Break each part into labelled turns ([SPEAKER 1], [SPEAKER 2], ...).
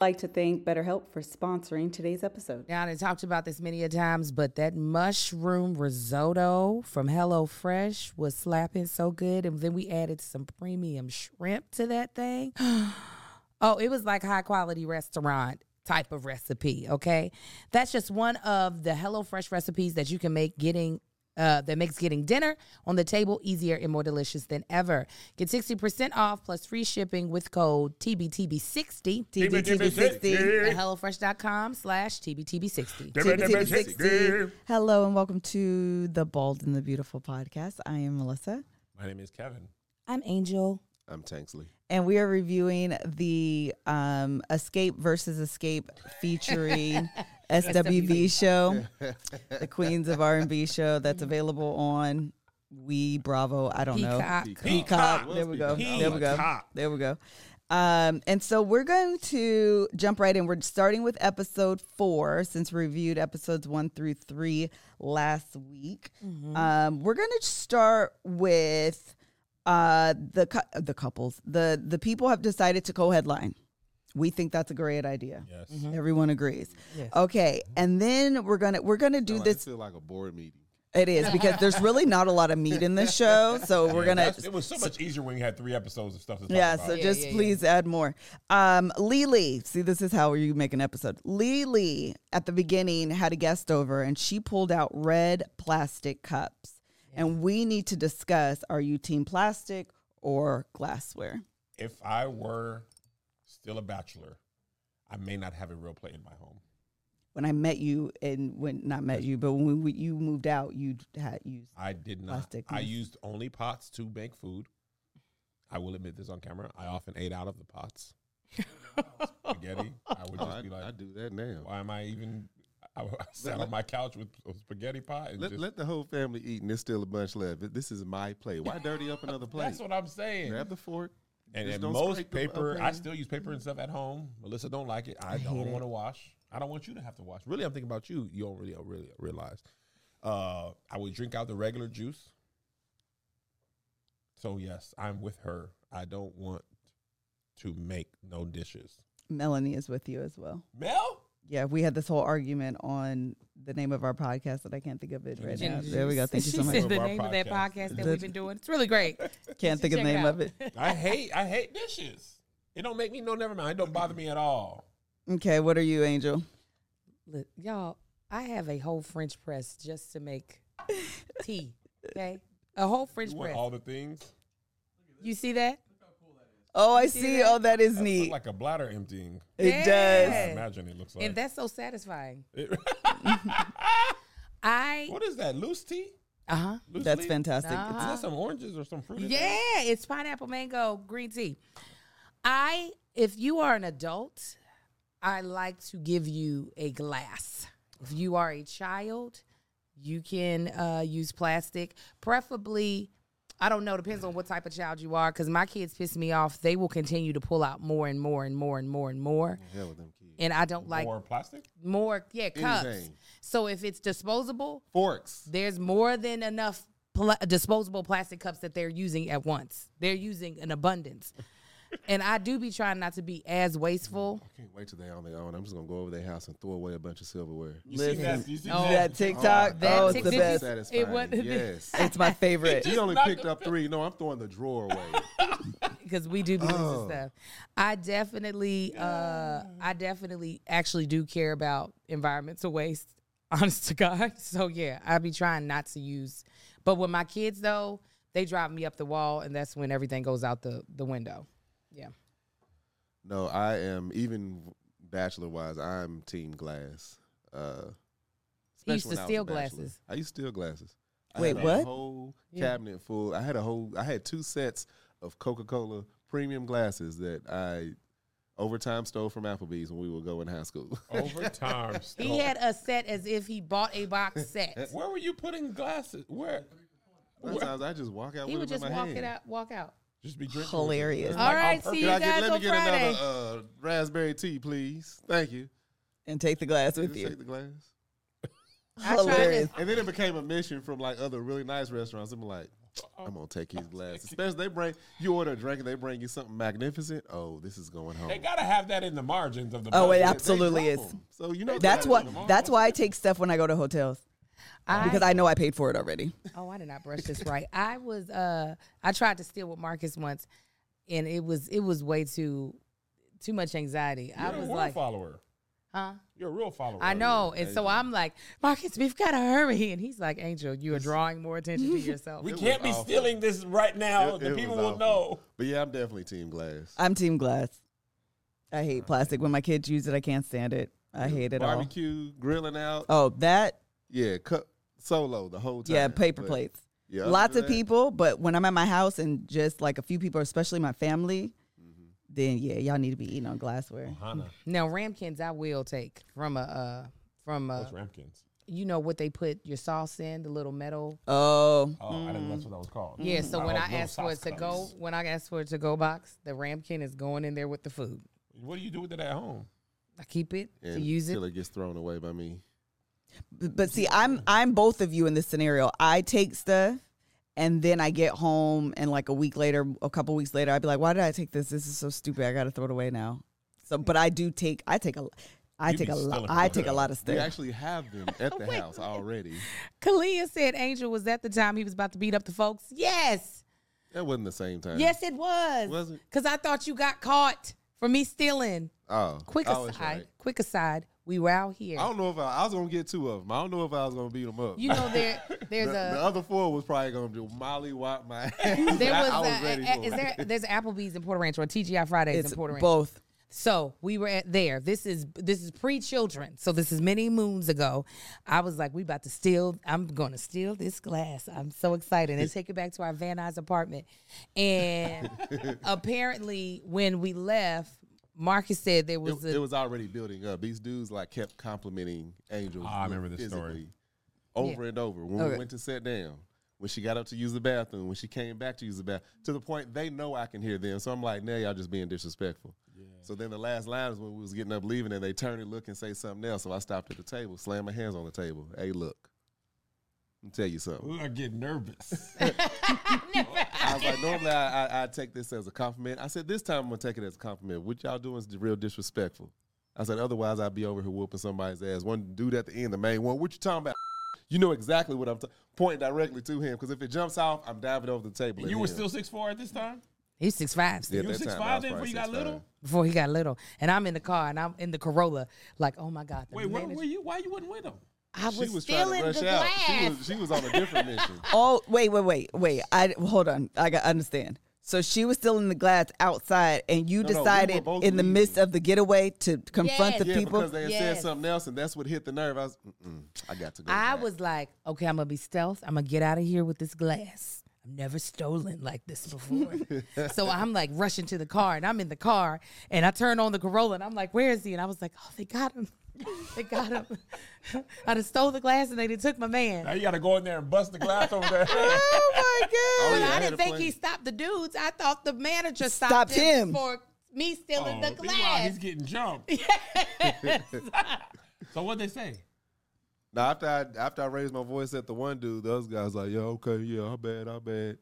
[SPEAKER 1] like to thank BetterHelp for sponsoring today's episode.
[SPEAKER 2] Now, I talked about this many a times, but that mushroom risotto from HelloFresh was slapping so good. And then we added some premium shrimp to that thing. Oh, it was like high quality restaurant type of recipe, okay? That's just one of the HelloFresh recipes that you can make getting uh, that makes getting dinner on the table easier and more delicious than ever. Get 60% off plus free shipping with code TBTB60.
[SPEAKER 3] TBTB60.
[SPEAKER 2] At HelloFresh.com slash TBTB60.
[SPEAKER 3] TBTB60.
[SPEAKER 1] Hello and welcome to the Bold and the Beautiful podcast. I am Melissa,
[SPEAKER 3] My name is Kevin.
[SPEAKER 2] I'm Angel.
[SPEAKER 4] I'm Tanksley.
[SPEAKER 1] and we are reviewing the um, Escape versus Escape featuring SWV show, the Queens of R&B show that's available on We Bravo. I don't know.
[SPEAKER 2] Peacock.
[SPEAKER 1] Peacock.
[SPEAKER 4] Peacock.
[SPEAKER 1] There we go. There we go.
[SPEAKER 3] Peacock.
[SPEAKER 1] There we go. Um, and so we're going to jump right in. We're starting with episode four since we reviewed episodes one through three last week. Um, we're going to start with uh, the cou- the couples. The the people have decided to co-headline. We think that's a great idea.
[SPEAKER 3] Yes.
[SPEAKER 1] Everyone agrees. Okay, and then we're gonna we're gonna do
[SPEAKER 4] Like,
[SPEAKER 1] this.
[SPEAKER 4] this feel like a board meeting.
[SPEAKER 1] It is because there's really not a lot of meat in this show, so we're
[SPEAKER 3] Yeah,
[SPEAKER 1] gonna.
[SPEAKER 3] that's- It was so much easier when you had three episodes of stuff to talk
[SPEAKER 1] Yeah,
[SPEAKER 3] about.
[SPEAKER 1] so just
[SPEAKER 2] yeah, yeah.
[SPEAKER 1] please add more. Um, Lily, see, this is how you make an episode. Lily at the beginning had a guest over and she pulled out red plastic cups. And we need to discuss are you team plastic or glassware?
[SPEAKER 3] if I were still a bachelor, I may not have a real plate in my home.
[SPEAKER 1] When I met you, and when not met you, but when we, you moved out, you had used.
[SPEAKER 3] I did not.
[SPEAKER 1] Plastic
[SPEAKER 3] I
[SPEAKER 1] mess.
[SPEAKER 3] used only pots to make food. I will admit this on camera. I often ate out of the pots. spaghetti. I would
[SPEAKER 4] Oh,
[SPEAKER 3] just
[SPEAKER 4] I,
[SPEAKER 3] be like,
[SPEAKER 4] I do that now.
[SPEAKER 3] why am I even? I, would- I sat on my couch with a spaghetti pot. And
[SPEAKER 4] Let,
[SPEAKER 3] just,
[SPEAKER 4] let the whole family eat, and there's still a bunch left. This is my plate. Why dirty up another plate?
[SPEAKER 3] that's what I'm saying.
[SPEAKER 4] Grab the fork.
[SPEAKER 3] and
[SPEAKER 4] just
[SPEAKER 3] and
[SPEAKER 4] don't
[SPEAKER 3] most
[SPEAKER 4] scrape them up
[SPEAKER 3] paper, I
[SPEAKER 4] there.
[SPEAKER 3] still use paper and stuff at home. Melissa don't like it. I, don't want to wash. I don't want you to have to wash. Really, I'm thinking about you. You don't really don't really realize. Uh, I would drink out the regular juice. So yes, I'm with her. I don't want to make no dishes.
[SPEAKER 1] Melanie is with you as well.
[SPEAKER 3] Mel,
[SPEAKER 1] Yeah, we had this whole argument on the name of our podcast that I can't think of it right now. There we go. Thank you so
[SPEAKER 2] She
[SPEAKER 1] much.
[SPEAKER 2] said the
[SPEAKER 3] Of our
[SPEAKER 2] name of that
[SPEAKER 3] podcast.
[SPEAKER 2] podcast that we've been doing. It's really great.
[SPEAKER 1] Can't think of the
[SPEAKER 2] Check it
[SPEAKER 1] name
[SPEAKER 2] out.
[SPEAKER 1] of it.
[SPEAKER 3] I hate I hate dishes. It don't make me no. Never mind. It don't bother me at all.
[SPEAKER 1] Okay, what are you, Angel?
[SPEAKER 2] Look, y'all, I have a whole French press just to make tea. Okay, a whole French
[SPEAKER 3] You want
[SPEAKER 2] press.
[SPEAKER 3] all the things.
[SPEAKER 2] you see that?
[SPEAKER 1] Oh, I see. Oh, that is neat.
[SPEAKER 3] Look like a bladder emptying.
[SPEAKER 1] It
[SPEAKER 2] Yeah.
[SPEAKER 1] does.
[SPEAKER 3] I imagine it looks like.
[SPEAKER 2] And that's so satisfying.
[SPEAKER 3] It-
[SPEAKER 2] I
[SPEAKER 3] what is that? Loose tea.
[SPEAKER 2] uh huh.
[SPEAKER 3] Loose
[SPEAKER 1] That's
[SPEAKER 3] leaf?
[SPEAKER 1] fantastic.
[SPEAKER 2] Nah.
[SPEAKER 3] Is that some oranges or some fruit? in there?
[SPEAKER 2] Yeah, it's pineapple mango green tea. I, if you are an adult, I like to give you a glass. If you are a child, you can uh, use plastic, preferably. I don't know. Depends on what type of child you are. Because my kids piss me off. They will continue to pull out more and more and more and more and more.
[SPEAKER 4] Hell with them kids.
[SPEAKER 2] And I don't like more,
[SPEAKER 3] or plastic.
[SPEAKER 2] yeah, cups.
[SPEAKER 4] Anything.
[SPEAKER 2] So if it's disposable,
[SPEAKER 4] Forks.
[SPEAKER 2] there's more than enough pla- disposable plastic cups that they're using at once. They're using an abundance. and I do be trying not to be as wasteful.
[SPEAKER 4] I can't wait till they on their own. I'm just gonna go over their house and throw away a bunch of silverware.
[SPEAKER 3] You see that? You see
[SPEAKER 1] That TikTok,
[SPEAKER 4] my
[SPEAKER 1] oh,
[SPEAKER 2] that
[SPEAKER 4] God,
[SPEAKER 1] it's
[SPEAKER 2] TikTok
[SPEAKER 1] the
[SPEAKER 4] so
[SPEAKER 1] best.
[SPEAKER 4] satisfying.
[SPEAKER 2] It wasn't-
[SPEAKER 4] yes.
[SPEAKER 1] It's my favorite.
[SPEAKER 4] He only picked up three. No, I'm throwing the drawer away.
[SPEAKER 2] because we do be losing stuff. I definitely, uh, I definitely actually do care about environmental waste, honest to God. So yeah, I be trying not to use. But with my kids though, they drive me up the wall, and that's when everything goes out the the window. Yeah,
[SPEAKER 4] No, I am even bachelor wise. I'm team glass. Uh,
[SPEAKER 2] He
[SPEAKER 4] especially
[SPEAKER 2] used to
[SPEAKER 4] when I was
[SPEAKER 2] steal
[SPEAKER 4] a bachelor.
[SPEAKER 2] glasses.
[SPEAKER 4] I used to steal glasses. I
[SPEAKER 1] Wait,
[SPEAKER 4] had
[SPEAKER 1] what?
[SPEAKER 4] A whole cabinet full. I had a whole. I had two sets of Coca Cola premium glasses that I over time stole from Applebee's when we would go in high school.
[SPEAKER 3] Overtime.
[SPEAKER 2] he had a set as if he bought a box set.
[SPEAKER 3] Where were you putting glasses? Where?
[SPEAKER 4] Sometimes I just walk out.
[SPEAKER 2] He
[SPEAKER 4] with
[SPEAKER 2] would
[SPEAKER 4] them
[SPEAKER 2] just
[SPEAKER 4] in my
[SPEAKER 2] walk
[SPEAKER 4] hand.
[SPEAKER 2] it out, walk out.
[SPEAKER 3] Just be drinking.
[SPEAKER 1] Hilarious.
[SPEAKER 2] All right, see you
[SPEAKER 4] Can I get,
[SPEAKER 2] guys
[SPEAKER 4] let me
[SPEAKER 2] on
[SPEAKER 4] get
[SPEAKER 2] Friday.
[SPEAKER 4] another uh, raspberry tea, please. Thank you.
[SPEAKER 1] And take the glass with
[SPEAKER 4] Just
[SPEAKER 1] you.
[SPEAKER 4] take the glass.
[SPEAKER 2] I tried
[SPEAKER 1] Hilarious.
[SPEAKER 2] to,
[SPEAKER 4] And then it became a mission from like other really nice restaurants. I'm like, I'm gonna take his glass. Especially they bring you order a drink and they bring you something magnificent. Oh, this is going home.
[SPEAKER 3] They gotta have that in the margins of the.
[SPEAKER 1] Oh, it
[SPEAKER 3] budget.
[SPEAKER 1] absolutely
[SPEAKER 4] They
[SPEAKER 1] is.
[SPEAKER 4] drop 'em. So you know
[SPEAKER 1] That's
[SPEAKER 4] that-
[SPEAKER 1] what. That's why I take stuff when I go to hotels
[SPEAKER 2] I,
[SPEAKER 1] because I know I paid for it already.
[SPEAKER 2] Oh, I did not brush this right. I was uh I tried to steal with Marcus once and it was it was way too too much anxiety. I
[SPEAKER 3] You're
[SPEAKER 2] was
[SPEAKER 3] a real
[SPEAKER 2] like,
[SPEAKER 3] follower.
[SPEAKER 2] huh?
[SPEAKER 3] You're a real follower.
[SPEAKER 2] I know. And so I'm like, Marcus, we've got to hurry. And he's like, Angel, you are drawing more attention to yourself.
[SPEAKER 3] We
[SPEAKER 4] It
[SPEAKER 3] can't
[SPEAKER 4] was
[SPEAKER 3] be
[SPEAKER 4] awful.
[SPEAKER 3] stealing this right now.
[SPEAKER 4] It-
[SPEAKER 3] the
[SPEAKER 4] it
[SPEAKER 3] people
[SPEAKER 4] was
[SPEAKER 3] will
[SPEAKER 4] awful.
[SPEAKER 3] know.
[SPEAKER 4] But yeah, I'm definitely team glass.
[SPEAKER 1] I'm team glass. I hate plastic. When my kids use it, I can't stand it. I hate it all.
[SPEAKER 4] Barbecue, grilling out.
[SPEAKER 1] Oh, that.
[SPEAKER 4] Yeah, cup solo the whole time.
[SPEAKER 1] Yeah, paper
[SPEAKER 4] But,
[SPEAKER 1] plates.
[SPEAKER 4] Yeah, other
[SPEAKER 1] Lots
[SPEAKER 4] than
[SPEAKER 1] of
[SPEAKER 4] that,
[SPEAKER 1] people, but when I'm at my house and just like a few people, especially my family, then yeah, y'all need to be eating on glassware.
[SPEAKER 3] Hannah,
[SPEAKER 2] Now, ramkins, I will take from a, uh, from
[SPEAKER 3] that's
[SPEAKER 2] a,
[SPEAKER 3] Ramkins.
[SPEAKER 2] you know what they put your sauce in, the little metal.
[SPEAKER 1] Oh,
[SPEAKER 3] Oh, I didn't know that's what that was called.
[SPEAKER 2] Yeah. So when
[SPEAKER 3] Oh,
[SPEAKER 2] I
[SPEAKER 3] little
[SPEAKER 2] asked for
[SPEAKER 3] sauce
[SPEAKER 2] it to go,
[SPEAKER 3] cups.
[SPEAKER 2] when I asked for it to go box, the ramkin is going in there with the food.
[SPEAKER 3] what do you do with it at home?
[SPEAKER 2] I keep it to
[SPEAKER 4] and
[SPEAKER 2] use it.
[SPEAKER 4] Till it gets thrown away by me.
[SPEAKER 1] B- but see, I'm I'm both of you in this scenario. I take stuff, and then I get home, and like a week later, a couple weeks later, I'd be like, "Why did I take this? This is so stupid. I got to throw it away now." So, but I do take. I take a. I
[SPEAKER 3] You
[SPEAKER 1] take
[SPEAKER 3] be
[SPEAKER 1] a. Lo-
[SPEAKER 3] stealing
[SPEAKER 1] I
[SPEAKER 3] from
[SPEAKER 1] take a
[SPEAKER 3] her.
[SPEAKER 1] lot of
[SPEAKER 4] We
[SPEAKER 1] stuff.
[SPEAKER 4] actually have them at the house already.
[SPEAKER 2] Kalia said Angel was at the time he was about to beat up the folks. Yes.
[SPEAKER 4] That wasn't the same time.
[SPEAKER 2] Yes, it was.
[SPEAKER 4] Was it?
[SPEAKER 2] Because I thought you got caught for me stealing.
[SPEAKER 4] Oh,
[SPEAKER 2] Quick
[SPEAKER 4] I was
[SPEAKER 2] aside.
[SPEAKER 4] right. Oh.
[SPEAKER 2] Quick aside. We were out here.
[SPEAKER 4] I don't know if I, I was gonna get two of them. I don't know if I was gonna beat them up.
[SPEAKER 2] You know there
[SPEAKER 4] the,
[SPEAKER 2] there's
[SPEAKER 4] the
[SPEAKER 2] a
[SPEAKER 4] other four was probably gonna do Molly wop my ass.
[SPEAKER 2] there
[SPEAKER 4] I-
[SPEAKER 2] was,
[SPEAKER 4] I was
[SPEAKER 2] a,
[SPEAKER 4] ready
[SPEAKER 2] a-
[SPEAKER 4] for
[SPEAKER 2] is
[SPEAKER 4] it.
[SPEAKER 2] there there's Applebee's in Puerto Rancho or TGI Fridays
[SPEAKER 1] It's
[SPEAKER 2] in Puerto Rancho.
[SPEAKER 1] both.
[SPEAKER 2] So we were at there. This is this is pre children. So this is many moons ago. I was like, we about to steal. I'm going to steal this glass. I'm so excited and take it back to our Van Nuys apartment. And apparently, when we left, Marcus said there was
[SPEAKER 4] it,
[SPEAKER 2] a
[SPEAKER 4] it was already building up. These dudes like kept complimenting Angel.
[SPEAKER 3] Ah, I remember this story.
[SPEAKER 4] physically Over and over when
[SPEAKER 1] Okay.
[SPEAKER 4] we went to sit down, when she got up to use the bathroom, when she came back to use the bathroom, to the point they know I can hear them. So I'm like, now y'all just being disrespectful. So then the last line is when we was getting up leaving, and they turn and look and say something else. So I stopped at the table, slammed my hands on the table. Hey, look, let me tell you something.
[SPEAKER 3] Ooh, I get nervous.
[SPEAKER 4] I was like, normally I, I, I take this as a compliment. I said, this time I'm gonna take it as a compliment. What y'all doing is real disrespectful. I said, otherwise I'd be over here whooping somebody's ass. One dude at the end, the main one, what you talking about? You know exactly what I'm ta- pointing directly to him because if it jumps off, I'm diving over the table. at
[SPEAKER 3] you were
[SPEAKER 4] him.
[SPEAKER 3] still six four at this time.
[SPEAKER 2] he's six five
[SPEAKER 4] Yeah, at
[SPEAKER 3] you were
[SPEAKER 4] that
[SPEAKER 3] 6'5"
[SPEAKER 4] time, I was
[SPEAKER 3] then before you
[SPEAKER 4] probably
[SPEAKER 3] got little?
[SPEAKER 4] 6'5".
[SPEAKER 2] before he got little, and I'm in the car and I'm in the Corolla, like, oh my god, the
[SPEAKER 3] Wait, where
[SPEAKER 2] minute-
[SPEAKER 3] were you? Why you wasn't with him?
[SPEAKER 2] I was,
[SPEAKER 4] She was trying
[SPEAKER 2] stealing
[SPEAKER 4] to rush
[SPEAKER 2] the
[SPEAKER 4] out.
[SPEAKER 2] glass.
[SPEAKER 4] She was, she was on a different mission.
[SPEAKER 1] Oh wait, wait, wait, wait. I hold on. I got understand. So she was still in the glass outside, and you
[SPEAKER 4] No, no, we were
[SPEAKER 1] decided
[SPEAKER 4] both
[SPEAKER 1] in the
[SPEAKER 4] leaving.
[SPEAKER 1] midst of the getaway to confront
[SPEAKER 2] Yes.
[SPEAKER 1] the
[SPEAKER 4] Yeah,
[SPEAKER 1] people.
[SPEAKER 4] because they had
[SPEAKER 2] Yes.
[SPEAKER 4] said something else, and that's what hit the nerve. I was, Mm-mm, I got to go.
[SPEAKER 2] I
[SPEAKER 4] back.
[SPEAKER 2] was like, okay, I'm gonna be stealth. I'm gonna get out of here with this glass. I've never stolen like this before. so I'm like rushing to the car and I'm in the car and I turn on the Corolla and I'm like, where is he? And I was like, oh, they got him. they got him. I just stole the glass and they done took my man.
[SPEAKER 3] Now you got to go in there and bust the glass over there.
[SPEAKER 1] oh
[SPEAKER 4] Oh,
[SPEAKER 2] but
[SPEAKER 4] yeah,
[SPEAKER 2] I
[SPEAKER 4] had
[SPEAKER 2] didn't
[SPEAKER 4] a
[SPEAKER 2] think
[SPEAKER 4] plan.
[SPEAKER 2] he stopped the dudes. I thought the manager stopped,
[SPEAKER 1] Stopped
[SPEAKER 2] him,
[SPEAKER 1] him.
[SPEAKER 2] for me stealing the
[SPEAKER 3] Oh, meanwhile,
[SPEAKER 2] glass.
[SPEAKER 3] He's getting jumped. so what they say?
[SPEAKER 4] Now after I after I raised my voice at the one dude, those guys like, yeah, okay, yeah, I bad, I bad.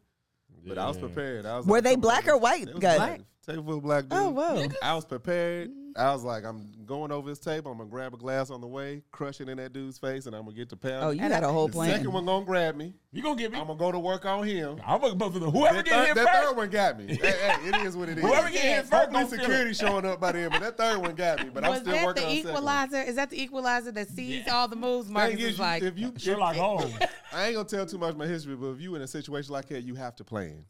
[SPEAKER 4] But I was prepared. I was
[SPEAKER 1] Were
[SPEAKER 4] like,
[SPEAKER 1] they
[SPEAKER 4] come on,
[SPEAKER 1] black
[SPEAKER 4] man.
[SPEAKER 1] or white
[SPEAKER 4] They was
[SPEAKER 1] guys?
[SPEAKER 4] black. Take it for a black dude.
[SPEAKER 1] Oh, whoa.
[SPEAKER 4] I was prepared. I was like, I'm going over his table. I'm gonna grab a glass on the way, crush it in that dude's face, and I'm gonna get to pound.
[SPEAKER 1] Oh, you had a whole
[SPEAKER 4] the second
[SPEAKER 1] plan.
[SPEAKER 4] one gonna grab me.
[SPEAKER 3] You gonna get me?
[SPEAKER 4] I'm
[SPEAKER 3] I'm,
[SPEAKER 4] gonna go to work on him.
[SPEAKER 3] gonna go for the whoever
[SPEAKER 4] that
[SPEAKER 3] get
[SPEAKER 4] third,
[SPEAKER 3] hit
[SPEAKER 4] that
[SPEAKER 3] first.
[SPEAKER 4] third one got me. hey, hey, it is what it is.
[SPEAKER 3] Whoever get hit first,
[SPEAKER 4] Hopefully
[SPEAKER 3] don't feel
[SPEAKER 4] security showing up by then, but that third one got me. But
[SPEAKER 2] Was
[SPEAKER 4] I'm still
[SPEAKER 2] that
[SPEAKER 4] working
[SPEAKER 2] the
[SPEAKER 4] on second one.
[SPEAKER 2] equalizer? Is that the equalizer that sees all the moves?
[SPEAKER 4] Thing
[SPEAKER 2] Marcus
[SPEAKER 4] is,
[SPEAKER 2] was
[SPEAKER 4] you-
[SPEAKER 2] like,
[SPEAKER 4] if you if-
[SPEAKER 3] Sherlock Holmes.
[SPEAKER 4] I ain't gonna tell too much my history, but if you in a situation like that, you have to plan.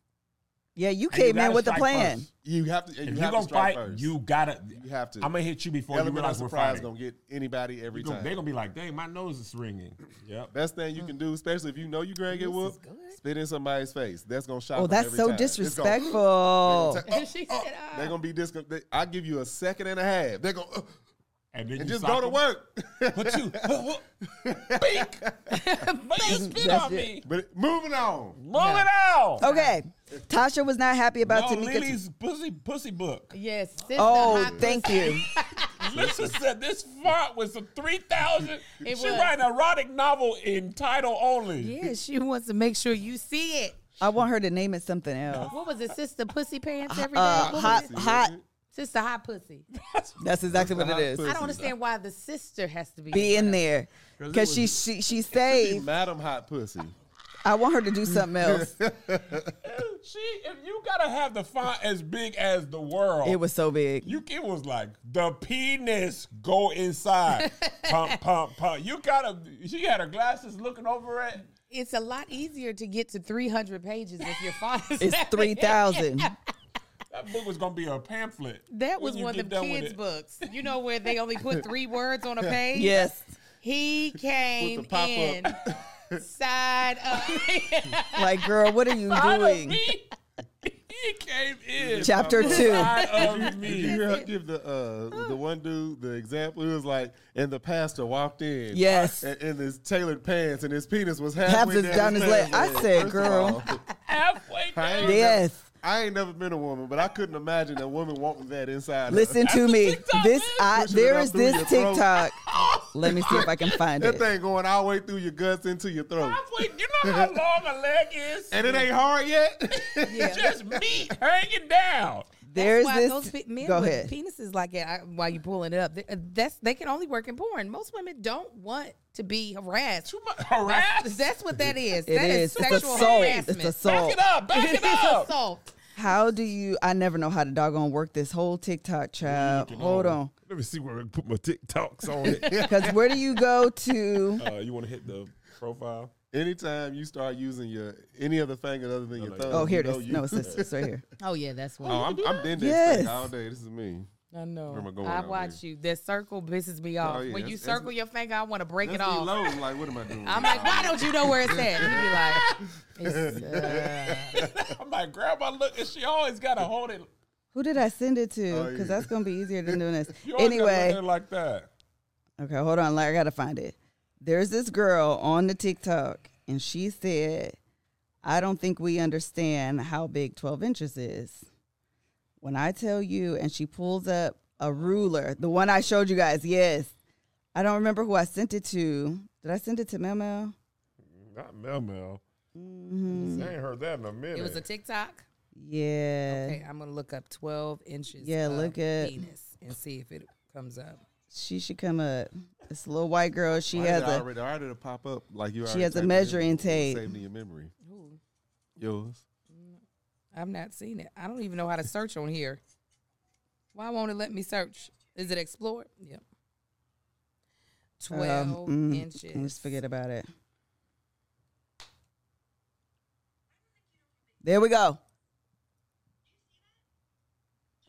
[SPEAKER 1] Yeah, you
[SPEAKER 3] And you
[SPEAKER 1] came in
[SPEAKER 3] gotta
[SPEAKER 1] with a
[SPEAKER 3] strike
[SPEAKER 1] plan.
[SPEAKER 3] first.
[SPEAKER 4] You have to. You,
[SPEAKER 3] If you
[SPEAKER 4] have
[SPEAKER 3] gonna
[SPEAKER 4] to strike
[SPEAKER 3] fight,
[SPEAKER 4] first.
[SPEAKER 3] you gotta.
[SPEAKER 4] You have to.
[SPEAKER 3] I'm gonna hit you before you
[SPEAKER 4] Element of
[SPEAKER 3] realize we're
[SPEAKER 4] surprise
[SPEAKER 3] fighting.
[SPEAKER 4] gonna get anybody every
[SPEAKER 3] You gonna-
[SPEAKER 4] time.
[SPEAKER 3] they gonna be like, "Dang, my nose is ringing." Yep.
[SPEAKER 4] Best thing you can do, especially if you know you gonna get whooped, spit in somebody's face. That's gonna shock.
[SPEAKER 1] Oh,
[SPEAKER 4] them
[SPEAKER 1] that's
[SPEAKER 4] every
[SPEAKER 1] so
[SPEAKER 4] time. It's gonna-
[SPEAKER 1] disrespectful.
[SPEAKER 4] They're gonna,
[SPEAKER 2] she said, "Ah."
[SPEAKER 4] they're gonna be dis. They, I give you a second and a half. They're gonna uh,
[SPEAKER 3] And then
[SPEAKER 4] and
[SPEAKER 3] you
[SPEAKER 4] just
[SPEAKER 3] sock
[SPEAKER 4] go to
[SPEAKER 3] them.
[SPEAKER 4] work.
[SPEAKER 3] But you, bink, but you spit
[SPEAKER 1] That's it.
[SPEAKER 3] on me.
[SPEAKER 4] but moving on.
[SPEAKER 3] Roll it out.
[SPEAKER 1] Okay, Tasha was not happy about
[SPEAKER 3] no,
[SPEAKER 1] Tamika.
[SPEAKER 3] Lily's pussy pussy book.
[SPEAKER 2] yes, sister,
[SPEAKER 1] Oh,
[SPEAKER 2] hot
[SPEAKER 1] thank you.
[SPEAKER 3] Lisa said this font was a three thousand. She
[SPEAKER 2] It was.
[SPEAKER 3] write an erotic novel in title only.
[SPEAKER 2] Yeah, she wants to make sure you see it.
[SPEAKER 1] I want her to name it something else.
[SPEAKER 2] What was it, Sister Pussy Pants every day?
[SPEAKER 1] Uh,
[SPEAKER 2] What was
[SPEAKER 1] hot,
[SPEAKER 2] it?
[SPEAKER 1] hot.
[SPEAKER 2] Sister Hot Pussy.
[SPEAKER 1] That's exactly what it is.
[SPEAKER 2] I don't understand why the sister has to be.
[SPEAKER 1] Be in there
[SPEAKER 4] Girl, it
[SPEAKER 1] because she
[SPEAKER 4] was-
[SPEAKER 1] she she
[SPEAKER 4] Hey,
[SPEAKER 1] saved.
[SPEAKER 4] Madam Hot Pussy.
[SPEAKER 1] I want her to do something else.
[SPEAKER 3] She, if you gotta have the font as big as the world,
[SPEAKER 1] It was so big.
[SPEAKER 3] You it was like the penis go inside, pump, pump, pump. You gotta. She had her glasses looking over it.
[SPEAKER 2] It's a lot easier to get to 300 pages if your father's.
[SPEAKER 1] It's three thousand.
[SPEAKER 3] That book was gonna be a pamphlet.
[SPEAKER 2] That was
[SPEAKER 3] When you
[SPEAKER 2] one
[SPEAKER 3] get
[SPEAKER 2] of the
[SPEAKER 3] done with
[SPEAKER 2] kids'
[SPEAKER 3] it.
[SPEAKER 2] books. You know where they only put three words on a page.
[SPEAKER 1] Yes,
[SPEAKER 2] He came
[SPEAKER 4] With the pop-up.
[SPEAKER 2] in side up.
[SPEAKER 1] like girl, what are you
[SPEAKER 3] Out of
[SPEAKER 1] doing?
[SPEAKER 3] me. He came in.
[SPEAKER 1] Chapter two.
[SPEAKER 3] Out of
[SPEAKER 4] Did you
[SPEAKER 3] me.
[SPEAKER 4] hear her give the uh, the one dude the example? It was like, and the pastor walked in.
[SPEAKER 1] Yes.
[SPEAKER 4] And, and his tailored pants and his penis was
[SPEAKER 1] Half
[SPEAKER 4] halfway
[SPEAKER 1] is down his leg. I
[SPEAKER 4] pants
[SPEAKER 1] said,
[SPEAKER 4] First of
[SPEAKER 1] girl.
[SPEAKER 4] all,
[SPEAKER 3] Halfway
[SPEAKER 4] I ain't
[SPEAKER 3] down.
[SPEAKER 4] never-
[SPEAKER 1] Yes.
[SPEAKER 4] I ain't never been a woman, but I couldn't imagine a woman wanting that inside. her.
[SPEAKER 1] Listen
[SPEAKER 3] That's
[SPEAKER 1] to
[SPEAKER 3] a
[SPEAKER 1] me.
[SPEAKER 3] TikTok,
[SPEAKER 1] This
[SPEAKER 3] man.
[SPEAKER 1] I
[SPEAKER 4] Pushing it
[SPEAKER 1] there
[SPEAKER 4] up
[SPEAKER 1] is
[SPEAKER 4] through
[SPEAKER 1] this
[SPEAKER 4] your throat.
[SPEAKER 1] TikTok. Let me see if I can find
[SPEAKER 4] That
[SPEAKER 1] it.
[SPEAKER 4] thing going all the way through your guts into your throat.
[SPEAKER 3] Halfway. You know how long a leg is?
[SPEAKER 4] And it ain't hard yet?
[SPEAKER 3] Just meat hanging down.
[SPEAKER 1] There's
[SPEAKER 2] why
[SPEAKER 1] this.
[SPEAKER 2] those pe- men
[SPEAKER 1] go
[SPEAKER 2] with
[SPEAKER 1] ahead.
[SPEAKER 2] penises like that. I, while you pulling it up, th- uh, that's they can only work in porn. Most women don't want to be harassed.
[SPEAKER 3] Too much harass.
[SPEAKER 2] That's what that is.
[SPEAKER 1] It
[SPEAKER 2] that is,
[SPEAKER 1] is. It's
[SPEAKER 2] sexual
[SPEAKER 1] assault.
[SPEAKER 2] harassment.
[SPEAKER 1] It's
[SPEAKER 3] Back
[SPEAKER 1] assault.
[SPEAKER 3] it up. Back
[SPEAKER 2] It
[SPEAKER 3] it
[SPEAKER 2] is
[SPEAKER 3] up.
[SPEAKER 2] assault.
[SPEAKER 1] How do you? I never know how to doggone work this whole TikTok child. Hold on,
[SPEAKER 3] Let me see where I put my TikToks on it.
[SPEAKER 1] because where do you go to?
[SPEAKER 3] uh, you want to hit the profile?
[SPEAKER 4] Anytime you start using your any other finger other than your thumb.
[SPEAKER 1] Oh, here it
[SPEAKER 4] you know
[SPEAKER 1] is.
[SPEAKER 4] you-
[SPEAKER 1] No, it's this. It's right here.
[SPEAKER 2] Oh yeah, that's
[SPEAKER 4] Oh,
[SPEAKER 2] what.
[SPEAKER 4] I'm, I'm been
[SPEAKER 1] Yes.
[SPEAKER 4] yes. all day. This is me.
[SPEAKER 2] I know.
[SPEAKER 4] Where am I going
[SPEAKER 2] I
[SPEAKER 4] out
[SPEAKER 2] watch you. That circle pisses me off.
[SPEAKER 4] yeah,
[SPEAKER 2] when you
[SPEAKER 4] that's- that's-
[SPEAKER 2] circle your finger, I want to break it
[SPEAKER 4] That's me
[SPEAKER 2] off.
[SPEAKER 4] low. I'm like, what am I doing?
[SPEAKER 2] I'm like, why don't you know where it's at? You be like, it's, uh,
[SPEAKER 3] I'm like, grandma, look, and she always gotta hold it.
[SPEAKER 1] Who did I send it to?
[SPEAKER 4] Oh,
[SPEAKER 1] Because
[SPEAKER 4] yeah.
[SPEAKER 1] that's gonna be easier than doing this.
[SPEAKER 3] You always gotta look at
[SPEAKER 1] Anyway,
[SPEAKER 3] it like that.
[SPEAKER 1] okay, hold on. Like I gotta find it. There's this girl on the TikTok, and she said, "I don't think we understand how big 12 inches is." When I tell you, and she pulls up a ruler, the one I showed you guys. Yes, I don't remember who I sent it to. Did I send it to Mel Mel?
[SPEAKER 3] Not Mel Mel.
[SPEAKER 1] Mm-hmm.
[SPEAKER 3] I ain't heard that in a minute.
[SPEAKER 2] it was a TikTok.
[SPEAKER 1] Yeah.
[SPEAKER 2] Okay, I'm gonna look up 12 inches.
[SPEAKER 1] Yeah,
[SPEAKER 2] of
[SPEAKER 1] look at-
[SPEAKER 2] penis and see if it comes up.
[SPEAKER 1] She should come up. It's a little white girl. She
[SPEAKER 4] Why
[SPEAKER 1] has
[SPEAKER 4] did I
[SPEAKER 1] a
[SPEAKER 4] already, I already pop up like you.
[SPEAKER 1] She
[SPEAKER 4] already
[SPEAKER 1] has a
[SPEAKER 4] typed it in.
[SPEAKER 1] measuring
[SPEAKER 4] It's
[SPEAKER 1] tape.
[SPEAKER 4] Saved in your memory.
[SPEAKER 2] Ooh,
[SPEAKER 4] Yours.
[SPEAKER 2] I've not seen it. I don't even know how to search on here. Why won't it let me search? Is it explore? Yep. 12
[SPEAKER 1] Um, mm,
[SPEAKER 2] inches.
[SPEAKER 1] Let's forget about it. There we go.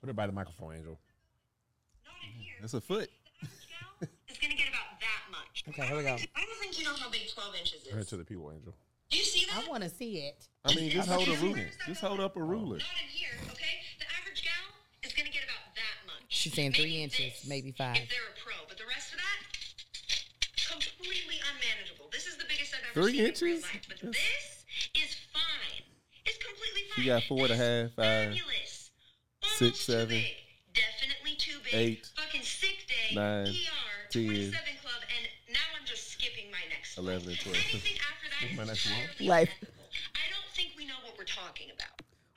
[SPEAKER 3] Put it by the microphone, Angel.
[SPEAKER 5] not in here.
[SPEAKER 4] That's a foot.
[SPEAKER 5] Now, It's gonna get about that much.
[SPEAKER 2] Okay, here we go.
[SPEAKER 5] I don't think you know how big 12 inches
[SPEAKER 3] Turn it
[SPEAKER 5] is.
[SPEAKER 3] to the people, Angel.
[SPEAKER 5] Do you see that?
[SPEAKER 2] I want to see it.
[SPEAKER 4] I mean, just
[SPEAKER 5] I thought
[SPEAKER 4] hold a
[SPEAKER 5] you
[SPEAKER 4] ruler.
[SPEAKER 5] were saying
[SPEAKER 4] Just hold up a ruler.
[SPEAKER 5] Not in here, okay? The average gal is gonna get about that much.
[SPEAKER 2] She's saying three
[SPEAKER 5] Maybe
[SPEAKER 2] inches,
[SPEAKER 5] this,
[SPEAKER 2] maybe five.
[SPEAKER 5] If they're a pro, but the rest of that, completely unmanageable. This is the biggest I've ever
[SPEAKER 4] Three
[SPEAKER 5] seen
[SPEAKER 4] inches?
[SPEAKER 5] in real life. But this is fine. It's completely fine.
[SPEAKER 4] She got four and a half,
[SPEAKER 5] That's
[SPEAKER 4] five,
[SPEAKER 5] fabulous.
[SPEAKER 4] six,
[SPEAKER 5] Almost too
[SPEAKER 4] seven,
[SPEAKER 5] big. Definitely too big.
[SPEAKER 4] eight,
[SPEAKER 5] Fucking sick day.
[SPEAKER 4] nine,
[SPEAKER 5] ER,
[SPEAKER 4] ten,
[SPEAKER 5] 27 club, and now I'm just skipping my next. one.
[SPEAKER 4] 11 and 12.
[SPEAKER 5] Anything after that is
[SPEAKER 3] My next one.
[SPEAKER 5] entirely
[SPEAKER 1] Life.
[SPEAKER 5] unethical. I don't think we know what we're talking about.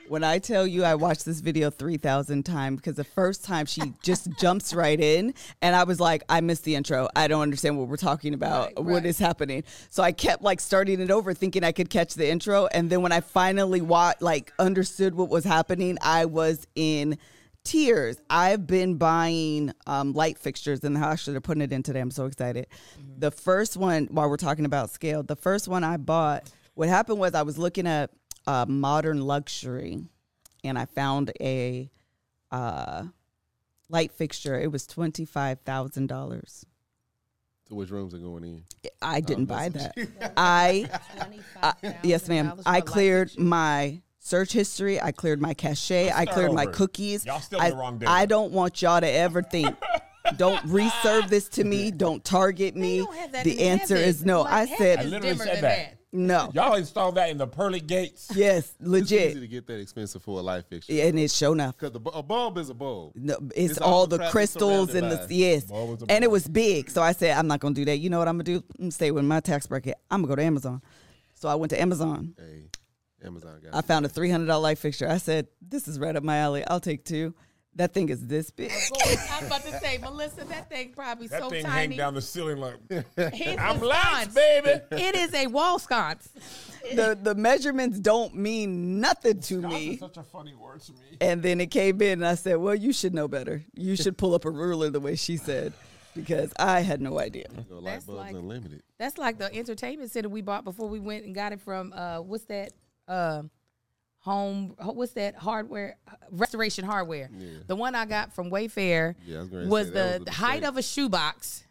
[SPEAKER 1] When I tell you I watched this video 3,000 times because the first time she just jumps right in and I was like, I missed the intro. I don't understand what we're talking about.
[SPEAKER 2] Right,
[SPEAKER 1] What
[SPEAKER 2] right.
[SPEAKER 1] is happening? So I kept like starting it over thinking I could catch the intro. And then when I finally wa- like understood what was happening, I was in tears. I've been buying um, light fixtures and how I should have put it in today. I'm so excited. The first one, while we're talking about scale, the first one I bought, what happened was I was looking at uh, modern luxury and I found a uh, light fixture. It was twenty five thousand dollars.
[SPEAKER 4] To which rooms are going in?
[SPEAKER 1] I didn't
[SPEAKER 3] Um,
[SPEAKER 1] buy that. I uh, yes, ma'am.
[SPEAKER 2] $25,000
[SPEAKER 1] I
[SPEAKER 2] for light
[SPEAKER 1] cleared
[SPEAKER 2] fiction.
[SPEAKER 1] my search history. I cleared my cachet. I
[SPEAKER 3] start
[SPEAKER 1] cleared my
[SPEAKER 3] over.
[SPEAKER 1] cookies.
[SPEAKER 3] Y'all still
[SPEAKER 1] I,
[SPEAKER 3] on the wrong day.
[SPEAKER 1] I don't want y'all to ever think. Don't reserve this to me. Don't target
[SPEAKER 2] They
[SPEAKER 1] me.
[SPEAKER 2] don't have that
[SPEAKER 1] the
[SPEAKER 2] in
[SPEAKER 1] answer
[SPEAKER 2] heaven.
[SPEAKER 1] is no.
[SPEAKER 2] Like,
[SPEAKER 1] I
[SPEAKER 2] heaven
[SPEAKER 1] said
[SPEAKER 2] is
[SPEAKER 3] I literally
[SPEAKER 2] dimmer
[SPEAKER 3] said
[SPEAKER 2] than
[SPEAKER 3] that.
[SPEAKER 1] no.
[SPEAKER 3] Y'all installed that in the pearly gates.
[SPEAKER 1] Yes,
[SPEAKER 4] It's easy
[SPEAKER 1] legit.
[SPEAKER 4] to get that expensive for a light fixture
[SPEAKER 1] And it's shown up.
[SPEAKER 4] because a bulb is a bulb.
[SPEAKER 1] No, it's,
[SPEAKER 4] It's
[SPEAKER 1] all,
[SPEAKER 4] all
[SPEAKER 1] the
[SPEAKER 4] the crap you're
[SPEAKER 1] crystals and
[SPEAKER 4] surrounded
[SPEAKER 1] the
[SPEAKER 4] by.
[SPEAKER 1] yes,
[SPEAKER 3] Ball was a
[SPEAKER 1] and it
[SPEAKER 3] ball.
[SPEAKER 1] was big. So I said, I'm not gonna do that. You know what I'm gonna do? I'm gonna stay with my tax bracket. I'm gonna go to Amazon. So I went to Amazon.
[SPEAKER 4] Hey, Amazon got
[SPEAKER 1] I found a three hundred dollar light fixture. I said, "This is right up my alley. I'll take two. That thing is this big.
[SPEAKER 2] I'm about to say, Melissa, that thing probably
[SPEAKER 3] That
[SPEAKER 2] so
[SPEAKER 3] thing
[SPEAKER 2] tiny.
[SPEAKER 3] hang down the ceiling like
[SPEAKER 2] His
[SPEAKER 3] I'm
[SPEAKER 2] is
[SPEAKER 3] lax,
[SPEAKER 2] sconce.
[SPEAKER 3] baby.
[SPEAKER 2] It is a wall sconce.
[SPEAKER 1] the The measurements don't mean nothing to
[SPEAKER 3] That's
[SPEAKER 1] me."
[SPEAKER 3] such a funny word to me.
[SPEAKER 1] And then it came in, and I said, "Well, you should know better. You should pull up a ruler the way she said, because I had no idea."
[SPEAKER 4] you know,
[SPEAKER 2] That's
[SPEAKER 4] light bulbs
[SPEAKER 2] like-
[SPEAKER 4] unlimited.
[SPEAKER 2] That's like the entertainment center we bought before we went and got it from uh what's that um home ho- what's that hardware uh, restoration hardware. The one I got from Wayfair
[SPEAKER 4] Yeah, I was gonna
[SPEAKER 2] was
[SPEAKER 4] say,
[SPEAKER 2] the
[SPEAKER 4] that was a
[SPEAKER 2] height
[SPEAKER 4] mistake.
[SPEAKER 2] of a shoebox.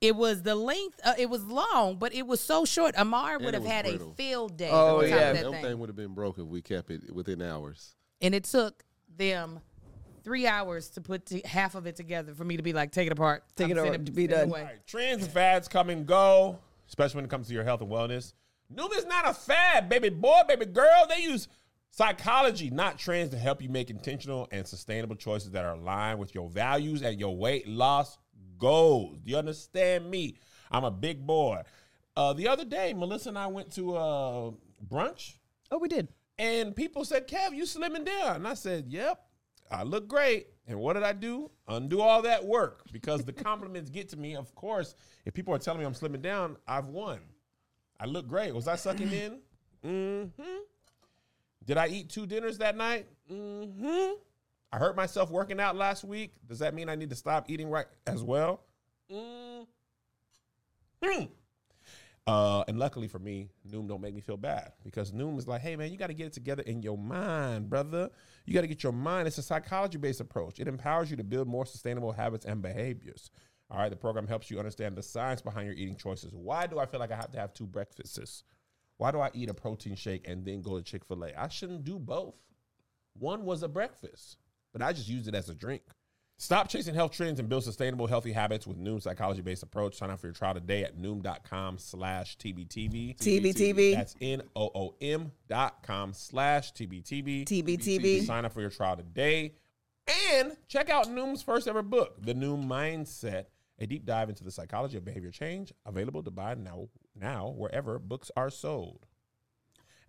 [SPEAKER 2] It was the length. Uh, it was long, but it was so short. Amar would
[SPEAKER 4] it
[SPEAKER 2] have
[SPEAKER 4] was
[SPEAKER 2] had
[SPEAKER 4] brittle.
[SPEAKER 2] a field day.
[SPEAKER 1] Oh,
[SPEAKER 2] on top of
[SPEAKER 1] yeah.
[SPEAKER 2] that
[SPEAKER 4] That
[SPEAKER 2] thing.
[SPEAKER 4] thing would have been broke if we kept it within hours.
[SPEAKER 2] and it took them three hours to put t- half of it together for me to be like, take it apart,
[SPEAKER 1] Take it
[SPEAKER 2] send
[SPEAKER 1] apart, be
[SPEAKER 2] send
[SPEAKER 1] done.
[SPEAKER 2] away.
[SPEAKER 3] All right, trends and fads come and go, especially when it comes to your health and wellness. Nuba's not a fad, baby boy, baby girl. They use psychology, not trends, to help you make intentional and sustainable choices that are aligned with your values and your weight loss goals. Do you understand me? I'm a big boy. Uh, the other day, Melissa and I went to uh, brunch.
[SPEAKER 1] Oh, we did.
[SPEAKER 3] And people said, Kev, you slimming down. And I said, Yep, I look great. And what did I do? Undo all that work because the compliments get to me. Of course, if people are telling me I'm slimming down, I've won. I look great. Was I sucking in? Mm-hmm. Did I eat two dinners that night? Mm-hmm. I hurt myself working out last week. Does that mean I need to stop eating right as well? Mm-hmm. Uh, and luckily for me, Noom don't make me feel bad because Noom is like, hey man, you got to get it together in your mind, brother. You got to get your mind. It's a psychology based approach. It empowers you to build more sustainable habits and behaviors. All right, the program helps you understand the science behind your eating choices. Why do I feel like I have to have two breakfasts? Why do I eat a protein shake and then go to Chick fil A? I shouldn't do both. One was a breakfast, but I just used it as a drink. Stop chasing health trends and build sustainable, healthy habits with Noom's psychology-based approach. Sign up for your trial today at Noom.com slash TBTV.
[SPEAKER 1] TBTB,
[SPEAKER 3] That's N-O-O-M dot com slash TBTV.
[SPEAKER 1] TBTB.
[SPEAKER 3] Sign up for your trial today and check out Noom's first ever book, The Noom Mindset, a deep dive into the psychology of behavior change, available to buy now, now wherever books are sold.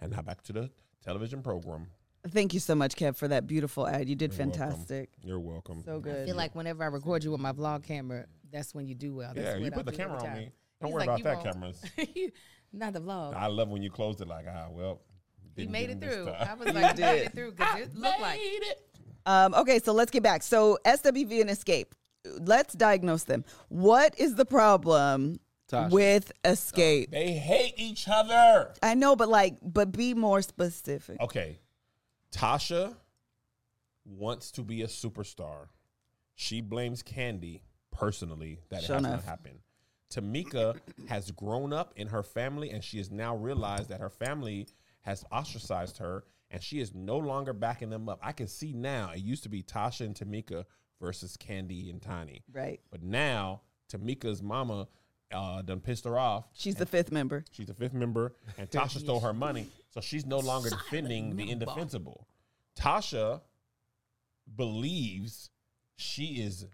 [SPEAKER 3] And now back to the television program.
[SPEAKER 1] Thank you so much, Kev, for that beautiful ad. You did
[SPEAKER 3] You're welcome.
[SPEAKER 1] fantastic.
[SPEAKER 3] You're welcome.
[SPEAKER 1] So
[SPEAKER 2] I
[SPEAKER 1] good.
[SPEAKER 2] feel like whenever I record you with my vlog camera, that's when you do well. That's
[SPEAKER 3] Yeah,
[SPEAKER 2] what
[SPEAKER 3] you
[SPEAKER 2] I
[SPEAKER 3] put the
[SPEAKER 2] do every
[SPEAKER 3] camera on
[SPEAKER 2] time.
[SPEAKER 3] me. Don't
[SPEAKER 2] He's
[SPEAKER 3] worry
[SPEAKER 2] like,
[SPEAKER 3] about
[SPEAKER 2] "You
[SPEAKER 3] that, cameras.
[SPEAKER 2] won't." not the vlog.
[SPEAKER 3] I love when you closed it like, ah, well.
[SPEAKER 2] you
[SPEAKER 3] didn't
[SPEAKER 2] made
[SPEAKER 3] get
[SPEAKER 2] it
[SPEAKER 3] him this
[SPEAKER 2] through.
[SPEAKER 3] time.
[SPEAKER 2] I was like, you made
[SPEAKER 1] did.
[SPEAKER 2] it through because it looked like
[SPEAKER 1] Um, okay, so let's get back. So SWV and escape. Let's diagnose them. What is the problem
[SPEAKER 4] Tasha.
[SPEAKER 1] with escape?
[SPEAKER 3] They hate each other.
[SPEAKER 1] I know, but like, but be more specific.
[SPEAKER 3] Okay. Tasha wants to be a superstar. She blames Candy personally that it
[SPEAKER 1] Sure
[SPEAKER 3] has
[SPEAKER 1] enough.
[SPEAKER 3] not happened. Tamika has grown up in her family and she has now realized that her family has ostracized her and she is no longer backing them up. I can see now it used to be Tasha and Tamika versus Candy and Tiny.
[SPEAKER 1] Right.
[SPEAKER 3] But now Tamika's mama uh, done pissed her off.
[SPEAKER 1] She's the fifth member.
[SPEAKER 3] She's the fifth member, and Tasha stole her money, so she's no longer defending the indefensible. Tasha believes she is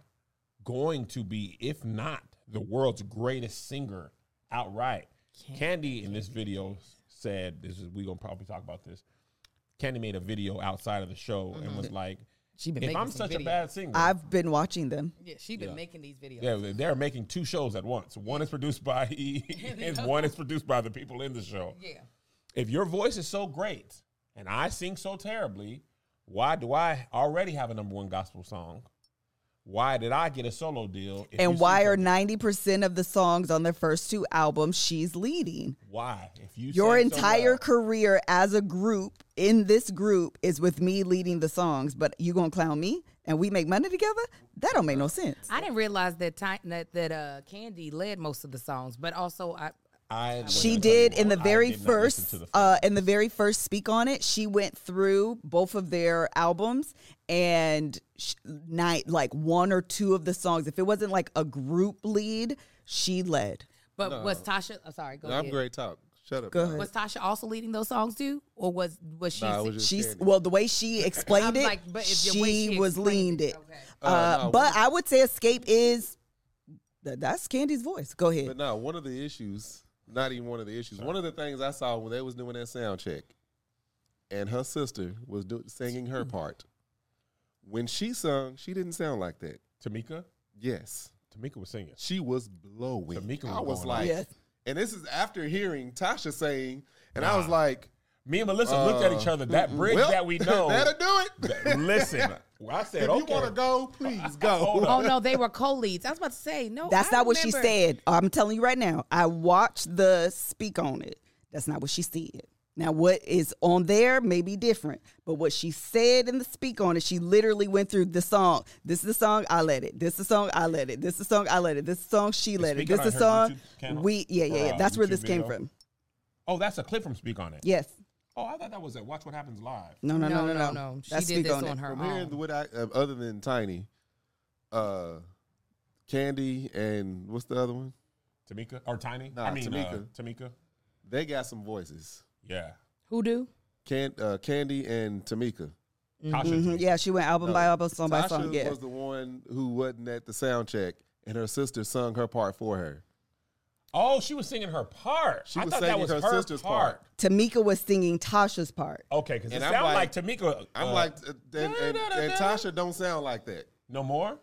[SPEAKER 3] going to be, if not the world's greatest singer outright. Candy in this video said, "This is we gonna probably talk about this." Candy made a video outside of the show and was like,
[SPEAKER 2] Mm-hmm. she been
[SPEAKER 3] "If
[SPEAKER 2] making
[SPEAKER 3] I'm
[SPEAKER 2] some
[SPEAKER 3] such a
[SPEAKER 2] videos.
[SPEAKER 3] bad singer,
[SPEAKER 1] I've been watching them.
[SPEAKER 2] Yeah, she been
[SPEAKER 3] Yeah.
[SPEAKER 2] making these videos.
[SPEAKER 3] yeah, they- they're making two shows at once. One is produced by and one is produced by the people in the show.
[SPEAKER 2] Yeah.
[SPEAKER 3] If your voice is so great and I sing so terribly, why do I already have a number one gospel song? Why did I get a solo deal? if you
[SPEAKER 1] And
[SPEAKER 3] sing
[SPEAKER 1] why are
[SPEAKER 3] so-
[SPEAKER 1] 90% of the songs on their first two albums she's leading?
[SPEAKER 3] why if you
[SPEAKER 1] Your
[SPEAKER 3] sang so
[SPEAKER 1] entire
[SPEAKER 3] well-
[SPEAKER 1] career as a group in this group is with me leading the songs, but you gonna clown me and we make money together? That don't make no sense.
[SPEAKER 2] I didn't realize that time, that, that uh, Candy led most of the songs, but also I
[SPEAKER 3] I
[SPEAKER 1] She did in the
[SPEAKER 3] I
[SPEAKER 1] very
[SPEAKER 3] did not listen
[SPEAKER 1] first
[SPEAKER 3] to the
[SPEAKER 1] uh in the very first speak on it, she went through both of their albums and sh- night like one or two of the songs. If it wasn't like a group lead, she led.
[SPEAKER 2] but was Tasha? Oh, sorry, go
[SPEAKER 4] No, I'm
[SPEAKER 2] ahead.
[SPEAKER 4] great talk. Shut up.
[SPEAKER 1] Go
[SPEAKER 4] y'all.
[SPEAKER 1] ahead.
[SPEAKER 2] Was Tasha also leading those songs too, or was was she?
[SPEAKER 4] Nah, it
[SPEAKER 2] sing-
[SPEAKER 4] was just
[SPEAKER 1] She's
[SPEAKER 4] Candy.
[SPEAKER 1] well, the way she explained
[SPEAKER 2] I'm
[SPEAKER 1] it,
[SPEAKER 2] like, but if the way
[SPEAKER 1] she,
[SPEAKER 2] she
[SPEAKER 1] was
[SPEAKER 2] explained
[SPEAKER 1] leaned it.
[SPEAKER 2] it, okay.
[SPEAKER 1] Uh,
[SPEAKER 4] no,
[SPEAKER 1] but I would say escape is th- that's Candy's voice. Go ahead.
[SPEAKER 4] But now one of the issues, not even one of the issues, one of the things I saw when they was doing that sound check and her sister was do- singing her part. When she sung, she didn't sound like that.
[SPEAKER 3] Tamika?
[SPEAKER 4] Yes,
[SPEAKER 3] Tamika was singing.
[SPEAKER 4] she was blowing.
[SPEAKER 3] Tamika was
[SPEAKER 4] I was
[SPEAKER 3] going
[SPEAKER 4] like,
[SPEAKER 1] Yes.
[SPEAKER 4] and this is after hearing Tasha saying, and I was like,
[SPEAKER 3] Me and Melissa looked at each other. That bridge
[SPEAKER 4] well,
[SPEAKER 3] that we know.
[SPEAKER 4] that'll do it.
[SPEAKER 3] that- listen, I said,
[SPEAKER 4] if
[SPEAKER 3] okay.
[SPEAKER 4] you want to go, please
[SPEAKER 3] Hold
[SPEAKER 4] go.
[SPEAKER 2] Oh no, they were co-leads. I was about to say no.
[SPEAKER 1] That's
[SPEAKER 2] Oh, I
[SPEAKER 1] not what she
[SPEAKER 2] remember-
[SPEAKER 1] said. I'm telling you right now. I watched the speak on it. That's not what she said. Now, what is on there may be different, but what she said in the speak on it, she literally went through the song. This is the song I let it. This is the song I let it. This is the song I let it. This is the song she let it.
[SPEAKER 3] Speak On
[SPEAKER 1] This is the
[SPEAKER 3] it on her
[SPEAKER 1] song
[SPEAKER 3] YouTube channel?
[SPEAKER 1] we. Yeah, yeah,
[SPEAKER 3] Or,
[SPEAKER 1] yeah.
[SPEAKER 3] uh,
[SPEAKER 1] That's where
[SPEAKER 3] YouTube
[SPEAKER 1] this came
[SPEAKER 3] video?
[SPEAKER 1] from.
[SPEAKER 3] Oh, that's a clip from Speak On It.
[SPEAKER 1] Yes.
[SPEAKER 3] Oh, I thought that was it. Watch What Happens Live.
[SPEAKER 1] No, no, no, no, no.
[SPEAKER 2] She
[SPEAKER 1] That's
[SPEAKER 2] did
[SPEAKER 1] speak
[SPEAKER 2] this
[SPEAKER 1] on
[SPEAKER 2] on,
[SPEAKER 1] it.
[SPEAKER 2] her
[SPEAKER 4] From
[SPEAKER 2] own.
[SPEAKER 4] hearing what I, uh, other than Tiny, uh, Candy and what's the other one?
[SPEAKER 3] Tamika or Tiny?
[SPEAKER 4] Nah,
[SPEAKER 3] I mean, Tamika.
[SPEAKER 4] Tamika.
[SPEAKER 3] Tamika.
[SPEAKER 4] They got some voices.
[SPEAKER 3] Yeah.
[SPEAKER 2] Who do?
[SPEAKER 4] Can, uh, Candy and Tamika. Uh,
[SPEAKER 3] Tasha
[SPEAKER 1] Mhm.
[SPEAKER 3] Tamika.
[SPEAKER 1] Yeah, she went album by album, song by
[SPEAKER 4] Tasha
[SPEAKER 1] song. Yeah.
[SPEAKER 4] was the one who wasn't at the sound check, and her sister sung her part for her.
[SPEAKER 3] Oh, she was singing her part.
[SPEAKER 4] She
[SPEAKER 3] I
[SPEAKER 4] was
[SPEAKER 3] thought that
[SPEAKER 4] singing
[SPEAKER 3] was her,
[SPEAKER 4] her sister's
[SPEAKER 3] part.
[SPEAKER 4] part.
[SPEAKER 1] Tamika was singing Tasha's part.
[SPEAKER 3] Okay, because it
[SPEAKER 4] And I'm
[SPEAKER 3] sounded like,
[SPEAKER 4] like-
[SPEAKER 3] Tamika.
[SPEAKER 4] I'm
[SPEAKER 3] uh,
[SPEAKER 4] like, uh, and, and-
[SPEAKER 3] da, da,
[SPEAKER 4] and
[SPEAKER 3] da.
[SPEAKER 4] Tasha don't sound like that
[SPEAKER 3] no more.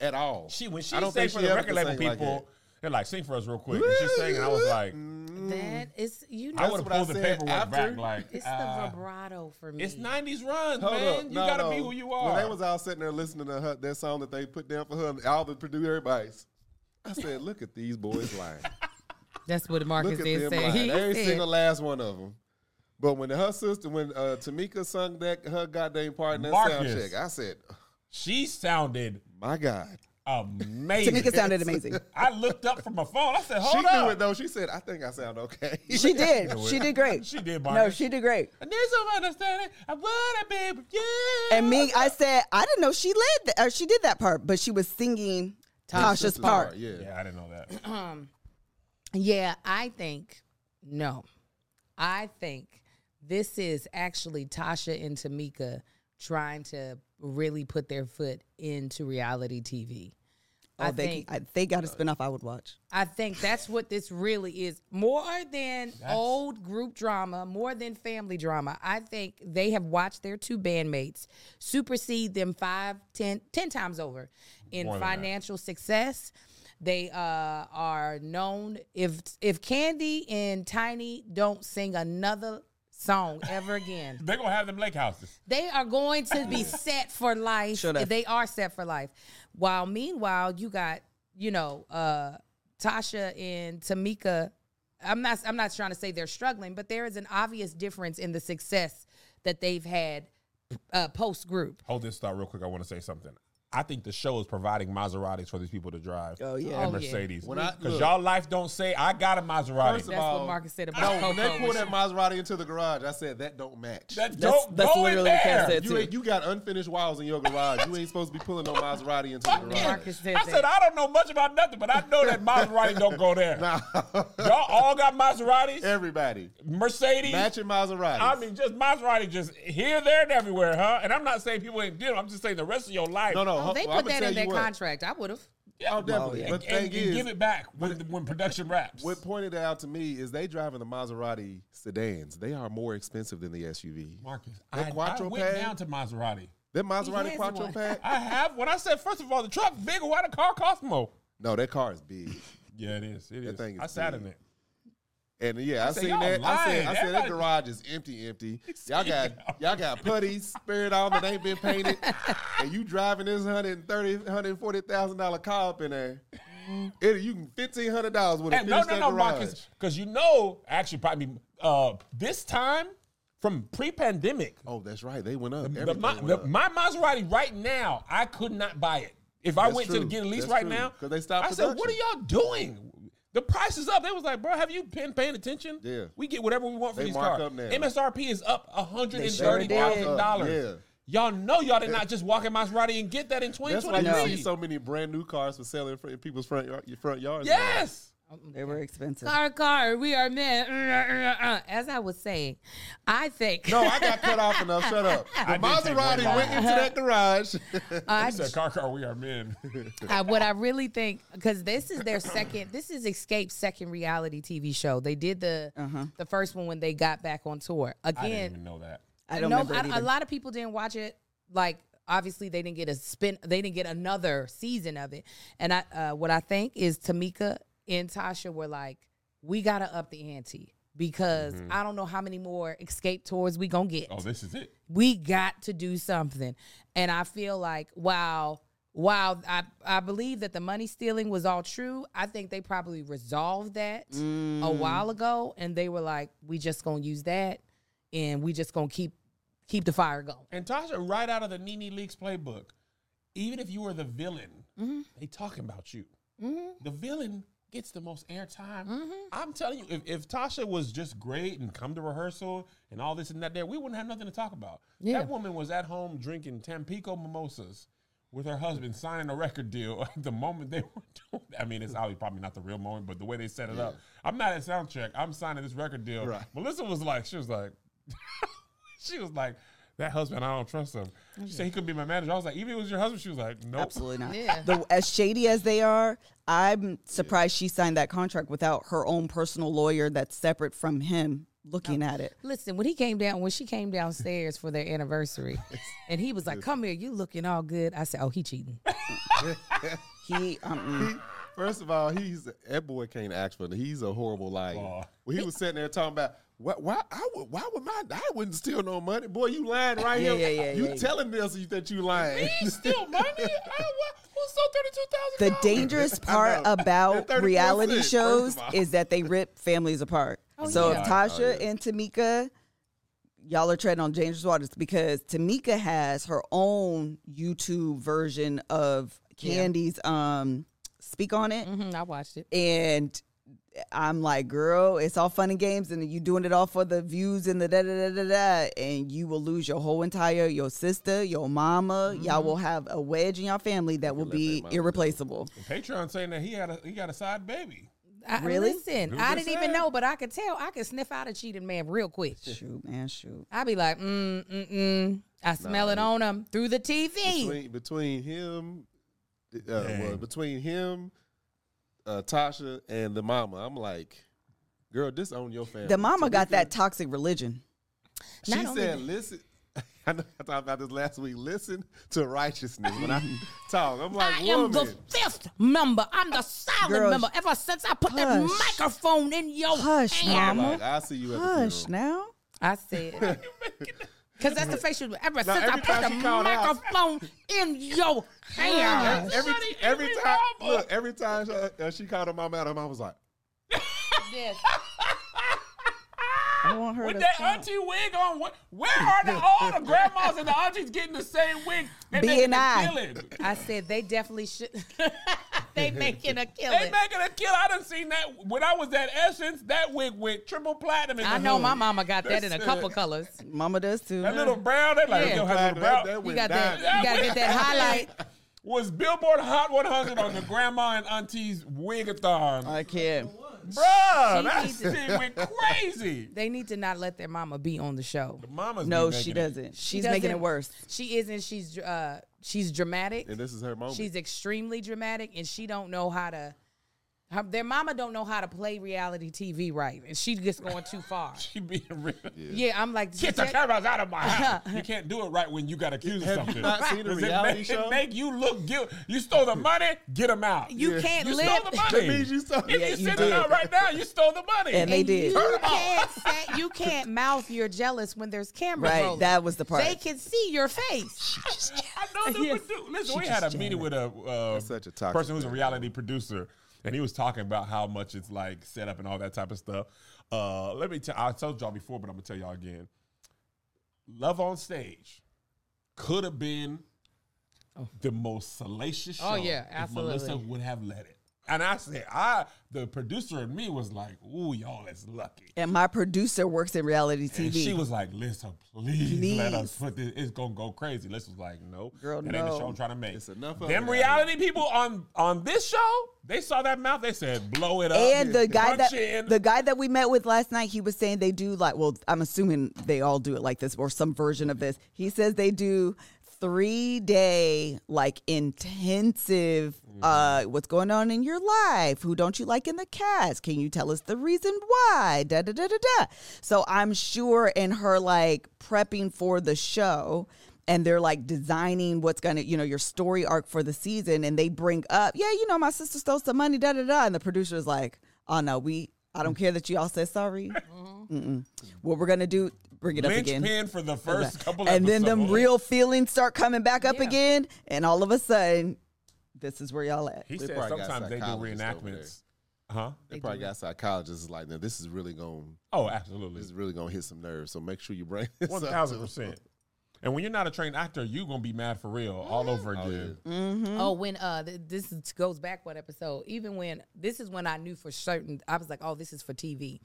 [SPEAKER 4] at all.
[SPEAKER 3] She when she
[SPEAKER 4] I don't
[SPEAKER 3] sang
[SPEAKER 4] think
[SPEAKER 3] for
[SPEAKER 4] she
[SPEAKER 3] the
[SPEAKER 4] ever
[SPEAKER 3] record
[SPEAKER 4] could
[SPEAKER 3] label
[SPEAKER 4] sing like Mm,
[SPEAKER 3] people, they're like, sing for us real quick. And she sang, and I was like,
[SPEAKER 2] That is you know.
[SPEAKER 3] I would have
[SPEAKER 4] what I
[SPEAKER 3] pulled the
[SPEAKER 4] said
[SPEAKER 3] paperwork
[SPEAKER 4] after.
[SPEAKER 3] back. Like,
[SPEAKER 2] It's the
[SPEAKER 3] uh,
[SPEAKER 2] vibrato for me.
[SPEAKER 3] it's '90s runs,
[SPEAKER 4] Hold
[SPEAKER 3] man.
[SPEAKER 4] up.
[SPEAKER 3] You
[SPEAKER 4] No,
[SPEAKER 3] gotta
[SPEAKER 4] no.
[SPEAKER 3] be who you are.
[SPEAKER 4] When they was all sitting there listening to her, that song that they put down for her, and all the producer, everybody's. I said, look at these boys lying.
[SPEAKER 2] That's what
[SPEAKER 4] look
[SPEAKER 2] Marcus
[SPEAKER 4] at
[SPEAKER 2] is
[SPEAKER 4] them
[SPEAKER 2] saying.
[SPEAKER 4] lying.
[SPEAKER 2] He
[SPEAKER 4] Every
[SPEAKER 2] said-
[SPEAKER 4] single last one of them. But when her sister, when uh, Tamika sung that her goddamn part in that sound
[SPEAKER 3] Marcus.
[SPEAKER 4] check, I said,
[SPEAKER 3] she sounded
[SPEAKER 4] my God.
[SPEAKER 3] amazing.
[SPEAKER 1] Tamika sounded amazing.
[SPEAKER 3] I looked up from my phone. I said,
[SPEAKER 4] she
[SPEAKER 3] "Hold
[SPEAKER 4] knew
[SPEAKER 3] up."
[SPEAKER 4] it though. She said, I think I sound okay.
[SPEAKER 1] She did. She did great.
[SPEAKER 3] She did,
[SPEAKER 1] No,
[SPEAKER 3] Marcus.
[SPEAKER 1] she did great.
[SPEAKER 3] And there's some understanding. I wanna be with you.
[SPEAKER 1] And me, I said, I didn't know she led that, or she did that part, but she was singing Tasha's part.
[SPEAKER 4] Yeah.
[SPEAKER 3] Yeah, I didn't know that.
[SPEAKER 2] Yeah, I think no. I think this is actually Tasha and Tamika trying to really put their foot into reality TV.
[SPEAKER 1] Oh,
[SPEAKER 2] I
[SPEAKER 1] they,
[SPEAKER 2] think
[SPEAKER 1] I, they got a spinoff I would watch.
[SPEAKER 2] I think that's what this really is. More than old group drama, more than family drama, I think they have watched their two bandmates supersede them five, ten, ten times over in
[SPEAKER 3] More than that.
[SPEAKER 2] financial success. They uh, are known if if Candy and Tiny don't sing another song ever again,
[SPEAKER 3] They're gonna have them lake houses.
[SPEAKER 2] they are going to be set for life.
[SPEAKER 1] Sure enough.
[SPEAKER 2] They are set for life. While meanwhile, you got you know uh, Tasha and Tamika. I'm not. I'm not trying to say they're struggling, but there is an obvious difference in the success that they've had uh, post group.
[SPEAKER 3] Hold this thought real quick. I want to say something. I think the show is providing Maseratis for these people to drive.
[SPEAKER 1] Oh, yeah.
[SPEAKER 3] and
[SPEAKER 2] Oh, yeah.
[SPEAKER 3] Mercedes.
[SPEAKER 4] When I-
[SPEAKER 3] Because
[SPEAKER 4] look.
[SPEAKER 3] y'all life don't say I got a Maserati.
[SPEAKER 4] First
[SPEAKER 2] That's
[SPEAKER 4] of all,
[SPEAKER 2] what Marcus said about
[SPEAKER 4] No, when they
[SPEAKER 2] Coco.
[SPEAKER 4] pulled that Maserati into the garage, I said that don't match.
[SPEAKER 3] that
[SPEAKER 1] That's,
[SPEAKER 3] don't
[SPEAKER 1] that's
[SPEAKER 3] go in
[SPEAKER 1] literally what
[SPEAKER 3] there.
[SPEAKER 1] I said
[SPEAKER 4] you
[SPEAKER 1] too.
[SPEAKER 4] ain't, you got unfinished walls in your garage. You ain't supposed to be pulling no Maserati into the garage.
[SPEAKER 2] Marcus said
[SPEAKER 3] I said
[SPEAKER 2] that.
[SPEAKER 3] I don't know much about nothing, but I know that Maserati don't go there. Y'all all got Maseratis,
[SPEAKER 4] Everybody
[SPEAKER 3] Mercedes.
[SPEAKER 4] matching Maserati.
[SPEAKER 3] I mean, just Maserati, just here, there, and everywhere, huh? And I'm not saying people ain't did them. I'm just saying the rest of your life.
[SPEAKER 4] no, no.
[SPEAKER 2] Oh, they
[SPEAKER 4] well,
[SPEAKER 2] put
[SPEAKER 4] I'ma
[SPEAKER 2] that
[SPEAKER 4] tell
[SPEAKER 2] in
[SPEAKER 4] you
[SPEAKER 2] their
[SPEAKER 4] what.
[SPEAKER 2] contract. I would have.
[SPEAKER 3] Yeah,
[SPEAKER 4] Oh, definitely.
[SPEAKER 1] yeah.
[SPEAKER 4] But the
[SPEAKER 3] and,
[SPEAKER 4] thing
[SPEAKER 3] and
[SPEAKER 4] is,
[SPEAKER 3] give it back when, when production wraps.
[SPEAKER 4] what pointed out to me is they driving the Maserati sedans. They are more expensive than the SUV.
[SPEAKER 3] Marcus,
[SPEAKER 4] That
[SPEAKER 3] I, I
[SPEAKER 4] quattro
[SPEAKER 3] went
[SPEAKER 4] pad?
[SPEAKER 3] down to Maserati.
[SPEAKER 4] That
[SPEAKER 2] He
[SPEAKER 4] Maserati
[SPEAKER 2] has
[SPEAKER 4] Quattro
[SPEAKER 2] one.
[SPEAKER 4] pack?
[SPEAKER 3] I have. When I said first of all, the truck's bigger. Why the car cost more?
[SPEAKER 4] No, that car is big.
[SPEAKER 3] Yeah, it is. It is.
[SPEAKER 4] thing is
[SPEAKER 3] I sat
[SPEAKER 4] big.
[SPEAKER 3] in it.
[SPEAKER 4] And yeah, I,
[SPEAKER 3] said,
[SPEAKER 4] seen
[SPEAKER 3] "Y'all
[SPEAKER 4] that. I
[SPEAKER 3] lying.
[SPEAKER 4] said, I said that
[SPEAKER 3] Everybody-
[SPEAKER 4] garage is empty, empty. Y'all got y'all got putties spared on that ain't been painted, and you driving this hundred thirty, hundred forty thousand dollar car up in there. It, you can fifteen hundred dollars with a
[SPEAKER 3] And no,
[SPEAKER 4] finished
[SPEAKER 3] no,
[SPEAKER 4] that
[SPEAKER 3] no,
[SPEAKER 4] garage.
[SPEAKER 3] Marcus, because you know, actually, probably uh, this time from pre-pandemic,
[SPEAKER 4] Oh, that's right. They went up.
[SPEAKER 3] the,
[SPEAKER 4] Everything
[SPEAKER 3] my,
[SPEAKER 4] went
[SPEAKER 3] the-
[SPEAKER 4] up.
[SPEAKER 3] my Maserati right now, I could not buy it. If I
[SPEAKER 4] That's
[SPEAKER 3] went to
[SPEAKER 4] true.
[SPEAKER 3] get a lease
[SPEAKER 4] That's
[SPEAKER 3] right
[SPEAKER 4] true,
[SPEAKER 3] now,
[SPEAKER 4] 'cause they stopped
[SPEAKER 3] I said, "What are
[SPEAKER 4] production."
[SPEAKER 3] y'all doing?" The price is up. They was like, "Bro, have you been paying attention?"
[SPEAKER 4] Yeah.
[SPEAKER 3] we get whatever we want for
[SPEAKER 4] They
[SPEAKER 3] these
[SPEAKER 4] mark
[SPEAKER 3] cars.
[SPEAKER 4] up now.
[SPEAKER 3] MSRP is up hundred and
[SPEAKER 1] sure
[SPEAKER 3] thirty
[SPEAKER 1] did.
[SPEAKER 3] thousand
[SPEAKER 4] Yeah.
[SPEAKER 3] dollars. Y'all know y'all did not just walk in Maserati and get that in twenty
[SPEAKER 4] That's why you
[SPEAKER 1] No.
[SPEAKER 4] see
[SPEAKER 3] twenty three.
[SPEAKER 4] so many brand new cars for selling in front- in people's front yard, your front yards. now.
[SPEAKER 3] Yes,
[SPEAKER 1] They were expensive.
[SPEAKER 2] Car, car, we are men. Uh, As I was saying, I think
[SPEAKER 4] No, I got cut off enough. Shut up. The
[SPEAKER 3] did take one
[SPEAKER 4] Maserati
[SPEAKER 3] off.
[SPEAKER 4] went into that garage.
[SPEAKER 2] I
[SPEAKER 3] He said, "Car, car, we are men."
[SPEAKER 2] I, what I really think, because this is their second, this is Escape's second reality TV show. They did the
[SPEAKER 1] Uh-huh.
[SPEAKER 2] the first one when they got back on tour
[SPEAKER 3] I didn't even
[SPEAKER 2] again.
[SPEAKER 3] know that.
[SPEAKER 1] I don't
[SPEAKER 2] no,
[SPEAKER 1] remember it
[SPEAKER 2] I- a
[SPEAKER 1] either.
[SPEAKER 2] lot of people didn't watch it. Like obviously they didn't get a spin, they didn't get another season of it. And I, uh, what I think is Tamika and Tasha were like, we gotta up the ante because I don't know how many more Escape tours we gonna get
[SPEAKER 3] Oh, this is it.
[SPEAKER 2] we got to do something and i feel like wow wow i, I believe that the money stealing was all true i think they probably resolved that a while ago and they were like we just gonna use that and we just gonna keep keep the fire going
[SPEAKER 3] And Tasha, right out of the Nene Leaks playbook, even if you were the villain,
[SPEAKER 2] Mm-hmm.
[SPEAKER 3] they talking about you. The villain gets the most airtime. I'm telling you, if, if Tasha was just great and come to rehearsal and all this and that there, we wouldn't have nothing to talk about.
[SPEAKER 2] Yeah.
[SPEAKER 3] That woman was at home drinking Tampico mimosas with her husband signing a record deal the moment they were doing I mean, it's obviously probably not the real moment, but the way they set it up. I'm not at soundcheck. I'm signing this record deal.
[SPEAKER 4] Right.
[SPEAKER 3] Melissa was like, she was like, she was like, that husband, I don't trust him. She said he could be my manager. I was like, even if it was your husband, she was like, nope.
[SPEAKER 1] Absolutely not.
[SPEAKER 2] Yeah.
[SPEAKER 1] The, as shady as they are, I'm surprised she signed that contract without her own personal lawyer that's separate from him looking at it.
[SPEAKER 2] listen when he came down when she came downstairs for their anniversary and he was like come here you looking all good i said oh he cheating
[SPEAKER 1] He, um,
[SPEAKER 4] First of all, he's that boy can't act for. He's a horrible liar.
[SPEAKER 3] Aw.
[SPEAKER 4] When he was sitting there talking about why, why I would why would my I wouldn't steal no money. Boy, you lying right
[SPEAKER 1] Yeah,
[SPEAKER 4] here.
[SPEAKER 1] yeah, yeah,
[SPEAKER 4] you
[SPEAKER 1] yeah.
[SPEAKER 4] telling us you- that you lying.
[SPEAKER 3] He still money. I wa- who sold thirty two thousand?
[SPEAKER 1] the dangerous part
[SPEAKER 4] know.
[SPEAKER 1] about
[SPEAKER 4] They're 30%,
[SPEAKER 1] reality
[SPEAKER 4] first of
[SPEAKER 1] shows
[SPEAKER 4] all.
[SPEAKER 1] is that they rip families apart. so
[SPEAKER 2] yeah.
[SPEAKER 1] if Tasha and Tamika, y'all are treading on dangerous waters because Tamika has her own YouTube version of Candy's um, Speak on It.
[SPEAKER 2] Mhm, i watched it
[SPEAKER 1] and I'm like, girl, it's all fun and games, and you doing it all for the views and the da da da da da, and you will lose your whole entire your sister, your mama. Y'all will have a wedge in your family that will be irreplaceable.
[SPEAKER 3] Patreon saying that he had a he got a side baby.
[SPEAKER 2] I,
[SPEAKER 1] Really?
[SPEAKER 2] listen
[SPEAKER 3] Who
[SPEAKER 2] i
[SPEAKER 3] just
[SPEAKER 2] didn't even
[SPEAKER 3] said?
[SPEAKER 2] know but i could tell i could sniff out a cheating man real quick
[SPEAKER 1] Shoot, man, shoot.
[SPEAKER 2] I'd be like, mm, mm, mm. I smell it on them through the TV.
[SPEAKER 4] between, between him, uh, well,
[SPEAKER 3] Dang.
[SPEAKER 4] between him, uh, Tasha, and the mama, I'm like, girl, disown your family.
[SPEAKER 1] The mama got
[SPEAKER 4] Tamika-
[SPEAKER 1] that toxic religion.
[SPEAKER 4] She
[SPEAKER 2] Not only
[SPEAKER 4] said,
[SPEAKER 2] that-
[SPEAKER 4] listen. I know I talked about this last week. Listen to righteousness when I talk. I'm like,
[SPEAKER 2] I am
[SPEAKER 4] woman.
[SPEAKER 2] the fifth member. I'm the silent
[SPEAKER 1] Girl,
[SPEAKER 2] member. Ever since I put
[SPEAKER 1] hush.
[SPEAKER 2] that microphone in your
[SPEAKER 1] Hush,
[SPEAKER 2] hand,
[SPEAKER 1] mama.
[SPEAKER 4] like, I'll see you at the
[SPEAKER 1] Hush
[SPEAKER 4] funeral.
[SPEAKER 1] now.
[SPEAKER 2] I said, because that's the facial. Ever since I
[SPEAKER 4] every
[SPEAKER 2] put
[SPEAKER 4] time
[SPEAKER 2] the
[SPEAKER 4] she called out-
[SPEAKER 2] microphone in your hand,
[SPEAKER 4] every,
[SPEAKER 3] Everybody,
[SPEAKER 4] every
[SPEAKER 3] every
[SPEAKER 4] time,
[SPEAKER 3] mama.
[SPEAKER 4] look, every time she, uh, she called her mom out, her mom was like,
[SPEAKER 2] Yes.
[SPEAKER 1] I want her
[SPEAKER 3] With
[SPEAKER 1] to.
[SPEAKER 3] that
[SPEAKER 1] stop.
[SPEAKER 3] auntie wig on, wh- where are the all the grandmas and the aunties getting the same wig? They
[SPEAKER 1] B
[SPEAKER 3] making
[SPEAKER 1] and
[SPEAKER 3] a
[SPEAKER 1] I.
[SPEAKER 3] killing.
[SPEAKER 2] I said they definitely should. they making a
[SPEAKER 3] They
[SPEAKER 2] killing.
[SPEAKER 3] making a kill. I done seen that when I was at Essence. That wig went triple platinum. In
[SPEAKER 2] I
[SPEAKER 3] the
[SPEAKER 2] know
[SPEAKER 3] hood.
[SPEAKER 2] my mama got that in a
[SPEAKER 4] That's
[SPEAKER 2] couple
[SPEAKER 4] it.
[SPEAKER 2] colors.
[SPEAKER 1] Mama does too.
[SPEAKER 3] That little brown. They like
[SPEAKER 2] Yeah.
[SPEAKER 3] yo, her little
[SPEAKER 4] "Glad that,
[SPEAKER 3] brown.
[SPEAKER 4] that
[SPEAKER 2] You
[SPEAKER 4] went
[SPEAKER 2] got
[SPEAKER 4] down.
[SPEAKER 2] that. You gotta get that highlight.
[SPEAKER 3] was Billboard Hot 100 on the grandma and auntie's wigathon.
[SPEAKER 1] I can't.
[SPEAKER 3] Bruh,
[SPEAKER 2] Uh, She
[SPEAKER 3] that
[SPEAKER 2] needs to-
[SPEAKER 3] shit went crazy.
[SPEAKER 2] They need to not let their mama be on the show.
[SPEAKER 3] Mama's
[SPEAKER 1] No,
[SPEAKER 3] be
[SPEAKER 1] she
[SPEAKER 3] making it.
[SPEAKER 1] doesn't. She's
[SPEAKER 2] doesn't-
[SPEAKER 1] making it worse.
[SPEAKER 2] She isn't. She's uh she's dramatic.
[SPEAKER 4] And this is her moment.
[SPEAKER 2] She's extremely dramatic, and she don't know how to. Her, their mama don't know how to play reality TV right, and she just going too far.
[SPEAKER 3] She being real.
[SPEAKER 2] yeah. I'm like,
[SPEAKER 3] Get the
[SPEAKER 2] that- Uh-huh.
[SPEAKER 3] cameras out of my house. You can't do it right when you got accused of
[SPEAKER 4] Have
[SPEAKER 3] something.
[SPEAKER 4] you not seen the
[SPEAKER 3] Does it
[SPEAKER 4] reality
[SPEAKER 3] make,
[SPEAKER 4] show?
[SPEAKER 3] It make you look guilty. You stole the money. Get them out.
[SPEAKER 2] you can't
[SPEAKER 3] You
[SPEAKER 2] live.
[SPEAKER 3] stole the
[SPEAKER 4] that
[SPEAKER 3] money.
[SPEAKER 4] means you saw
[SPEAKER 3] if
[SPEAKER 1] you
[SPEAKER 3] you're sitting
[SPEAKER 1] did.
[SPEAKER 3] out right now, you stole the money.
[SPEAKER 1] And they
[SPEAKER 2] and
[SPEAKER 1] did.
[SPEAKER 2] You can't, say, you can't mouth you're jealous when there's camera
[SPEAKER 1] Right,
[SPEAKER 2] rolling.
[SPEAKER 1] that was the part.
[SPEAKER 2] They can see your face.
[SPEAKER 3] I know this
[SPEAKER 2] Yes.
[SPEAKER 3] produ- Listen, we had a meeting with a, uh,
[SPEAKER 4] such a toxic
[SPEAKER 3] person who's a
[SPEAKER 4] thing.
[SPEAKER 3] reality producer, and he was talking about how much it's like set up and all that type of stuff. Uh, let me tell. I told y'all before, but I'm gonna tell y'all again. Love on stage could have been the most salacious show.
[SPEAKER 2] Oh, yeah,
[SPEAKER 3] if
[SPEAKER 2] absolutely.
[SPEAKER 3] Melissa would have let it. And I said, I the producer and me was like, ooh, y'all is lucky.
[SPEAKER 1] And my producer works in reality TV.
[SPEAKER 3] And she was like, Lisa, please, let
[SPEAKER 1] Please.
[SPEAKER 3] us put this. It's gonna go crazy. Lisa was like, no,
[SPEAKER 1] Girl,
[SPEAKER 3] that ain't the
[SPEAKER 1] no.
[SPEAKER 3] show I'm trying to make.
[SPEAKER 4] It's enough of
[SPEAKER 3] Them
[SPEAKER 4] it.
[SPEAKER 3] reality people on on this show, they saw that mouth. They said, blow it up.
[SPEAKER 1] and the guy
[SPEAKER 3] Punch
[SPEAKER 1] that
[SPEAKER 3] in.
[SPEAKER 1] the guy that we met with last night, he was saying they do like well, I'm assuming they all do it like this or some version of this. He says they do three day like intensive uh what's going on in your life who don't you like in the cast can you tell us the reason why da da da da da so i'm sure in her like prepping for the show and they're like designing what's gonna, you know, your story arc for the season, and they bring up, yeah, you know, my sister stole some money, da da da, and the producer's like, oh no, we, I don't care that you all said sorry.
[SPEAKER 2] Mm-hmm.
[SPEAKER 1] Mm-mm. What we're gonna do, bring it up again,
[SPEAKER 3] linchpin for the first couple
[SPEAKER 1] and then them
[SPEAKER 3] episodes.
[SPEAKER 1] real feelings start coming back up
[SPEAKER 2] Yeah.
[SPEAKER 1] again, and all of a sudden, this is where y'all at.
[SPEAKER 3] He
[SPEAKER 4] They
[SPEAKER 3] said
[SPEAKER 4] probably got
[SPEAKER 3] sometimes they do
[SPEAKER 4] psychologists over
[SPEAKER 3] reenactments. Huh?
[SPEAKER 4] They probably got psychologists like, now this is really gonna
[SPEAKER 3] Oh,
[SPEAKER 4] this
[SPEAKER 3] absolutely.
[SPEAKER 4] is really gonna hit some nerves. So make sure you bring this
[SPEAKER 3] One
[SPEAKER 4] up.
[SPEAKER 3] thousand percent. And when you're not a trained actor, you're gonna be mad for real all over
[SPEAKER 4] Oh,
[SPEAKER 3] again. Mm-hmm.
[SPEAKER 2] Oh, when uh, th- this is, goes back one episode. Even when this is when I knew for certain, I was like, "Oh, this is for TV."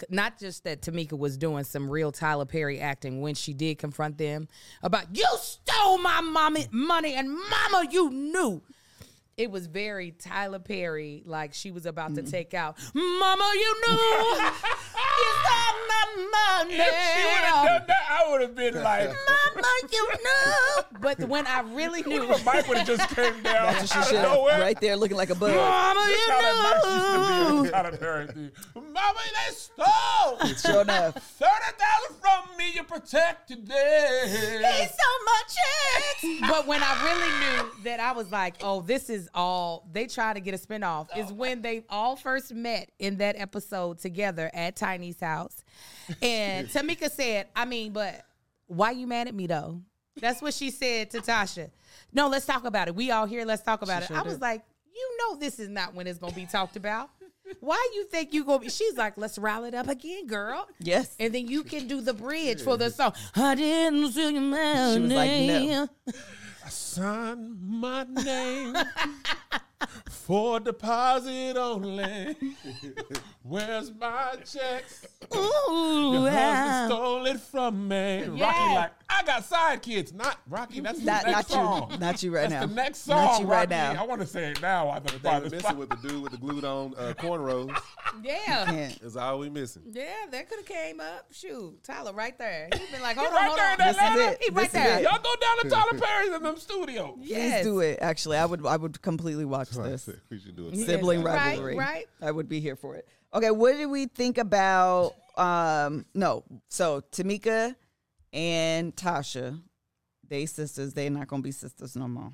[SPEAKER 2] C- Not just that Tamika was doing some real Tyler Perry acting when she did confront them about you stole my mommy money and mama you knew. It was very Tyler Perry, like she was about
[SPEAKER 3] Mm.
[SPEAKER 2] to take out Mama. You knew you stole my money.
[SPEAKER 3] If she would have done that, I would have been like,
[SPEAKER 2] Mama, you knew. But when I really knew,
[SPEAKER 3] the mic would have just came down
[SPEAKER 1] That's what
[SPEAKER 3] out
[SPEAKER 1] she should
[SPEAKER 3] of nowhere.
[SPEAKER 1] right there looking like a bug.
[SPEAKER 2] Mama,
[SPEAKER 3] That's how that mic used to be. Kind of parody. Mama, they stole
[SPEAKER 1] Sure enough,
[SPEAKER 3] thirty thousand from me. You protected them.
[SPEAKER 2] so much But when I really knew that I was like, oh, this is all they try to get a spinoff is when they all first met in that episode together at Tiny's house. And Tamika said, I mean, but why you mad at me though? That's what she said to Tasha. No, let's talk about it. We all here, let's talk about it. I was like, you know this is not when it's gonna be talked about. Why you think you gonna be she's like, let's rile it up again, girl.
[SPEAKER 1] yes.
[SPEAKER 2] And then you can do the bridge for the song. I didn't see your man.
[SPEAKER 1] She was like, no.
[SPEAKER 3] Sign my name for deposit only. Where's my checks?
[SPEAKER 2] Ooh,
[SPEAKER 3] Your
[SPEAKER 2] wow.
[SPEAKER 3] husband stole it from me. Rocky
[SPEAKER 2] Yeah.
[SPEAKER 3] like, I got side kids. Not Rocky. That's the
[SPEAKER 1] Not,
[SPEAKER 3] next
[SPEAKER 1] not
[SPEAKER 3] song.
[SPEAKER 1] you, not you right
[SPEAKER 3] that's
[SPEAKER 1] now.
[SPEAKER 3] the next song.
[SPEAKER 1] Not you right
[SPEAKER 3] Rocky. I
[SPEAKER 1] now.
[SPEAKER 3] want to say it now. I thought
[SPEAKER 4] They were
[SPEAKER 3] about this.
[SPEAKER 4] missing with the dude with the glued on uh, cornrows.
[SPEAKER 2] Yeah.
[SPEAKER 1] Can't.
[SPEAKER 4] Is all we missing.
[SPEAKER 2] Yeah, that could have came up. Shoot, Tyler, right there. He's been like, hold
[SPEAKER 3] right
[SPEAKER 2] on,
[SPEAKER 3] there
[SPEAKER 2] hold
[SPEAKER 3] in
[SPEAKER 2] on.
[SPEAKER 3] that
[SPEAKER 1] This is it.
[SPEAKER 2] He
[SPEAKER 1] This
[SPEAKER 2] right
[SPEAKER 1] is
[SPEAKER 2] there.
[SPEAKER 1] it.
[SPEAKER 3] Y'all go down to Tyler Perry's in them studios.
[SPEAKER 2] Yes.
[SPEAKER 1] Please do it. Actually, I would. I would completely watch this.
[SPEAKER 4] we should do it.
[SPEAKER 1] sibling
[SPEAKER 2] Right,
[SPEAKER 1] rivalry.
[SPEAKER 2] right.
[SPEAKER 1] I would be here for it. Okay, what did we think about? Um, no, so Tamika and Tasha, they sisters. They not gonna be sisters no more.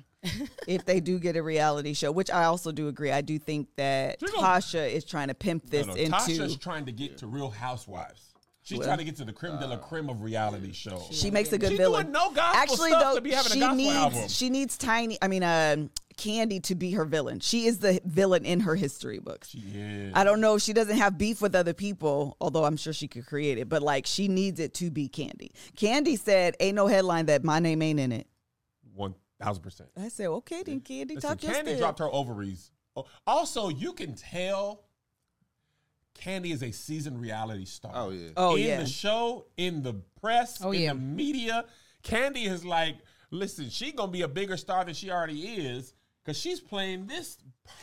[SPEAKER 1] if they do get a reality show, which I also do agree, I do think that
[SPEAKER 3] She gonna-
[SPEAKER 1] Tasha is trying to pimp this
[SPEAKER 3] No, no,
[SPEAKER 1] into.
[SPEAKER 3] Tasha's trying to get to Real Housewives. She's trying to get to the creme de la creme of reality shows.
[SPEAKER 1] she makes a good
[SPEAKER 3] She doing
[SPEAKER 1] villain.
[SPEAKER 3] no gospel
[SPEAKER 1] Actually,
[SPEAKER 3] stuff
[SPEAKER 1] though,
[SPEAKER 3] to be having a
[SPEAKER 1] she
[SPEAKER 3] gospel
[SPEAKER 1] needs
[SPEAKER 3] album.
[SPEAKER 1] she needs tiny. I mean, um, Candy to be her villain. She is the villain in her history books.
[SPEAKER 3] She is.
[SPEAKER 1] I don't know. She doesn't have beef with other people, although I'm sure she could create it. But like, she needs it to be Candy. Candy said, "Ain't no headline that my name ain't in it."
[SPEAKER 3] One thousand percent.
[SPEAKER 1] I said, "Okay, then, Candy,
[SPEAKER 3] Listen,
[SPEAKER 1] talk your
[SPEAKER 3] Candy
[SPEAKER 1] stuff."
[SPEAKER 3] dropped her ovaries. Oh, Also, you can tell Candy is a seasoned reality star.
[SPEAKER 4] Oh, yeah.
[SPEAKER 1] Oh,
[SPEAKER 3] in
[SPEAKER 1] yeah.
[SPEAKER 3] the show, in the press,
[SPEAKER 2] Oh,
[SPEAKER 3] in
[SPEAKER 2] yeah.
[SPEAKER 3] the media, Candy is like, listen, she gonna be a bigger star than she already is because she's playing this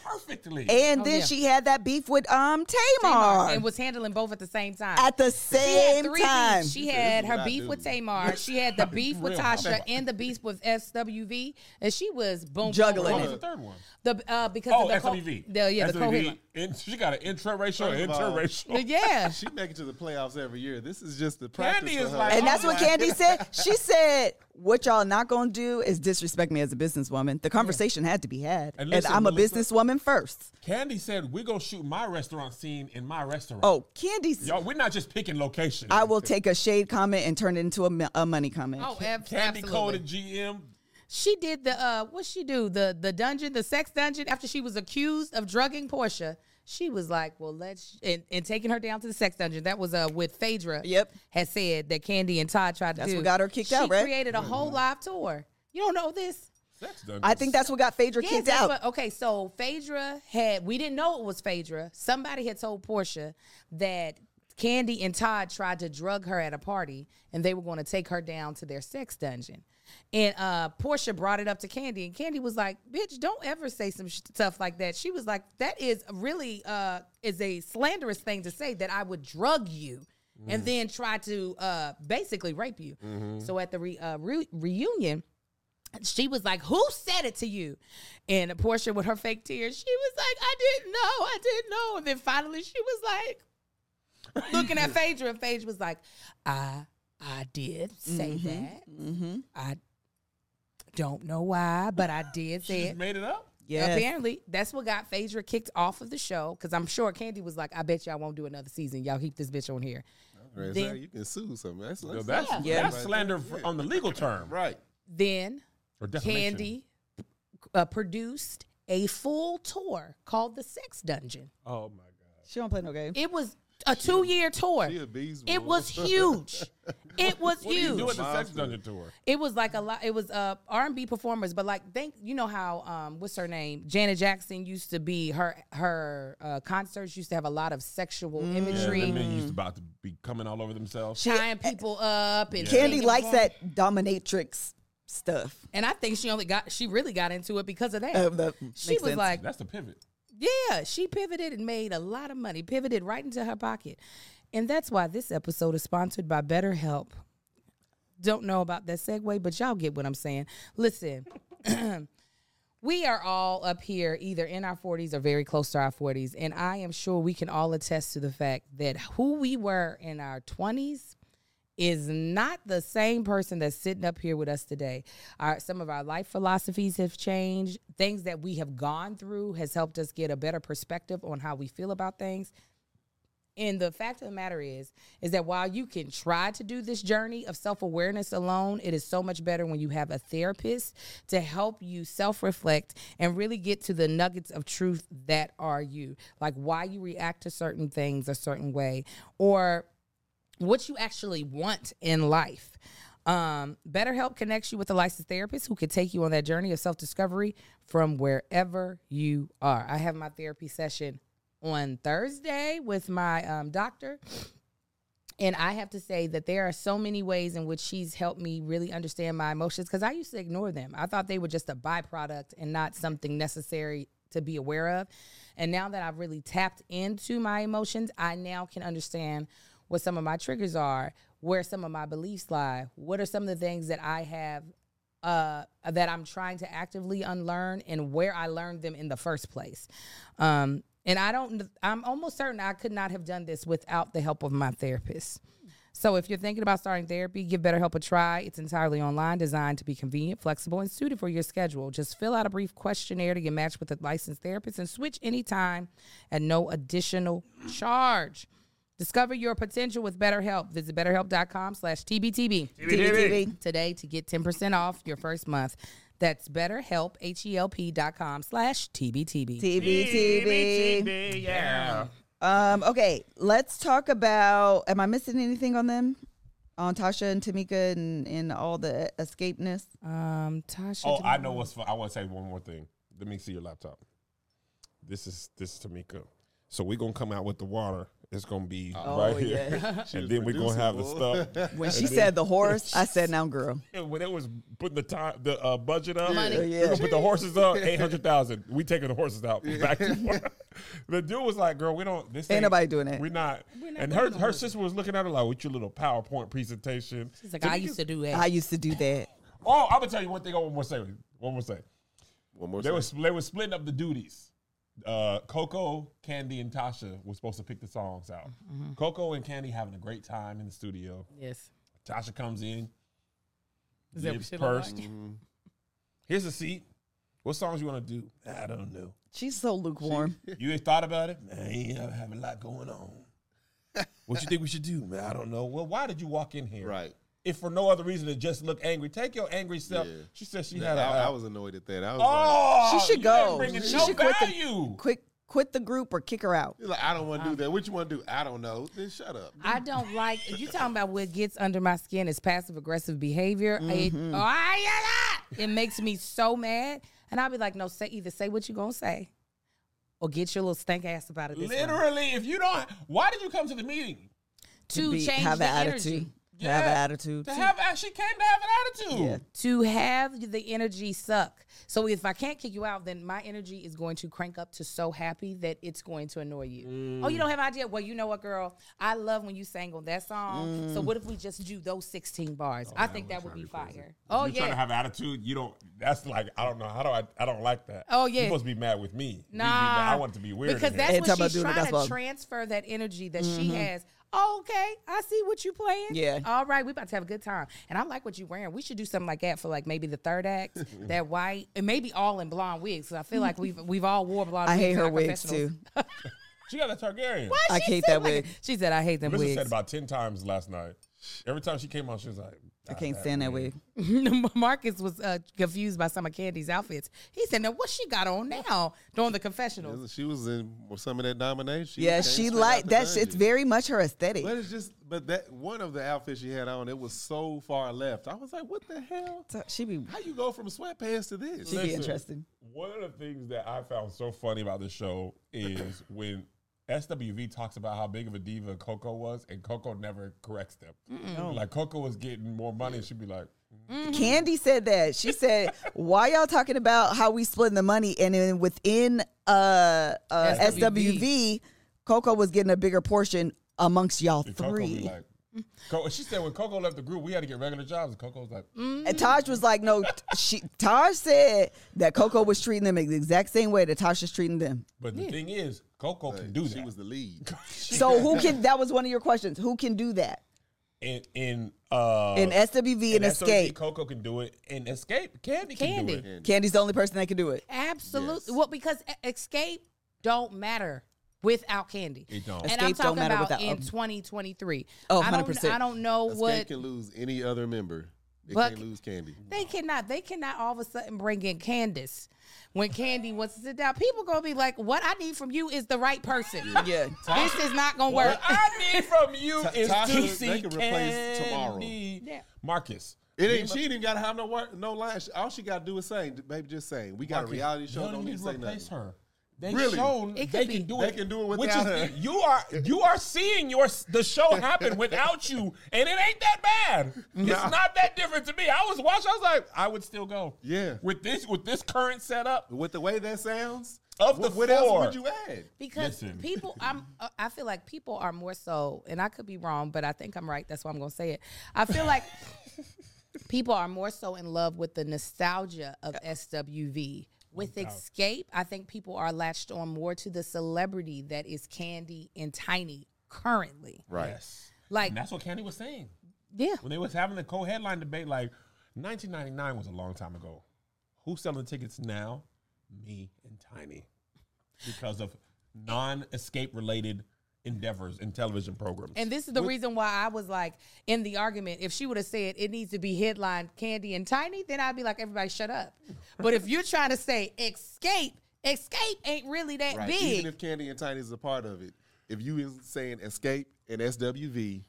[SPEAKER 3] perfectly.
[SPEAKER 1] and
[SPEAKER 2] Oh,
[SPEAKER 1] then
[SPEAKER 2] yeah.
[SPEAKER 1] she had that beef with um Tamar,
[SPEAKER 2] Tamar, and was handling both at the same time.
[SPEAKER 1] at the
[SPEAKER 2] she had
[SPEAKER 1] same
[SPEAKER 2] three
[SPEAKER 1] time.
[SPEAKER 2] beefs. She had
[SPEAKER 4] what
[SPEAKER 2] her
[SPEAKER 4] I
[SPEAKER 2] beef
[SPEAKER 4] do.
[SPEAKER 2] with Tamar. She had the beef with
[SPEAKER 3] Real
[SPEAKER 2] Tasha
[SPEAKER 3] housewife.
[SPEAKER 2] and the beef with SWV, and she was boom boom,
[SPEAKER 1] Juggling
[SPEAKER 3] what
[SPEAKER 2] boom.
[SPEAKER 3] was the
[SPEAKER 1] it.
[SPEAKER 3] third one?
[SPEAKER 2] The uh, because
[SPEAKER 3] Oh,
[SPEAKER 2] of the co-
[SPEAKER 3] SWV.
[SPEAKER 2] the yeah the
[SPEAKER 3] SWV.
[SPEAKER 2] co
[SPEAKER 3] In- she got an intraracial,
[SPEAKER 4] First of all,
[SPEAKER 3] interracial.
[SPEAKER 2] yeah.
[SPEAKER 4] She make it to the playoffs every year. This is just the practice.
[SPEAKER 3] Candy
[SPEAKER 4] for
[SPEAKER 3] is
[SPEAKER 4] her.
[SPEAKER 3] like,
[SPEAKER 1] and that's
[SPEAKER 3] I'm
[SPEAKER 1] what
[SPEAKER 3] like-
[SPEAKER 1] Candy said. She said, "What y'all not gonna do is disrespect me as a businesswoman." The conversation had to be had,
[SPEAKER 3] And
[SPEAKER 1] and,
[SPEAKER 3] listen,
[SPEAKER 1] I'm a
[SPEAKER 3] Melissa-
[SPEAKER 1] businesswoman first.
[SPEAKER 3] Candy said, "We're gonna shoot my restaurant scene in my restaurant."
[SPEAKER 1] Oh, Candy, s-
[SPEAKER 3] y'all, we're not just picking location.
[SPEAKER 1] I will take a shade comment and turn it into a, mo- a money comment.
[SPEAKER 2] Oh, ab-
[SPEAKER 3] Candy
[SPEAKER 2] absolutely.
[SPEAKER 3] coded GM.
[SPEAKER 2] She did the uh what she do? The the dungeon, the sex dungeon after she was accused of drugging Portia. She was like, "Well, let's and, and taking her down to the sex dungeon." That was uh with Phaedra.
[SPEAKER 1] Yep.
[SPEAKER 2] had said that Candy and Todd tried to
[SPEAKER 1] That's
[SPEAKER 2] do.
[SPEAKER 1] what got her kicked
[SPEAKER 2] She
[SPEAKER 1] out, right?
[SPEAKER 2] Created a whole live tour. You don't know this.
[SPEAKER 3] That's done.
[SPEAKER 1] I think that's what got Phaedra
[SPEAKER 2] Yes,
[SPEAKER 1] kicked
[SPEAKER 2] that's
[SPEAKER 1] out.
[SPEAKER 2] what- okay, so Phaedra had we didn't know it was Phaedra. Somebody had told Portia that Candy and Todd tried to drug her at a party and they were going to take her down to their sex dungeon. And uh Portia brought it up to Candy and Candy was like, "Bitch, don't ever say some sh- stuff like that." She was like, "That is really uh is a slanderous thing to say that I would drug you."
[SPEAKER 1] Mm.
[SPEAKER 2] And then try to uh, basically rape you.
[SPEAKER 1] Mm-hmm.
[SPEAKER 2] So at the re- uh, re- reunion, she was like, Who said it to you? And Portia, with her fake tears, she was like, I didn't know. I didn't know. And then finally, she was like, Looking at Phaedra, and Phaedra was like, I, I did say that. I don't know why, but I did say it.
[SPEAKER 3] made it up.
[SPEAKER 1] yes.
[SPEAKER 2] Apparently, that's what got Phaedra kicked off of the show because I'm sure Candy was like, I bet y'all won't do another season. Y'all keep this bitch on here.
[SPEAKER 4] Right,
[SPEAKER 2] Then-
[SPEAKER 4] so you can sue something. That's,
[SPEAKER 3] Yo,
[SPEAKER 4] that's,
[SPEAKER 3] that's
[SPEAKER 1] Yeah.
[SPEAKER 3] that's slander f- on the legal term,
[SPEAKER 4] right.
[SPEAKER 2] Then
[SPEAKER 3] Or defamation.
[SPEAKER 2] Candy uh, produced a full tour called The Sex Dungeon.
[SPEAKER 3] Oh my god.
[SPEAKER 1] She don't play no game.
[SPEAKER 2] It was a two year tour.
[SPEAKER 4] She a beast
[SPEAKER 2] It
[SPEAKER 4] boy.
[SPEAKER 2] was huge. it was
[SPEAKER 3] What do you
[SPEAKER 2] huge.
[SPEAKER 3] do at the sex
[SPEAKER 4] Monster.
[SPEAKER 3] dungeon tour?
[SPEAKER 2] It was like a lot. It was uh R and B performers, but like think you know how um what's her name Janet Jackson used to be her her uh, concerts used to have a lot of sexual imagery,
[SPEAKER 3] Yeah, men used to about to be coming all over themselves.
[SPEAKER 2] tying people up and
[SPEAKER 1] Candy
[SPEAKER 2] singing
[SPEAKER 1] likes
[SPEAKER 2] for 'em.
[SPEAKER 1] that dominatrix stuff.
[SPEAKER 2] And I think she only got she really got into it because of that.
[SPEAKER 1] Um, that
[SPEAKER 2] she
[SPEAKER 1] makes
[SPEAKER 2] was
[SPEAKER 1] sense.
[SPEAKER 2] like,
[SPEAKER 3] That's the pivot.
[SPEAKER 2] Yeah, she pivoted and made a lot of money, pivoted right into her pocket. And that's why this episode is sponsored by BetterHelp. Don't know about that segue, but y'all get what I'm saying. Listen, we are all up here, either in our 40s or very close to our 40s. And I am sure we can all attest to the fact that who we were in our 20s is not the same person that's sitting up here with us today. Our, some of our life philosophies have changed. Things that we have gone through has helped us get a better perspective on how we feel about things. And the fact of the matter is, is that while you can try to do this journey of self awareness alone, it is so much better when you have a therapist to help you self reflect and really get to the nuggets of truth that are you, like why you react to certain things a certain way, or what you actually want in life. Um, BetterHelp connects you with a licensed therapist who can take you on that journey of self discovery from wherever you are. I have my therapy session on Thursday with my um, doctor. And I have to say that there are so many ways in which she's helped me really understand my emotions because I used to ignore them. I thought they were just a byproduct and not something necessary to be aware of. And now that I've really tapped into my emotions, I now can understand what some of my triggers are, where some of my beliefs lie, what are some of the things that I have uh, that I'm trying to actively unlearn and where I learned them in the first place. Um, and I don't, I'm almost certain I could not have done this without the help of my therapist. So if you're thinking about starting therapy, give BetterHelp a try. It's entirely online, designed to be convenient, flexible, and suited for your schedule. Just fill out a brief questionnaire to get matched with a licensed therapist and switch anytime at no additional charge. Discover your potential with BetterHelp. Visit betterhelp.com slash TBTB
[SPEAKER 1] TBTB.
[SPEAKER 2] today to get 10% off your first month. That's betterhelp, H-E-L-P dot com slash TBTB.
[SPEAKER 1] TBTB.
[SPEAKER 3] Yeah.
[SPEAKER 1] Um, okay, let's talk about. Am I missing anything on them? On Tasha and Tamika and, and all the escapeness?
[SPEAKER 2] Um, Tasha.
[SPEAKER 3] Oh,
[SPEAKER 2] did-
[SPEAKER 3] I know what's fun. I want to say one more thing. Let me see your laptop. This is this is Tamika. So we're gonna come out with the water. It's gonna be
[SPEAKER 1] Oh,
[SPEAKER 3] right here, and then we're gonna have the stuff.
[SPEAKER 1] When she said the horse, I said, now, girl.
[SPEAKER 3] Yeah, when it was putting the time, the uh, budget up,
[SPEAKER 4] Money.
[SPEAKER 3] we're gonna put the horses up eight hundred thousand. We taking the horses out. Back to work. the dude was like, "Girl, we don't. This
[SPEAKER 1] Ain't
[SPEAKER 3] ain't-
[SPEAKER 1] nobody doing it."
[SPEAKER 3] We're not." and her her sister was looking at her like, "With your little PowerPoint presentation."
[SPEAKER 2] She's like, I used to do that.
[SPEAKER 1] I used to do that.
[SPEAKER 3] Oh, I'm gonna tell you one thing. Oh, one more second. One more second.
[SPEAKER 4] One more
[SPEAKER 3] They were
[SPEAKER 4] time.
[SPEAKER 3] they were splitting up the duties. Uh, Coco, Candy, and Tasha were supposed to pick the songs out. Coco and Candy having a great time in the studio.
[SPEAKER 2] yes.
[SPEAKER 3] Tasha comes in,
[SPEAKER 2] Is that what
[SPEAKER 3] lips
[SPEAKER 2] she look
[SPEAKER 3] pursed. Here's a seat. What songs you want to do? I don't know.
[SPEAKER 1] She's so lukewarm.
[SPEAKER 3] You ain't thought about it? Man, you have, have a lot going on. What you think we should do? Man, I don't know. Well, why did you walk in here?
[SPEAKER 4] Right.
[SPEAKER 3] If for no other reason than just look angry, take your angry self.
[SPEAKER 4] Yeah.
[SPEAKER 3] She said she had
[SPEAKER 4] That-
[SPEAKER 3] a. uh,
[SPEAKER 4] I, I was annoyed at that. I was
[SPEAKER 3] Oh,
[SPEAKER 1] She should
[SPEAKER 3] you ain't
[SPEAKER 1] go.
[SPEAKER 3] bringing
[SPEAKER 1] She
[SPEAKER 3] no
[SPEAKER 1] should quit the-
[SPEAKER 3] value.
[SPEAKER 1] Quick, quit the group or kick her out.
[SPEAKER 4] You're like, I don't want to do that. What you want to do? I don't know. Then shut up.
[SPEAKER 2] I don't like if you talking about what gets under my skin is passive aggressive behavior.
[SPEAKER 1] Mm-hmm.
[SPEAKER 2] It, Ah, yeah, yeah. It makes me so mad, and I'll be like, no, say either say what you gonna say, or get your little stank ass about it. This way.
[SPEAKER 3] Literally, if you don't, why did you come to the meeting?
[SPEAKER 2] to
[SPEAKER 1] Be-
[SPEAKER 2] change
[SPEAKER 1] have
[SPEAKER 2] the
[SPEAKER 1] an
[SPEAKER 2] energy.
[SPEAKER 1] attitude. Have an
[SPEAKER 3] Yeah.
[SPEAKER 1] attitude.
[SPEAKER 3] To have she came to have an attitude.
[SPEAKER 1] Yeah.
[SPEAKER 2] to have the energy suck. So if I can't kick you out, then my energy is going to crank up to so happy that it's going to annoy you. Oh, you don't have an idea? Well, you know what, girl? I love when you sang on that song.
[SPEAKER 3] Mm.
[SPEAKER 2] So what if we just do those 16 bars?
[SPEAKER 3] Oh,
[SPEAKER 2] I think that would be fire. Oh,
[SPEAKER 3] you trying
[SPEAKER 2] yeah.
[SPEAKER 3] to have attitude. You don't. That's like I don't know. How do I? I don't like that.
[SPEAKER 2] Oh, yeah.
[SPEAKER 3] You supposed to be mad with me. You'd be mad.
[SPEAKER 2] nah.
[SPEAKER 3] I want it to be weird.
[SPEAKER 2] Because
[SPEAKER 3] in here.
[SPEAKER 2] that's
[SPEAKER 1] Hey, talk
[SPEAKER 2] when
[SPEAKER 1] about
[SPEAKER 2] she's
[SPEAKER 1] doing the
[SPEAKER 2] trying to
[SPEAKER 1] gospel.
[SPEAKER 2] transfer that energy that she has. Oh, okay, I see what you playing.
[SPEAKER 1] Mm-hmm. Yeah.
[SPEAKER 2] All right, we about to have a good time. And I like what you wearing. We should do something like that for like maybe the third act, that white, and maybe all in blonde wigs. 'cause I feel like we've we've all wore blonde
[SPEAKER 1] I
[SPEAKER 2] wigs.
[SPEAKER 1] hate
[SPEAKER 2] in
[SPEAKER 1] her
[SPEAKER 2] our
[SPEAKER 1] wigs
[SPEAKER 2] confessionals.
[SPEAKER 1] too.
[SPEAKER 3] she got a Targaryen.
[SPEAKER 1] I
[SPEAKER 2] She
[SPEAKER 1] hate
[SPEAKER 2] said
[SPEAKER 1] that
[SPEAKER 2] like-
[SPEAKER 1] wig.
[SPEAKER 2] She said, I hate them
[SPEAKER 3] Melissa said
[SPEAKER 2] wigs.
[SPEAKER 3] about ten times last night. Every time she came on, she was like,
[SPEAKER 1] I can't stand that wig.
[SPEAKER 2] Marcus was uh, confused by some of Candy's outfits. He said, Now, what she got on now during the confessionals?
[SPEAKER 4] She was in some of that domination.
[SPEAKER 1] Yeah, she like that's it's very much her aesthetic.
[SPEAKER 4] But it's just, but that one of the outfits she had on, it was so far left. I was like, what the hell?
[SPEAKER 1] So she be
[SPEAKER 4] How you go from sweatpants to this?
[SPEAKER 1] she be
[SPEAKER 3] Listen.
[SPEAKER 1] interesting.
[SPEAKER 3] One of the things that I found so funny about the show is when SWV talks about how big of a diva Coco was, and Coco never corrects them. Like Coco was getting more money, and she'd be like,
[SPEAKER 1] Candy said that. She said, "Why y'all talking about how we splitting the money?" And then within uh, uh SWV, Coco was getting a bigger portion amongst y'all
[SPEAKER 3] and Coco be
[SPEAKER 1] three.
[SPEAKER 3] like. Co- she said when Coco left the group, we had to get regular jobs. And Coco was like,
[SPEAKER 1] And Taj was like, "No." t- She Taj said that Coco was treating them the exact same way that Tasha's treating them.
[SPEAKER 3] but the thing is, Coco can do that.
[SPEAKER 4] She was the lead.
[SPEAKER 1] So who can? That was one of your questions. Who can do that
[SPEAKER 3] in in uh
[SPEAKER 1] in SWV and
[SPEAKER 3] in SOG,
[SPEAKER 1] Escape?
[SPEAKER 3] Coco can do it, and Escape Candy can
[SPEAKER 2] Candy.
[SPEAKER 3] do it.
[SPEAKER 1] Candy's the only person that can do it.
[SPEAKER 2] Absolutely.
[SPEAKER 4] Yes.
[SPEAKER 2] Well, because e- escape don't matter without Candy.
[SPEAKER 3] It don't.
[SPEAKER 2] And I'm
[SPEAKER 1] Escape don't
[SPEAKER 2] talking
[SPEAKER 1] matter
[SPEAKER 2] about
[SPEAKER 1] without-
[SPEAKER 2] in
[SPEAKER 1] oh.
[SPEAKER 2] 2023.
[SPEAKER 1] Oh,
[SPEAKER 2] I don't,
[SPEAKER 1] 100%.
[SPEAKER 2] I don't know
[SPEAKER 4] Escape
[SPEAKER 2] what
[SPEAKER 4] can lose any other member. They
[SPEAKER 2] But-
[SPEAKER 4] can't lose Candy.
[SPEAKER 2] they cannot. They cannot all of a sudden bring in Candace when Candy wants to sit down. People gonna be like, "What I need from you is the right person.
[SPEAKER 1] Yeah.
[SPEAKER 2] this is not gonna work."
[SPEAKER 3] What I need from you
[SPEAKER 4] Ta-
[SPEAKER 3] is
[SPEAKER 4] Tasha,
[SPEAKER 3] to see
[SPEAKER 4] they can replace tomorrow.
[SPEAKER 3] Candy.
[SPEAKER 2] Yeah.
[SPEAKER 3] Marcus.
[SPEAKER 4] It ain't. She ain't even got to have no work, no line. She- All she got to do is sing. Baby, just sing. We got
[SPEAKER 3] Marcus,
[SPEAKER 4] a reality show.
[SPEAKER 3] y'all
[SPEAKER 4] Don't need to say
[SPEAKER 3] replace
[SPEAKER 4] nothing.
[SPEAKER 3] her. They
[SPEAKER 4] Really?
[SPEAKER 3] shown
[SPEAKER 2] It could
[SPEAKER 3] they
[SPEAKER 2] be-
[SPEAKER 3] can do
[SPEAKER 4] They
[SPEAKER 3] it.
[SPEAKER 4] can do it
[SPEAKER 3] which
[SPEAKER 4] without
[SPEAKER 3] is-
[SPEAKER 4] her.
[SPEAKER 3] You are you are seeing your the show happen without you, and it ain't that bad. It's not that different to me. I was watching. I was like, I would still go.
[SPEAKER 4] Yeah.
[SPEAKER 3] With this with this current setup
[SPEAKER 4] With the way that sounds,
[SPEAKER 3] Of
[SPEAKER 4] what,
[SPEAKER 3] the
[SPEAKER 4] what
[SPEAKER 3] four.
[SPEAKER 4] else would you add?
[SPEAKER 2] because
[SPEAKER 3] Listen.
[SPEAKER 2] people i'm uh, i feel like people are more so and i could be wrong but i think i'm right that's why i'm gonna say it i feel like people are more so in love with the nostalgia of swv with escape i think people are latched on more to the celebrity that is candy and tiny currently
[SPEAKER 4] Right.
[SPEAKER 2] like
[SPEAKER 3] And that's what Candy was saying.
[SPEAKER 2] yeah
[SPEAKER 3] when they was having the co-headline debate, like 1999 was a long time ago. Who's selling tickets now? Me and Tiny, because of non-escape related endeavors in television programs.
[SPEAKER 2] and this is the reason why I was like in the argument. If she would have said it needs to be headline Candy and Tiny, then I'd be like, everybody shut up. But if you're trying to say escape, escape ain't really that
[SPEAKER 4] Right.
[SPEAKER 2] big.
[SPEAKER 4] Even if Candy and Tiny is a part of it, if you is saying Escape and SWV,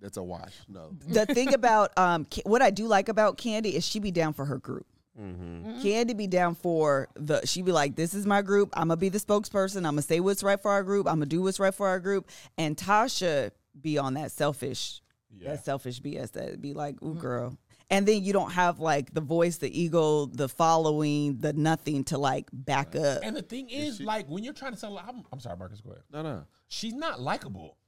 [SPEAKER 4] that's a wash. No.
[SPEAKER 1] the thing about um, Ca- what I do like about Candy is she be down for her group.
[SPEAKER 4] Mm-hmm.
[SPEAKER 1] Candy be down for the. She be like, "This is my group. I'm gonna be the spokesperson. I'm gonna say what's right for our group. I'm gonna do what's right for our group." And Tasha be on that selfish, that selfish BS that be like, "Ooh, girl." And then you don't have like the voice, the ego, the following, the nothing to like back up.
[SPEAKER 3] And the thing is, like when you're trying to sell, I'm, I'm sorry, Marcus, go ahead.
[SPEAKER 4] No, no.
[SPEAKER 3] She's not likable.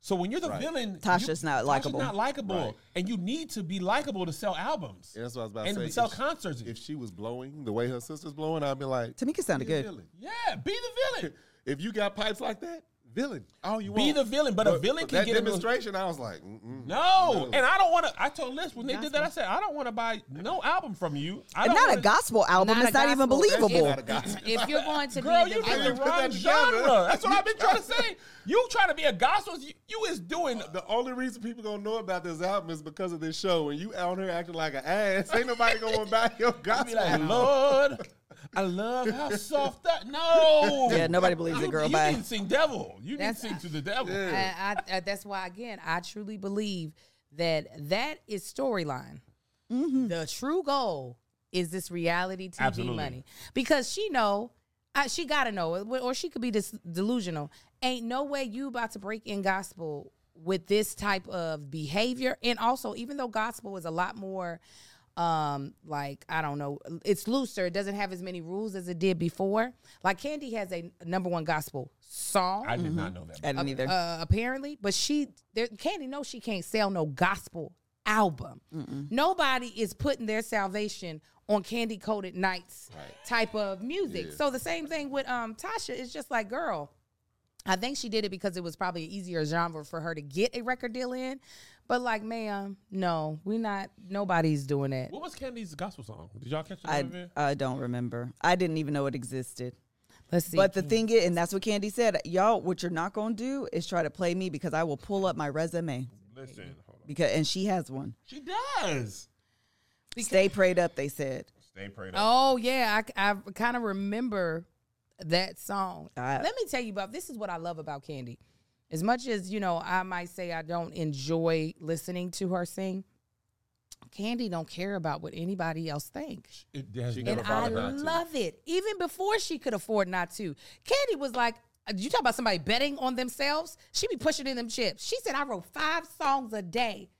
[SPEAKER 3] So when you're the villain, you-
[SPEAKER 1] Tasha's not likable.
[SPEAKER 3] Tasha's not likable,
[SPEAKER 4] Right.
[SPEAKER 3] and you need to be likable to sell albums
[SPEAKER 4] And that's what I was about to
[SPEAKER 3] and
[SPEAKER 4] say.
[SPEAKER 3] sell
[SPEAKER 4] If she-
[SPEAKER 3] concerts.
[SPEAKER 4] If she was blowing the way her sister's blowing, I'd be like,
[SPEAKER 1] Tamika sounded
[SPEAKER 4] "Be a
[SPEAKER 1] good.
[SPEAKER 4] villain."
[SPEAKER 3] yeah, be the villain.
[SPEAKER 4] If you got pipes like that, villain. All you
[SPEAKER 3] Be
[SPEAKER 4] want.
[SPEAKER 3] the villain, but a villain can
[SPEAKER 4] that
[SPEAKER 3] get a little-
[SPEAKER 4] demonstration. I was like, Mm-mm.
[SPEAKER 3] No, and I don't want to. I told Liz when they did that, I said I don't want to buy no album from you. I
[SPEAKER 1] And
[SPEAKER 3] don't
[SPEAKER 1] not
[SPEAKER 3] wanna,
[SPEAKER 1] a gospel album.
[SPEAKER 2] Not a
[SPEAKER 1] it's not even
[SPEAKER 2] gospel. That's
[SPEAKER 1] believable.
[SPEAKER 4] not a gospel.
[SPEAKER 2] if you're going to
[SPEAKER 3] Girl,
[SPEAKER 2] be
[SPEAKER 3] you
[SPEAKER 2] the
[SPEAKER 3] in the
[SPEAKER 2] villain,
[SPEAKER 4] put
[SPEAKER 3] wrong
[SPEAKER 4] that together.
[SPEAKER 3] genre. That's what I've been trying to say. You trying to be a gospel? You, you is doing.
[SPEAKER 4] The only reason people gonna know about this album is because of this show. And you out here acting like an ass. Ain't nobody gonna buy your
[SPEAKER 3] Be
[SPEAKER 4] gospel.
[SPEAKER 3] like,
[SPEAKER 4] album.
[SPEAKER 3] Lord, I love how soft that. No.
[SPEAKER 1] Yeah, nobody believes
[SPEAKER 3] you,
[SPEAKER 1] it, girl.
[SPEAKER 3] You
[SPEAKER 1] Bye.
[SPEAKER 3] didn't sing devil. You
[SPEAKER 2] That's-
[SPEAKER 3] didn't sing to the devil.
[SPEAKER 2] I, I, uh, that's why again I truly believe that that is storyline. The true goal is this reality TV
[SPEAKER 3] Mm-hmm. Absolutely.
[SPEAKER 2] money because she know I, she gotta know it, or she could be dis- delusional. Ain't no way you about to break in gospel with this type of behavior, and also even though gospel is a lot more. Um, like I don't know, it's looser. It doesn't have as many rules as it did before. Like Candy has a number one gospel song
[SPEAKER 3] I did not know that.
[SPEAKER 1] I didn't either.
[SPEAKER 2] uh, apparently. But she, there, Candy knows she can't sell no gospel album. Nobody is putting their salvation on candy coated nights type of music. So the same thing with um Tasha. It's just like, girl, I think she did it because it was probably an easier genre for her to get a record deal in. But like, ma'am, no, we not. Nobody's doing that.
[SPEAKER 3] What was Candy's gospel song? Did y'all catch
[SPEAKER 1] I,
[SPEAKER 3] that? I,
[SPEAKER 1] I don't remember. I didn't even know it existed.
[SPEAKER 2] Let's see.
[SPEAKER 1] But the thing is, and that's what Candy said, y'all, what you're not going to do is try to play me because I will pull up my resume.
[SPEAKER 3] Listen, hold on.
[SPEAKER 1] Because And she has one.
[SPEAKER 3] She does.
[SPEAKER 1] Stay prayed up, they said.
[SPEAKER 3] Stay prayed up.
[SPEAKER 2] Oh yeah, I, I kind of remember that song.
[SPEAKER 1] I-
[SPEAKER 2] Let me tell you about this is what I love about Candy. As much as you know, I might say I don't enjoy listening to her sing. Candy don't care about what anybody else thinks.
[SPEAKER 3] It has
[SPEAKER 4] She
[SPEAKER 3] never
[SPEAKER 2] And I
[SPEAKER 4] bothered
[SPEAKER 3] bothered
[SPEAKER 4] her to.
[SPEAKER 2] love it. Even before she could afford not to, Candy was like, uh, "You talk about somebody betting on themselves? She be pushing in them chips." She said, "I wrote five songs a day,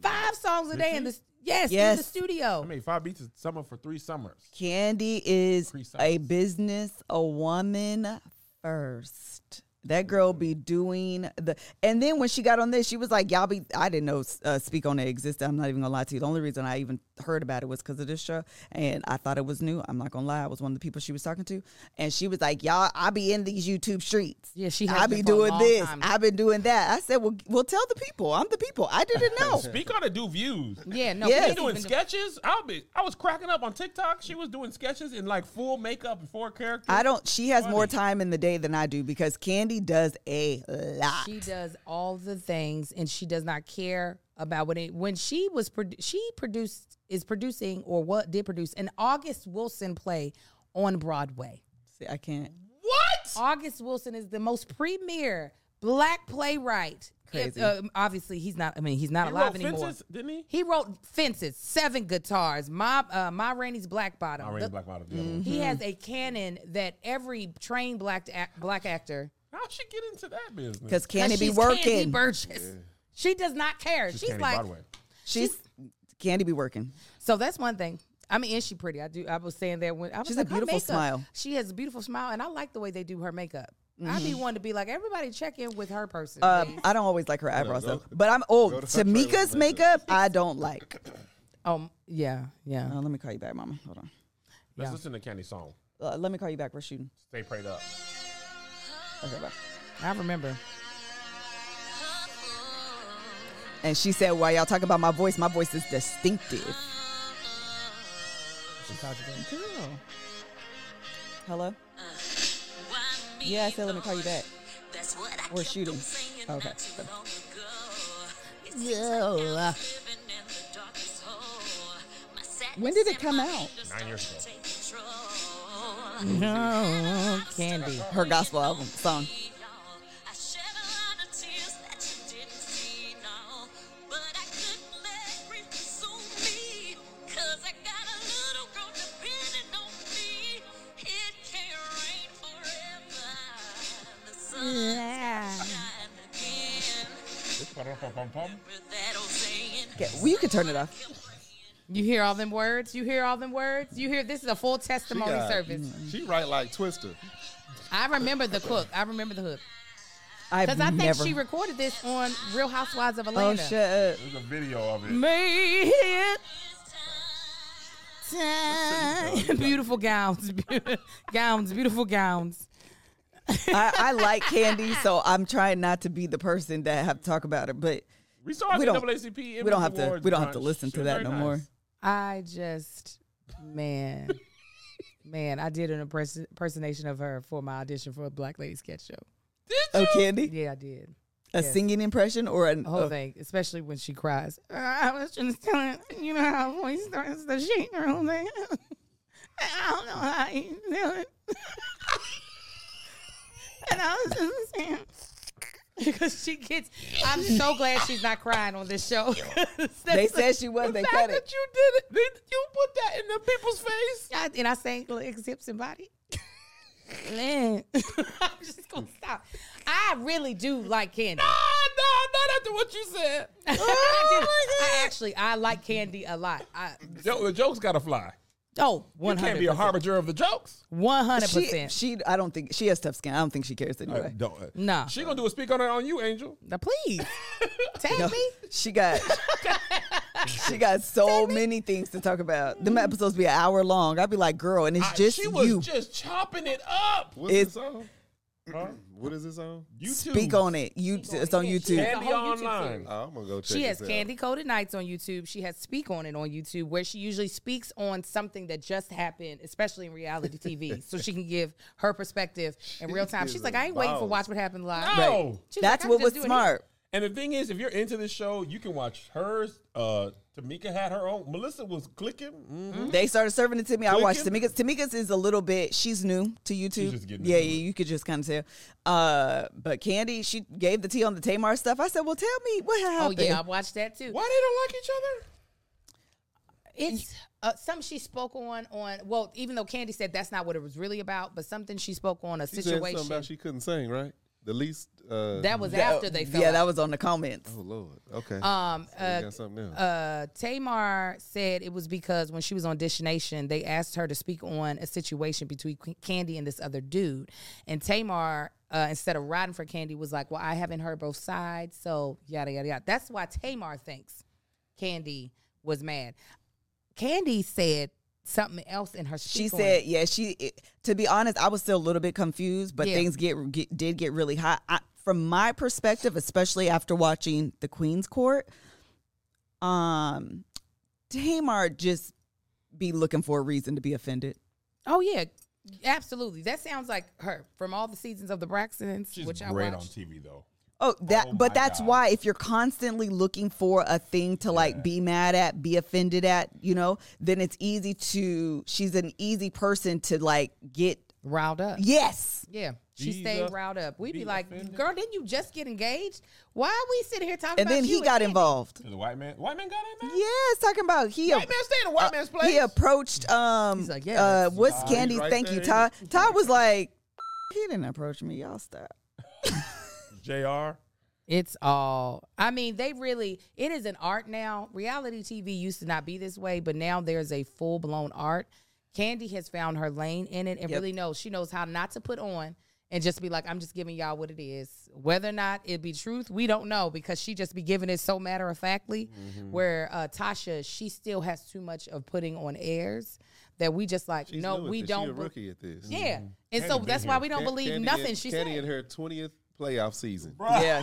[SPEAKER 2] five songs a day in the yes, in the
[SPEAKER 1] Yes.
[SPEAKER 2] studio."
[SPEAKER 3] I made five beats a summer for three summers.
[SPEAKER 1] Candy is
[SPEAKER 3] Precise.
[SPEAKER 1] a business, a woman first. That girl be doing the, and then when she got on this, she was like, "Y'all be." I didn't know uh, Speak on It existed. I'm not even gonna lie to you. The only reason I even heard about it was because of this show, and I thought it was new. I'm not gonna lie, I was one of the people she was talking to, and she was like, "Y'all, I be in these YouTube streets.
[SPEAKER 2] Yeah, she has
[SPEAKER 1] I
[SPEAKER 2] been
[SPEAKER 1] be
[SPEAKER 2] for a
[SPEAKER 1] doing
[SPEAKER 2] long
[SPEAKER 1] this.
[SPEAKER 2] time.
[SPEAKER 1] I been doing that." I said, "Well, well, tell the people. I'm the people. I didn't know."
[SPEAKER 3] Speak on it, do views.
[SPEAKER 2] Yeah, no,
[SPEAKER 1] Yes.
[SPEAKER 3] She
[SPEAKER 2] Candy's
[SPEAKER 3] doing
[SPEAKER 2] been
[SPEAKER 3] sketches. I'll be. I was cracking up on TikTok. She was doing sketches in like full makeup and four characters.
[SPEAKER 1] I don't. She has more
[SPEAKER 3] Funny.
[SPEAKER 1] time in the day than I do because Candy does a lot.
[SPEAKER 2] She does all the things, and she does not care about what it. When she was produ- she produced is producing or what did produce an August Wilson play on Broadway.
[SPEAKER 1] See, I can't.
[SPEAKER 2] Mm.
[SPEAKER 3] What?
[SPEAKER 2] August Wilson is the most premier black playwright.
[SPEAKER 1] Crazy.
[SPEAKER 2] If- uh, obviously, he's not. I mean, he's not
[SPEAKER 3] He
[SPEAKER 2] alive
[SPEAKER 3] wrote
[SPEAKER 2] anymore.
[SPEAKER 3] Fences, didn't he?
[SPEAKER 2] He wrote Fences, Seven Guitars, My uh, My Rainey's Black Bottom.
[SPEAKER 3] I ran
[SPEAKER 2] The-
[SPEAKER 3] Black Bottom. the other one.
[SPEAKER 2] He has a canon that every trained black act, black actor
[SPEAKER 3] How'd she get into that business?
[SPEAKER 1] Because Candy be
[SPEAKER 2] she's Candy
[SPEAKER 1] working.
[SPEAKER 2] Burgess. She does not care. She's,
[SPEAKER 3] Candy
[SPEAKER 2] like,
[SPEAKER 3] Broadway.
[SPEAKER 1] she's Candy be working.
[SPEAKER 2] so that's one thing. I mean, is she pretty? I do. I was saying that when I was
[SPEAKER 1] She's a
[SPEAKER 2] like, her
[SPEAKER 1] beautiful
[SPEAKER 2] makeup-
[SPEAKER 1] smile.
[SPEAKER 2] She has a beautiful smile, and I like the way they do her makeup. I'd be one to be like, everybody check in with her person.
[SPEAKER 1] Mm-hmm. Uh,
[SPEAKER 2] please.
[SPEAKER 1] I don't always like her eyebrows
[SPEAKER 4] go-
[SPEAKER 1] though. But I'm oh
[SPEAKER 4] go to her trailer
[SPEAKER 1] Tamika's
[SPEAKER 4] later.
[SPEAKER 1] makeup I don't like.
[SPEAKER 2] um, yeah, yeah.
[SPEAKER 1] Uh, let me call you back, Mama. Hold on.
[SPEAKER 3] Let's
[SPEAKER 2] Yeah.
[SPEAKER 3] listen to Candy's song.
[SPEAKER 1] Uh, let me call you back. We're shooting.
[SPEAKER 3] Stay prayed up.
[SPEAKER 1] Okay, bye.
[SPEAKER 2] I remember.
[SPEAKER 1] And she said, "Why y'all talk about my voice? My voice is distinctive." Girl. Hello. Yeah, I said let me call you back. We're shooting. Okay.
[SPEAKER 2] Yeah.
[SPEAKER 1] When did it come out?
[SPEAKER 3] Nine years ago.
[SPEAKER 2] No,
[SPEAKER 1] oh,
[SPEAKER 2] Candy.
[SPEAKER 1] Her gospel album song. Okay, well, you can turn it off.
[SPEAKER 2] You hear all them words? You hear all them words? You hear this is a full
[SPEAKER 4] She
[SPEAKER 2] testimony
[SPEAKER 4] got-
[SPEAKER 2] service.
[SPEAKER 4] She write like Twister.
[SPEAKER 2] I remember the cook. I remember the hook.
[SPEAKER 1] I've
[SPEAKER 2] Because I think
[SPEAKER 1] never.
[SPEAKER 2] she recorded this on Real Housewives of
[SPEAKER 1] oh
[SPEAKER 2] Atlanta.
[SPEAKER 1] shit.
[SPEAKER 3] There's a video of it.
[SPEAKER 2] Made it time. beautiful gowns, beautiful gowns, beautiful gowns.
[SPEAKER 1] I, I like Candy, so I'm trying not to be the person that have to talk about her, but.
[SPEAKER 3] We saw it
[SPEAKER 1] We
[SPEAKER 3] at
[SPEAKER 1] don't-
[SPEAKER 3] NAACP.
[SPEAKER 1] we don't have to- we don't have to listen to that no more.
[SPEAKER 2] I just, man, man, I did an impress- impersonation of her for my audition for a Black Lady sketch show.
[SPEAKER 1] Oh, Candy,
[SPEAKER 2] Yeah, I did.
[SPEAKER 1] a
[SPEAKER 2] yes.
[SPEAKER 1] singing impression or an
[SPEAKER 2] The whole
[SPEAKER 1] oh,
[SPEAKER 2] thing, especially when she cries. I was just telling you know how voice starts to shake her whole thing. I don't know how you do it. and I was just saying. Because she gets, I'm so glad she's not crying on this show.
[SPEAKER 1] They said she was. They cut it.
[SPEAKER 2] you did it, you put that in the people's face. I, and I sang legs, hips, and body. Man, I'm just gonna stop. I really do like candy.
[SPEAKER 3] Ah, no, not after what you said. Oh,
[SPEAKER 2] I, do. I actually I like candy a lot. I,
[SPEAKER 3] Joke, the joke's gotta fly.
[SPEAKER 2] oh,
[SPEAKER 3] You
[SPEAKER 2] one
[SPEAKER 3] can't be a
[SPEAKER 2] hundred,
[SPEAKER 3] harbinger of the jokes.
[SPEAKER 2] one hundred
[SPEAKER 1] She,
[SPEAKER 2] percent.
[SPEAKER 1] she, I don't think she has tough skin. I don't think she cares anyway.
[SPEAKER 3] Don't. uh,
[SPEAKER 2] Nah.
[SPEAKER 3] She gonna do a speak on it on you, Angel.
[SPEAKER 2] Now, Please tag
[SPEAKER 1] No,
[SPEAKER 2] me.
[SPEAKER 1] She got she got so many things to talk about. Them episodes be an hour long. I'd be like, girl, and it's
[SPEAKER 3] I-
[SPEAKER 1] just
[SPEAKER 3] she was
[SPEAKER 1] you.
[SPEAKER 3] just chopping it up.
[SPEAKER 4] What's this
[SPEAKER 1] It's-
[SPEAKER 4] song? What is this song?
[SPEAKER 3] You
[SPEAKER 1] Speak on it. You it's on
[SPEAKER 2] Yeah, she
[SPEAKER 1] YouTube.
[SPEAKER 2] has a
[SPEAKER 3] Candy
[SPEAKER 2] whole YouTube
[SPEAKER 3] online.
[SPEAKER 2] series.
[SPEAKER 4] Oh, I'm gonna go check.
[SPEAKER 2] She has
[SPEAKER 4] this out.
[SPEAKER 2] Candy Coated Nights on YouTube. She has Speak on It on YouTube, where she usually speaks on something that just happened, especially in reality TV, so she can give her perspective in real time.
[SPEAKER 4] is
[SPEAKER 2] She's
[SPEAKER 4] a
[SPEAKER 2] like, I ain't waiting for
[SPEAKER 4] boss.
[SPEAKER 2] Watch What Happened Live.
[SPEAKER 3] No.
[SPEAKER 2] She's
[SPEAKER 1] That's
[SPEAKER 2] like, I'm
[SPEAKER 1] what
[SPEAKER 2] just
[SPEAKER 1] was
[SPEAKER 2] doing it.
[SPEAKER 1] smart.
[SPEAKER 3] And the thing is, if you're into the show, you can watch hers. Uh, Tamika had her own. Melissa was clicking. Mhm.
[SPEAKER 1] They started serving it to me. I watched
[SPEAKER 3] Clicking.
[SPEAKER 1] Tamika's. Tamika's is a little bit. She's new to YouTube.
[SPEAKER 3] just getting
[SPEAKER 1] yeah,
[SPEAKER 3] into
[SPEAKER 1] yeah. You could just kind of tell. Uh, but Candy, she gave the tea on the Tamar stuff. I said, "Well, tell me what
[SPEAKER 2] Oh
[SPEAKER 1] happened."
[SPEAKER 2] yeah, I watched that too.
[SPEAKER 3] Why they don't like each other?
[SPEAKER 2] It's uh, something she spoke on on. Well, even though Candy said that's not what it was really about, but something she spoke on a
[SPEAKER 4] She said something
[SPEAKER 2] situation
[SPEAKER 4] about she couldn't sing, right? The least. Uh,
[SPEAKER 2] that was
[SPEAKER 1] That-
[SPEAKER 2] after they fell.
[SPEAKER 1] yeah,
[SPEAKER 2] out.
[SPEAKER 1] that was on the comments.
[SPEAKER 4] oh Lord. Okay.
[SPEAKER 2] Um,
[SPEAKER 4] We
[SPEAKER 2] uh,
[SPEAKER 4] got something else.
[SPEAKER 2] uh, Tamar said it was because when she was on Dishination, they asked her to speak on a situation between Qu- Candy and this other dude. And Tamar, uh, instead of riding for Candy, was like, Well, I haven't heard both sides, so yada, yada, yada. That's why Tamar thinks Candy was mad. Candy said something else in her
[SPEAKER 1] She
[SPEAKER 2] speak on
[SPEAKER 1] said,
[SPEAKER 2] it.
[SPEAKER 1] "Yeah, she." It, to be honest, I was still a little bit confused, but
[SPEAKER 2] Yeah.
[SPEAKER 1] things get, get did get really hot. I, from my perspective, especially after watching The Queen's Court, um, Tamar just be looking for a reason to be offended.
[SPEAKER 2] Oh, yeah. Absolutely. That sounds like her from all the seasons of the Braxtons,
[SPEAKER 3] She's
[SPEAKER 2] which I
[SPEAKER 3] great
[SPEAKER 2] watched.
[SPEAKER 3] on TV though.
[SPEAKER 1] Oh, that.
[SPEAKER 3] Oh
[SPEAKER 1] but
[SPEAKER 3] my
[SPEAKER 1] that's
[SPEAKER 3] God.
[SPEAKER 1] why if you're constantly looking for a thing to like be mad at, be offended at, you know, then it's easy to. She's an easy person to like get.
[SPEAKER 2] Riled up.
[SPEAKER 1] Yes.
[SPEAKER 2] Yeah, she
[SPEAKER 3] Jesus
[SPEAKER 2] stayed riled up. We'd be
[SPEAKER 3] be
[SPEAKER 2] like,
[SPEAKER 3] offended.
[SPEAKER 2] "Girl, didn't you just get engaged? Why are we sitting here talking
[SPEAKER 1] And
[SPEAKER 2] about
[SPEAKER 1] then
[SPEAKER 2] you
[SPEAKER 1] he got
[SPEAKER 2] Candy?"
[SPEAKER 1] involved.
[SPEAKER 3] The white man. White man got in there.
[SPEAKER 1] Yes, talking about he.
[SPEAKER 3] White man stay in a white man's place.
[SPEAKER 1] Uh, He approached. Um,
[SPEAKER 2] He's like, yeah,
[SPEAKER 1] uh,
[SPEAKER 2] that's-
[SPEAKER 1] what's
[SPEAKER 4] Nah, he's
[SPEAKER 1] Candy's?
[SPEAKER 4] right
[SPEAKER 1] Thank you,
[SPEAKER 4] there,
[SPEAKER 1] Todd. Todd was like, he didn't approach me. Y'all stop.
[SPEAKER 3] Jr.
[SPEAKER 2] It's all. I mean, they really. It is an art now. Reality TV used to not be this way, but now there's a full blown art. Candy has found her lane in it and
[SPEAKER 1] Yep.
[SPEAKER 2] really knows. She knows how not to put on and just be like, "I'm just giving y'all what it is." Whether or not it be truth, we don't know because she just be giving it so matter of factly. Where uh, Tasha, she still has too much of putting on airs that we just like.
[SPEAKER 4] She's
[SPEAKER 2] no,
[SPEAKER 4] new at
[SPEAKER 2] we
[SPEAKER 4] this. She
[SPEAKER 2] don't.
[SPEAKER 4] a
[SPEAKER 2] be-
[SPEAKER 4] rookie at this. Mm-hmm.
[SPEAKER 2] Yeah. And
[SPEAKER 3] Candy
[SPEAKER 2] so
[SPEAKER 3] been
[SPEAKER 2] that's
[SPEAKER 3] here.
[SPEAKER 2] why we don't
[SPEAKER 4] Can-
[SPEAKER 2] believe
[SPEAKER 4] Candy
[SPEAKER 2] nothing
[SPEAKER 4] in-
[SPEAKER 2] she
[SPEAKER 4] Candy
[SPEAKER 2] said.
[SPEAKER 4] in her twentieth playoff season.
[SPEAKER 1] Yeah.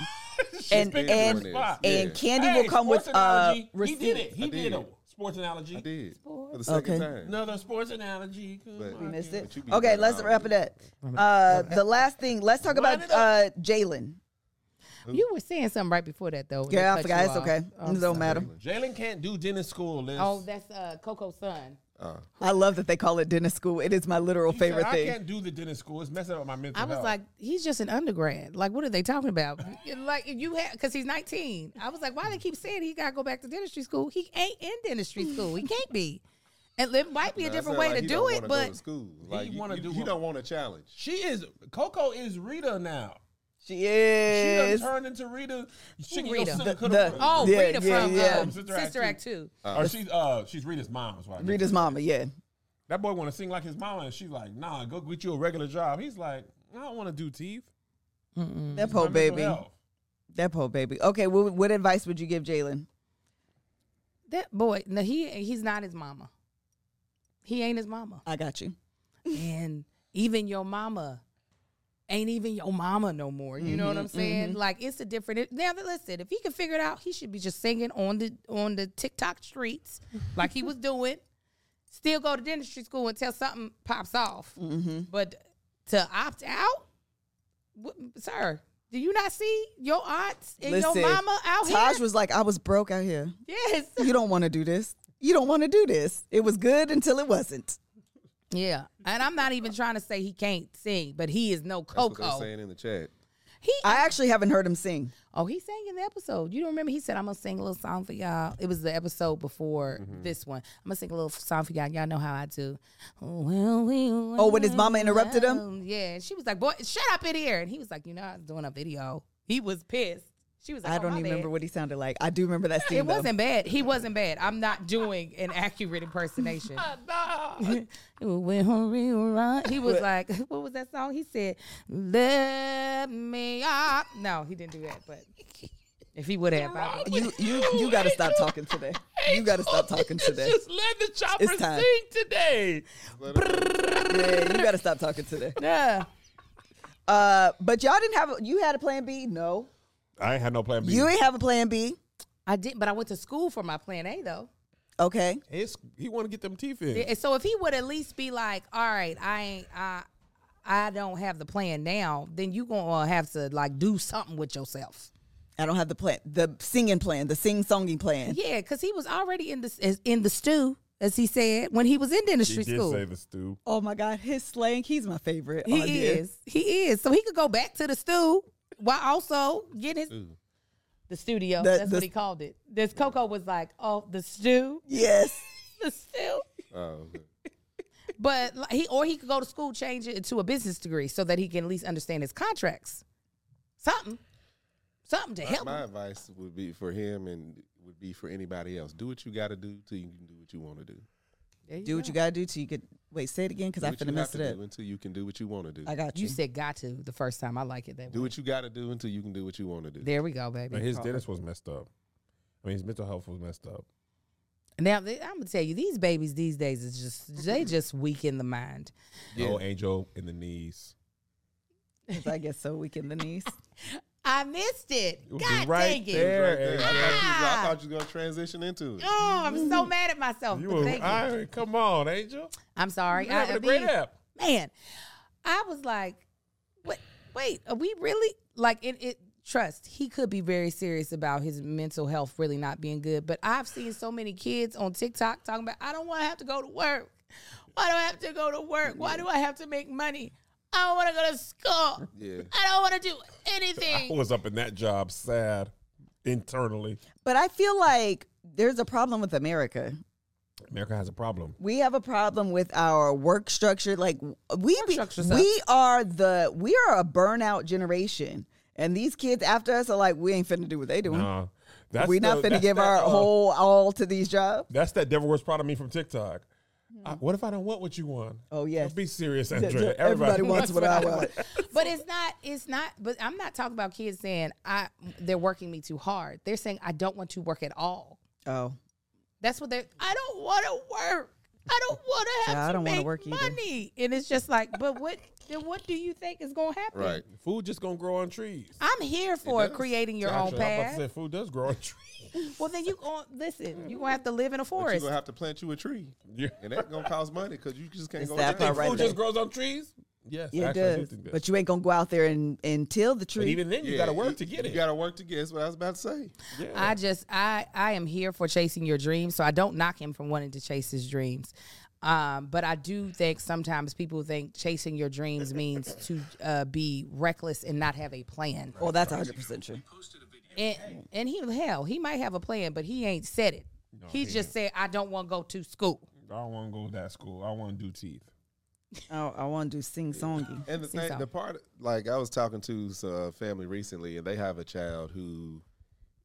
[SPEAKER 1] and
[SPEAKER 4] been
[SPEAKER 1] and
[SPEAKER 4] doing
[SPEAKER 1] and
[SPEAKER 4] this. Yeah.
[SPEAKER 1] Candy will come with uh.
[SPEAKER 3] analogy. he
[SPEAKER 1] receipts.
[SPEAKER 3] did it. He
[SPEAKER 4] I
[SPEAKER 3] did
[SPEAKER 4] did.
[SPEAKER 3] it. Sports analogy.
[SPEAKER 4] I did for the second
[SPEAKER 1] Okay.
[SPEAKER 4] time.
[SPEAKER 3] Another sports analogy. Come
[SPEAKER 4] But-
[SPEAKER 3] on.
[SPEAKER 1] We missed it.
[SPEAKER 4] But you be
[SPEAKER 1] Okay,
[SPEAKER 4] better
[SPEAKER 1] let's
[SPEAKER 4] off.
[SPEAKER 1] wrap it up. Uh, the last thing. Let's talk about
[SPEAKER 3] it
[SPEAKER 1] uh Jalen.
[SPEAKER 2] You were saying something right before that though. when they
[SPEAKER 1] Yeah, I
[SPEAKER 2] cut
[SPEAKER 1] forgot.
[SPEAKER 2] you
[SPEAKER 1] It's
[SPEAKER 2] off.
[SPEAKER 1] okay.
[SPEAKER 2] Oh,
[SPEAKER 1] It don't matter.
[SPEAKER 3] Jalen can't do Dennis school. Liz.
[SPEAKER 2] Oh, that's uh, Coco's son.
[SPEAKER 1] I love that they call it Dennis School. It is my literal
[SPEAKER 3] He said,
[SPEAKER 1] favorite
[SPEAKER 3] I
[SPEAKER 1] thing.
[SPEAKER 3] can't do the Dennis school. It's messing up my mental
[SPEAKER 2] I was
[SPEAKER 3] health.
[SPEAKER 2] like, he's just an undergrad. Like, what are they talking about? like, if you had, because he's 19. I was like, why they keep saying he got to go back to dentistry school? He ain't in dentistry school. He can't be. And it might be a
[SPEAKER 4] Now, it
[SPEAKER 2] different
[SPEAKER 4] sound
[SPEAKER 2] way
[SPEAKER 4] like
[SPEAKER 2] to
[SPEAKER 4] he
[SPEAKER 2] do
[SPEAKER 4] don't
[SPEAKER 2] it,
[SPEAKER 4] wanna go
[SPEAKER 2] but
[SPEAKER 4] to school. Like you,
[SPEAKER 3] wanna
[SPEAKER 4] you-
[SPEAKER 3] do
[SPEAKER 4] you
[SPEAKER 3] what-
[SPEAKER 4] don't want a challenge.
[SPEAKER 3] she is. Coco is Rita now.
[SPEAKER 1] She
[SPEAKER 3] She done
[SPEAKER 1] is.
[SPEAKER 3] turned into Rita. She
[SPEAKER 2] Rita? The-
[SPEAKER 1] the-
[SPEAKER 2] oh,
[SPEAKER 1] Yeah,
[SPEAKER 2] Rita
[SPEAKER 1] yeah,
[SPEAKER 2] from
[SPEAKER 1] yeah.
[SPEAKER 2] Um, Sister,
[SPEAKER 3] Sister Act
[SPEAKER 2] Act
[SPEAKER 3] two.
[SPEAKER 2] 2.
[SPEAKER 3] or she's uh she's Rita's mom is what I mean.
[SPEAKER 1] Rita's mama. Yeah.
[SPEAKER 3] That boy want to sing like his mama, and she's like, "Nah, go get you a regular job." He's like, "I don't want to do teeth."
[SPEAKER 2] Mm.
[SPEAKER 1] That
[SPEAKER 3] My
[SPEAKER 1] poor
[SPEAKER 3] mental
[SPEAKER 1] Oh, baby.
[SPEAKER 3] health.
[SPEAKER 1] That poor baby. Okay. What, what advice would you give Jalen?
[SPEAKER 2] That boy, no, he he's not his mama. He ain't his mama.
[SPEAKER 1] I got you.
[SPEAKER 2] and even your mama ain't even your mama no more. You know what
[SPEAKER 1] Mm-hmm,
[SPEAKER 2] I'm saying? Like it's a different it- now. that- Listen, if he can figure it out, he should be just singing on the on the TikTok streets like he was doing. Still go to dentistry school until something pops off.
[SPEAKER 1] Mm-hmm.
[SPEAKER 2] But to opt out, what, sir, do you not see your aunts and
[SPEAKER 1] Listen,
[SPEAKER 2] your mama out
[SPEAKER 1] Taj
[SPEAKER 2] here?
[SPEAKER 1] was like, I was broke out here.
[SPEAKER 2] yes.
[SPEAKER 1] You don't want to do this. You don't want to do this. It was good until it wasn't.
[SPEAKER 2] Yeah, and I'm not even trying to say he can't sing, but he is no
[SPEAKER 4] That's
[SPEAKER 1] Oh.
[SPEAKER 4] what they're
[SPEAKER 2] Coco.
[SPEAKER 4] saying in the chat.
[SPEAKER 2] He
[SPEAKER 1] I actually haven't heard him sing.
[SPEAKER 2] oh he sang in the episode. You don't remember? He said I'm gonna sing a little song for y'all. It was the episode before
[SPEAKER 1] Mm-hmm.
[SPEAKER 2] this one. I'm gonna sing a little song for y'all. Y'all know how I do. Oh,
[SPEAKER 1] when his mama interrupted him?
[SPEAKER 2] Yeah, she was like, "Boy, shut up in here," and he was like, "You know, I was doing a video." He was pissed. She was. Like,
[SPEAKER 1] I
[SPEAKER 2] "Oh,
[SPEAKER 1] don't
[SPEAKER 2] my
[SPEAKER 1] even
[SPEAKER 2] bad."
[SPEAKER 1] remember what he sounded like. I do remember that scene.
[SPEAKER 2] It
[SPEAKER 1] though.
[SPEAKER 2] wasn't bad. He wasn't bad. I'm not doing an accurate impersonation. When Henry run- he was like, what was that song? He said, "Let me up." No, he didn't do that. But if he would have, I would-
[SPEAKER 1] You you you got to stop talking today. You got to stop talking today.
[SPEAKER 3] Just let the chopper
[SPEAKER 1] It's time.
[SPEAKER 3] sing today.
[SPEAKER 1] Yeah, you got to stop talking today.
[SPEAKER 2] yeah.
[SPEAKER 1] Uh, but y'all didn't have a, you had a plan B? No,
[SPEAKER 3] I ain't had no plan B.
[SPEAKER 1] you ain't have a plan B.
[SPEAKER 2] I did, but I went to school for my plan A though.
[SPEAKER 1] Okay,
[SPEAKER 3] It's you want to get them teeth in.
[SPEAKER 2] And so if he would at least be like, "All right, I ain't, I, I don't have the plan now," then you gonna have to like do something with yourself.
[SPEAKER 1] I don't have the plan, the singing plan, the sing songing plan.
[SPEAKER 2] Yeah, because he was already in the in the stew, as he said when he was in dentistry school.
[SPEAKER 3] the stew.
[SPEAKER 1] Oh my God, his slang. He's my favorite.
[SPEAKER 2] He
[SPEAKER 3] "Oh,
[SPEAKER 1] on here.
[SPEAKER 2] is. He is. So he could go back to the stew while also getting his the studio.
[SPEAKER 1] The-
[SPEAKER 2] That's
[SPEAKER 1] the-
[SPEAKER 2] what he called it. This Coco was like, oh, the stew,
[SPEAKER 1] Yes.
[SPEAKER 2] the stew.
[SPEAKER 4] Oh, okay.
[SPEAKER 2] But like, he or he could go to school, change it to a business degree, so that he can at least understand his contracts. Something, something to help.
[SPEAKER 4] my
[SPEAKER 2] him.
[SPEAKER 4] advice would be for him and would be for anybody else. Do what you got to do till you can do what you want to do.
[SPEAKER 1] Do what you gotta do till you get. Wait, say it again because
[SPEAKER 4] Do
[SPEAKER 1] I
[SPEAKER 4] what you
[SPEAKER 1] finna mess
[SPEAKER 4] have
[SPEAKER 1] it
[SPEAKER 4] to
[SPEAKER 1] up.
[SPEAKER 4] do until you can do what you want to do.
[SPEAKER 1] I got you.
[SPEAKER 2] You said got to the first time. I like it that
[SPEAKER 4] do
[SPEAKER 2] way.
[SPEAKER 4] what you got to do until you can do what you want to do.
[SPEAKER 2] There we go, baby.
[SPEAKER 3] But his dentist was messed up. I mean, his mental health was messed up.
[SPEAKER 2] Now th- I'm gonna tell you, these babies these days is just they just weak in the mind.
[SPEAKER 3] The old Oh, angel in the knees.
[SPEAKER 1] 'Cause I get so weak in the knees.
[SPEAKER 2] I missed it.
[SPEAKER 3] It was
[SPEAKER 2] God
[SPEAKER 3] right
[SPEAKER 2] dang it!
[SPEAKER 3] there,
[SPEAKER 4] Right there.
[SPEAKER 3] Angel.
[SPEAKER 4] I, thought you was, I
[SPEAKER 2] Ah.
[SPEAKER 4] thought you were gonna transition into it.
[SPEAKER 2] Oh, I'm so mad at myself.
[SPEAKER 3] You
[SPEAKER 2] but
[SPEAKER 3] were,
[SPEAKER 2] Oh, thank you.
[SPEAKER 3] I, come on, Angel.
[SPEAKER 2] I'm sorry.
[SPEAKER 3] You're having
[SPEAKER 2] I-
[SPEAKER 3] a great
[SPEAKER 2] these-
[SPEAKER 3] app.
[SPEAKER 2] Man, I was like, wait, wait, are we really like it, it? Trust, he could be very serious about his mental health really not being good. But I've seen so many kids on TikTok talking about, I don't want to have to go to work. Why do I have to go to work? Why do I have to make money? I don't want to go to school.
[SPEAKER 4] Yeah.
[SPEAKER 2] I don't want to do
[SPEAKER 3] I
[SPEAKER 2] anything.
[SPEAKER 3] was up in that job, sad internally.
[SPEAKER 1] But I feel like there's a problem with America.
[SPEAKER 3] America has a problem.
[SPEAKER 1] We have a problem with our work structure. Like w- we be-
[SPEAKER 2] structure's
[SPEAKER 1] we are the we are a burnout generation, and these kids after us are like we ain't finna do what they doing.
[SPEAKER 3] Nah, Uh, that's
[SPEAKER 1] Mm-hmm. we not
[SPEAKER 3] the-
[SPEAKER 1] finna
[SPEAKER 3] that's
[SPEAKER 1] give
[SPEAKER 3] that,
[SPEAKER 1] our
[SPEAKER 3] uh,
[SPEAKER 1] whole all to these jobs.
[SPEAKER 3] That's that devil worst part of me from TikTok. I- what if I don't want what you want?
[SPEAKER 1] Mm-hmm. Oh, yes.
[SPEAKER 3] Now Be serious,
[SPEAKER 1] Yeah,
[SPEAKER 3] Andrea.
[SPEAKER 1] yeah, Everybody wants what I want.
[SPEAKER 2] But it's not, it's not, but I'm not talking about kids saying, I, they're working me too hard. They're saying, I don't want to work at all.
[SPEAKER 1] Oh,
[SPEAKER 2] That's what they. I don't want to work. I don't want to have
[SPEAKER 1] Yeah, I
[SPEAKER 2] to
[SPEAKER 1] don't wanna
[SPEAKER 2] make
[SPEAKER 1] work either.
[SPEAKER 2] money. And it's just like, but what? Then what do you think is going to happen?
[SPEAKER 4] Right.
[SPEAKER 3] Food just gonna grow on trees.
[SPEAKER 2] I'm here for
[SPEAKER 4] does.
[SPEAKER 2] creating your
[SPEAKER 3] Actually,
[SPEAKER 2] own
[SPEAKER 3] I was about to say
[SPEAKER 2] path.
[SPEAKER 3] food does grow on trees.
[SPEAKER 2] Well, then you going listen. You gonna have to live in a
[SPEAKER 4] But you
[SPEAKER 2] forest.
[SPEAKER 4] gonna have to plant you a tree,
[SPEAKER 3] Yeah.
[SPEAKER 4] and that's gonna cost money because you just can't
[SPEAKER 1] It's
[SPEAKER 4] go.
[SPEAKER 1] that
[SPEAKER 4] down.
[SPEAKER 1] part right
[SPEAKER 3] food
[SPEAKER 1] there.
[SPEAKER 3] just grows on trees. Yes,
[SPEAKER 1] yeah, it
[SPEAKER 3] actually, I do
[SPEAKER 1] does.
[SPEAKER 3] think that.
[SPEAKER 1] But you ain't gonna go out there and, and till the
[SPEAKER 3] But
[SPEAKER 1] tree.
[SPEAKER 3] even then, you
[SPEAKER 4] Yeah,
[SPEAKER 3] gotta work to get
[SPEAKER 4] You
[SPEAKER 3] it.
[SPEAKER 4] gotta work to get. That's what I was about to say.
[SPEAKER 2] I just I I am here for chasing your dreams, so I don't knock him from wanting to chase his dreams. Um, but I do think sometimes people think chasing your dreams means to uh, be reckless and not have a plan.
[SPEAKER 1] oh, that's 100 percent true.
[SPEAKER 2] And and he hell, he might have a plan, but he ain't said it. he, just said, I don't want to go to school.
[SPEAKER 3] I don't want to go to that school. I want to do teeth.
[SPEAKER 1] Oh, I want to do sing songy.
[SPEAKER 4] And the
[SPEAKER 2] Seems
[SPEAKER 4] thing,
[SPEAKER 2] so.
[SPEAKER 4] the part, like I was talking to a family recently, and they have a child who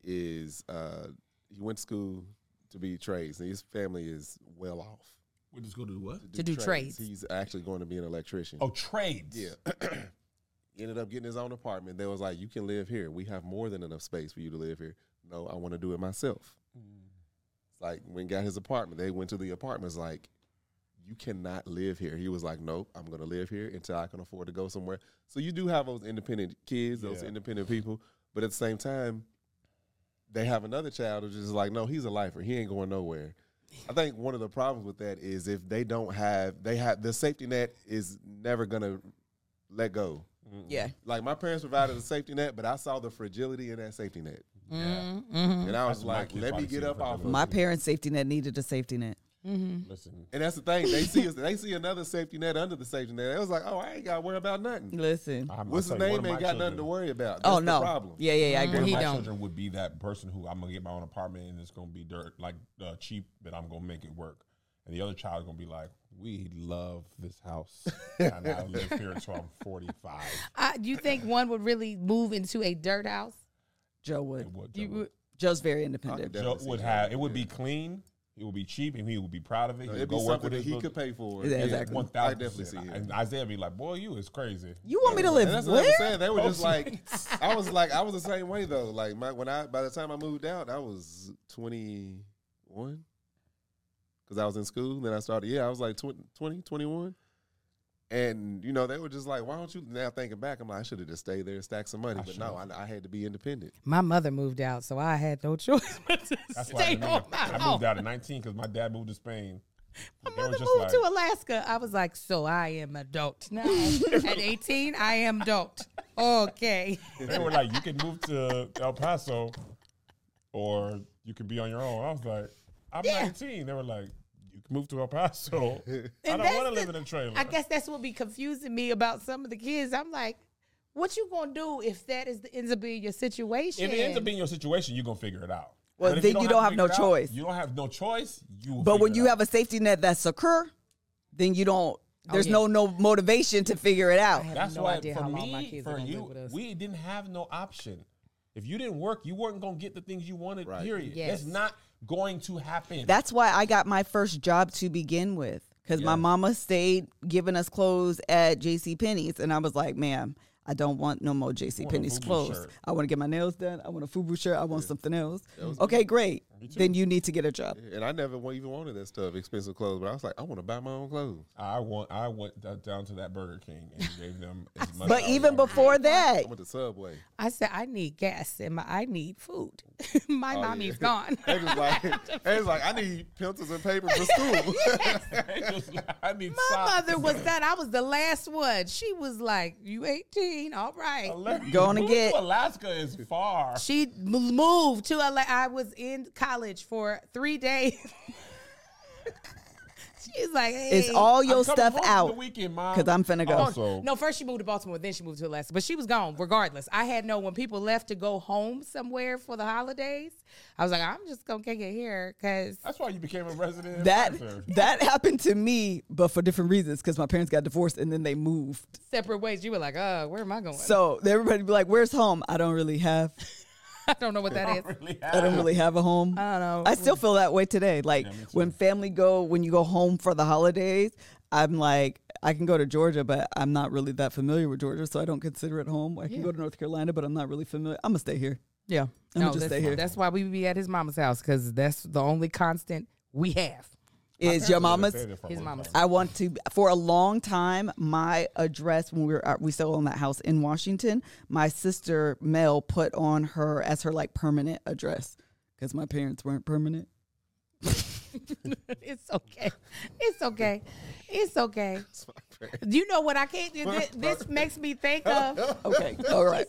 [SPEAKER 4] is uh, he went to school to be trades, and his family is well off.
[SPEAKER 3] We just go to what?
[SPEAKER 2] To do trades.
[SPEAKER 4] he's actually going to be an electrician.
[SPEAKER 3] Oh, trades.
[SPEAKER 4] Yeah. Ended up getting his own apartment. They was like, "You can live here. We have more than enough space for you to live here." No, I want to do it myself. It's like when he got his apartment, they went to the apartment. It's like, "You cannot live here." He was like, "Nope, I'm gonna live here until I can afford to go somewhere." So you do have those independent kids, those
[SPEAKER 3] Yeah.
[SPEAKER 4] independent people, but at the same time, they have another child who's just like, "No, he's a lifer. He ain't going nowhere." I think one of the problems with that is if they don't have they have the safety net is never gonna let go.
[SPEAKER 1] Yeah,
[SPEAKER 4] Like my parents provided a safety net, but I saw the fragility in that safety net,
[SPEAKER 3] Yeah.
[SPEAKER 4] and I was
[SPEAKER 1] Mm-hmm.
[SPEAKER 3] That's what my
[SPEAKER 4] like,
[SPEAKER 3] kids
[SPEAKER 4] "Let me
[SPEAKER 3] probably
[SPEAKER 4] get
[SPEAKER 3] see
[SPEAKER 4] up
[SPEAKER 3] the
[SPEAKER 4] off of."
[SPEAKER 1] my parents' safety net needed a safety net.
[SPEAKER 3] Listen,
[SPEAKER 4] And that's the thing. They see us, they see another safety net under the safety net. It was like, oh, I ain't got to worry about nothing.
[SPEAKER 1] Listen.
[SPEAKER 3] I'm- I'll
[SPEAKER 4] What's his
[SPEAKER 3] tell you, one
[SPEAKER 4] name
[SPEAKER 3] of my
[SPEAKER 4] ain't got nothing
[SPEAKER 3] children-
[SPEAKER 4] to worry about.
[SPEAKER 1] oh
[SPEAKER 4] That's the
[SPEAKER 1] no.
[SPEAKER 4] problem.
[SPEAKER 1] Yeah, yeah, yeah. I agree.
[SPEAKER 3] One of
[SPEAKER 2] He
[SPEAKER 3] my
[SPEAKER 2] don't.
[SPEAKER 3] children would be that person who I'm gonna get my own apartment and it's gonna be dirt like uh, cheap, but I'm gonna make it work. And the other child is gonna be like, "We love this house, and I live here until I'm 45."
[SPEAKER 2] I, you think one would really move into a dirt house?
[SPEAKER 1] Joe
[SPEAKER 3] It
[SPEAKER 1] would.
[SPEAKER 3] would,
[SPEAKER 2] You
[SPEAKER 3] Joe would,
[SPEAKER 2] would.
[SPEAKER 1] Joe's very independent.
[SPEAKER 4] Okay.
[SPEAKER 3] Joe
[SPEAKER 4] definitely
[SPEAKER 3] would
[SPEAKER 4] see
[SPEAKER 3] have.
[SPEAKER 4] Joe
[SPEAKER 3] It would
[SPEAKER 4] would
[SPEAKER 3] be clean. It would be cheap, and he would be proud of it. He'd
[SPEAKER 4] It'd be
[SPEAKER 3] go work
[SPEAKER 4] something
[SPEAKER 3] with
[SPEAKER 4] that
[SPEAKER 3] his
[SPEAKER 4] he
[SPEAKER 3] little-
[SPEAKER 4] could pay for.
[SPEAKER 1] Yeah,
[SPEAKER 4] Yeah,
[SPEAKER 1] exactly.
[SPEAKER 3] One
[SPEAKER 4] I
[SPEAKER 3] thousand.
[SPEAKER 4] definitely see it.
[SPEAKER 3] And Isaiah be like, "Boy, you is crazy."
[SPEAKER 1] You want me to live
[SPEAKER 4] And that's what I was
[SPEAKER 1] where?
[SPEAKER 4] saying. They were just like, I was like, I was the same way though. Like my when I by the time I moved out, I was twenty one because I was in school. Then I started. Yeah, I was like 20, 20 21. And you know they were just like, "Why don't you?" Now thinking back, I'm like, "I should have just stayed there and stacked some money." but no, I, I had to be independent.
[SPEAKER 2] My mother moved out, so I had no choice but to
[SPEAKER 3] That's why I,
[SPEAKER 2] stay on
[SPEAKER 3] remember
[SPEAKER 2] my
[SPEAKER 3] I
[SPEAKER 4] Oh.
[SPEAKER 2] own.
[SPEAKER 3] moved out at 19 because my dad moved to Spain.
[SPEAKER 2] My
[SPEAKER 3] They were
[SPEAKER 2] mother
[SPEAKER 3] just
[SPEAKER 2] moved to
[SPEAKER 3] like-
[SPEAKER 2] Alaska. I was like, so I am adult now. At 18, I am adult. Okay.
[SPEAKER 3] They were like, you can move to El Paso or you can be on your own. I was like, I'm
[SPEAKER 2] Yeah.
[SPEAKER 3] 19. They were like, you can move to El Paso. I don't
[SPEAKER 2] that's
[SPEAKER 3] want to live
[SPEAKER 2] the-
[SPEAKER 3] in a trailer.
[SPEAKER 2] I guess that's what be confusing me about some of the kids. I'm like, what you gonna do if that is the ends up being your situation?
[SPEAKER 3] if it ends up being your situation, you're going to figure it out.
[SPEAKER 1] Well,
[SPEAKER 3] But if
[SPEAKER 1] then you don't have
[SPEAKER 3] to
[SPEAKER 1] no
[SPEAKER 3] figure it out,
[SPEAKER 1] choice.
[SPEAKER 3] you don't have no choice. You
[SPEAKER 1] But when you have a safety net that's secure, then you don't. There's
[SPEAKER 2] yeah.
[SPEAKER 1] no no motivation to figure it out.
[SPEAKER 2] have
[SPEAKER 3] that's
[SPEAKER 2] no
[SPEAKER 3] why
[SPEAKER 2] idea
[SPEAKER 3] for
[SPEAKER 2] how long my
[SPEAKER 3] me,
[SPEAKER 2] kids
[SPEAKER 3] for
[SPEAKER 2] are gonna live
[SPEAKER 3] you,
[SPEAKER 2] with us.
[SPEAKER 3] we didn't have no option. If you didn't work, you weren't going to get the things you wanted,
[SPEAKER 4] Right.
[SPEAKER 3] period.
[SPEAKER 2] Yes.
[SPEAKER 3] That's not going to happen.
[SPEAKER 1] That's why I got my first job to begin with. Because my
[SPEAKER 3] Yeah.
[SPEAKER 1] mama stayed giving us clothes at JC Penney's. And I was like, ma'am, I don't want no more JC Penney's
[SPEAKER 3] Fubu
[SPEAKER 1] clothes.
[SPEAKER 3] shirt.
[SPEAKER 1] I want to get my nails done. I want a FUBU shirt. I want something else. Okay, great. Then you need to get a job.
[SPEAKER 4] And I never wa- even wanted that stuff, expensive clothes. But I was like, I want to buy my own clothes.
[SPEAKER 3] I want. I went d- down to that Burger King and gave them as much.
[SPEAKER 1] But
[SPEAKER 3] as
[SPEAKER 1] even
[SPEAKER 3] I wanted.
[SPEAKER 1] before that,
[SPEAKER 4] I went to Subway.
[SPEAKER 2] I said, I need gas and my, I need food.
[SPEAKER 3] Oh,
[SPEAKER 2] my mommy's gone.
[SPEAKER 4] They was like, they was like, I need pencils and paper for school.
[SPEAKER 3] Just like, I need
[SPEAKER 2] my
[SPEAKER 3] socks.
[SPEAKER 2] mother was done. I was the last one. She was like, You 18, all right.
[SPEAKER 3] Alaska-
[SPEAKER 1] Gonna
[SPEAKER 3] moving
[SPEAKER 1] get-
[SPEAKER 3] to Alaska is far.
[SPEAKER 2] She m- moved to LA. I was in college for three days. She's like, hey.
[SPEAKER 1] it's all your
[SPEAKER 3] I'm coming
[SPEAKER 1] stuff
[SPEAKER 3] home for The
[SPEAKER 1] out.
[SPEAKER 3] weekend, Mom.
[SPEAKER 1] 'Cause I'm finna go.
[SPEAKER 3] Also,
[SPEAKER 2] No, first she moved to Baltimore, then she moved to Alaska. But she was gone regardless. I had no when people left to go home somewhere for the holidays. I was like, I'm just gonna kick it here because
[SPEAKER 3] that's why you became a resident. in
[SPEAKER 1] That
[SPEAKER 3] Alaska.
[SPEAKER 1] that happened to me, but for different reasons. Because my parents got divorced and then they moved.
[SPEAKER 2] separate ways. You were like, uh, where am I going?
[SPEAKER 1] So everybody be like, "Where's home?" I don't really have.
[SPEAKER 2] I don't know what that is.
[SPEAKER 3] Really
[SPEAKER 1] I don't really have a home.
[SPEAKER 2] I don't know.
[SPEAKER 1] I still feel that way today. Like when family go, when you go home for the holidays, I'm like, I can go to Georgia, but I'm not really that familiar with Georgia, so I don't consider it home. I can go to North Carolina, but I'm not really familiar. I'm gonna stay here.
[SPEAKER 2] Yeah.
[SPEAKER 1] I'ma
[SPEAKER 2] No,
[SPEAKER 1] just
[SPEAKER 2] that's,
[SPEAKER 1] stay here.
[SPEAKER 2] that's why we be at his mama's house, because that's the only constant we have.
[SPEAKER 1] Is your mama's?
[SPEAKER 2] His mama's
[SPEAKER 1] I want to. For a long time, my address when we were uh, we still own that house in Washington, my sister Mel put on her as her like permanent address because my parents weren't permanent.
[SPEAKER 2] it's okay. It's okay. It's okay. You know what I can't do? This, this makes me think of
[SPEAKER 1] Okay, all right.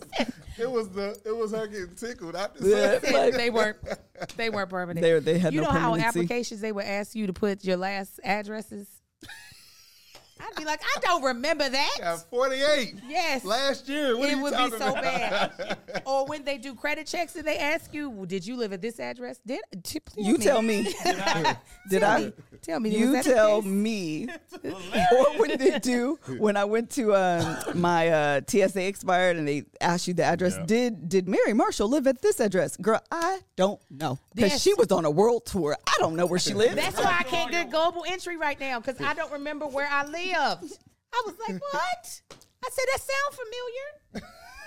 [SPEAKER 4] it was the it was her getting tickled. I just
[SPEAKER 1] Yeah.
[SPEAKER 2] they weren't they weren't permanent.
[SPEAKER 1] They- they had
[SPEAKER 2] you
[SPEAKER 1] no
[SPEAKER 2] know how on
[SPEAKER 1] permanency.
[SPEAKER 2] applications they would ask you to put your last addresses. I'd be like, I don't remember that.
[SPEAKER 4] got forty eight.
[SPEAKER 2] Yes.
[SPEAKER 4] Last year, what are
[SPEAKER 2] it
[SPEAKER 4] you
[SPEAKER 2] would be
[SPEAKER 4] talking
[SPEAKER 2] so
[SPEAKER 4] about?
[SPEAKER 2] bad. or when they do credit checks and they ask you, well, "Did you live at this address?" Did t- please
[SPEAKER 1] You tell me. Did
[SPEAKER 2] Tell
[SPEAKER 1] I?
[SPEAKER 2] me. Tell me, was
[SPEAKER 1] You
[SPEAKER 2] that the
[SPEAKER 1] tell
[SPEAKER 2] case?
[SPEAKER 1] me. what would they do when I went to um, my uh, TSA expired and they asked you the address?
[SPEAKER 3] Yeah.
[SPEAKER 1] Did did Mary Marshall live at this address? Girl, I don't know because
[SPEAKER 2] Yes.
[SPEAKER 1] she was on a world tour. I don't know where she lives.
[SPEAKER 2] That's why I can't get global entry right now because I don't remember where I lived. I was like, what? I said, that sound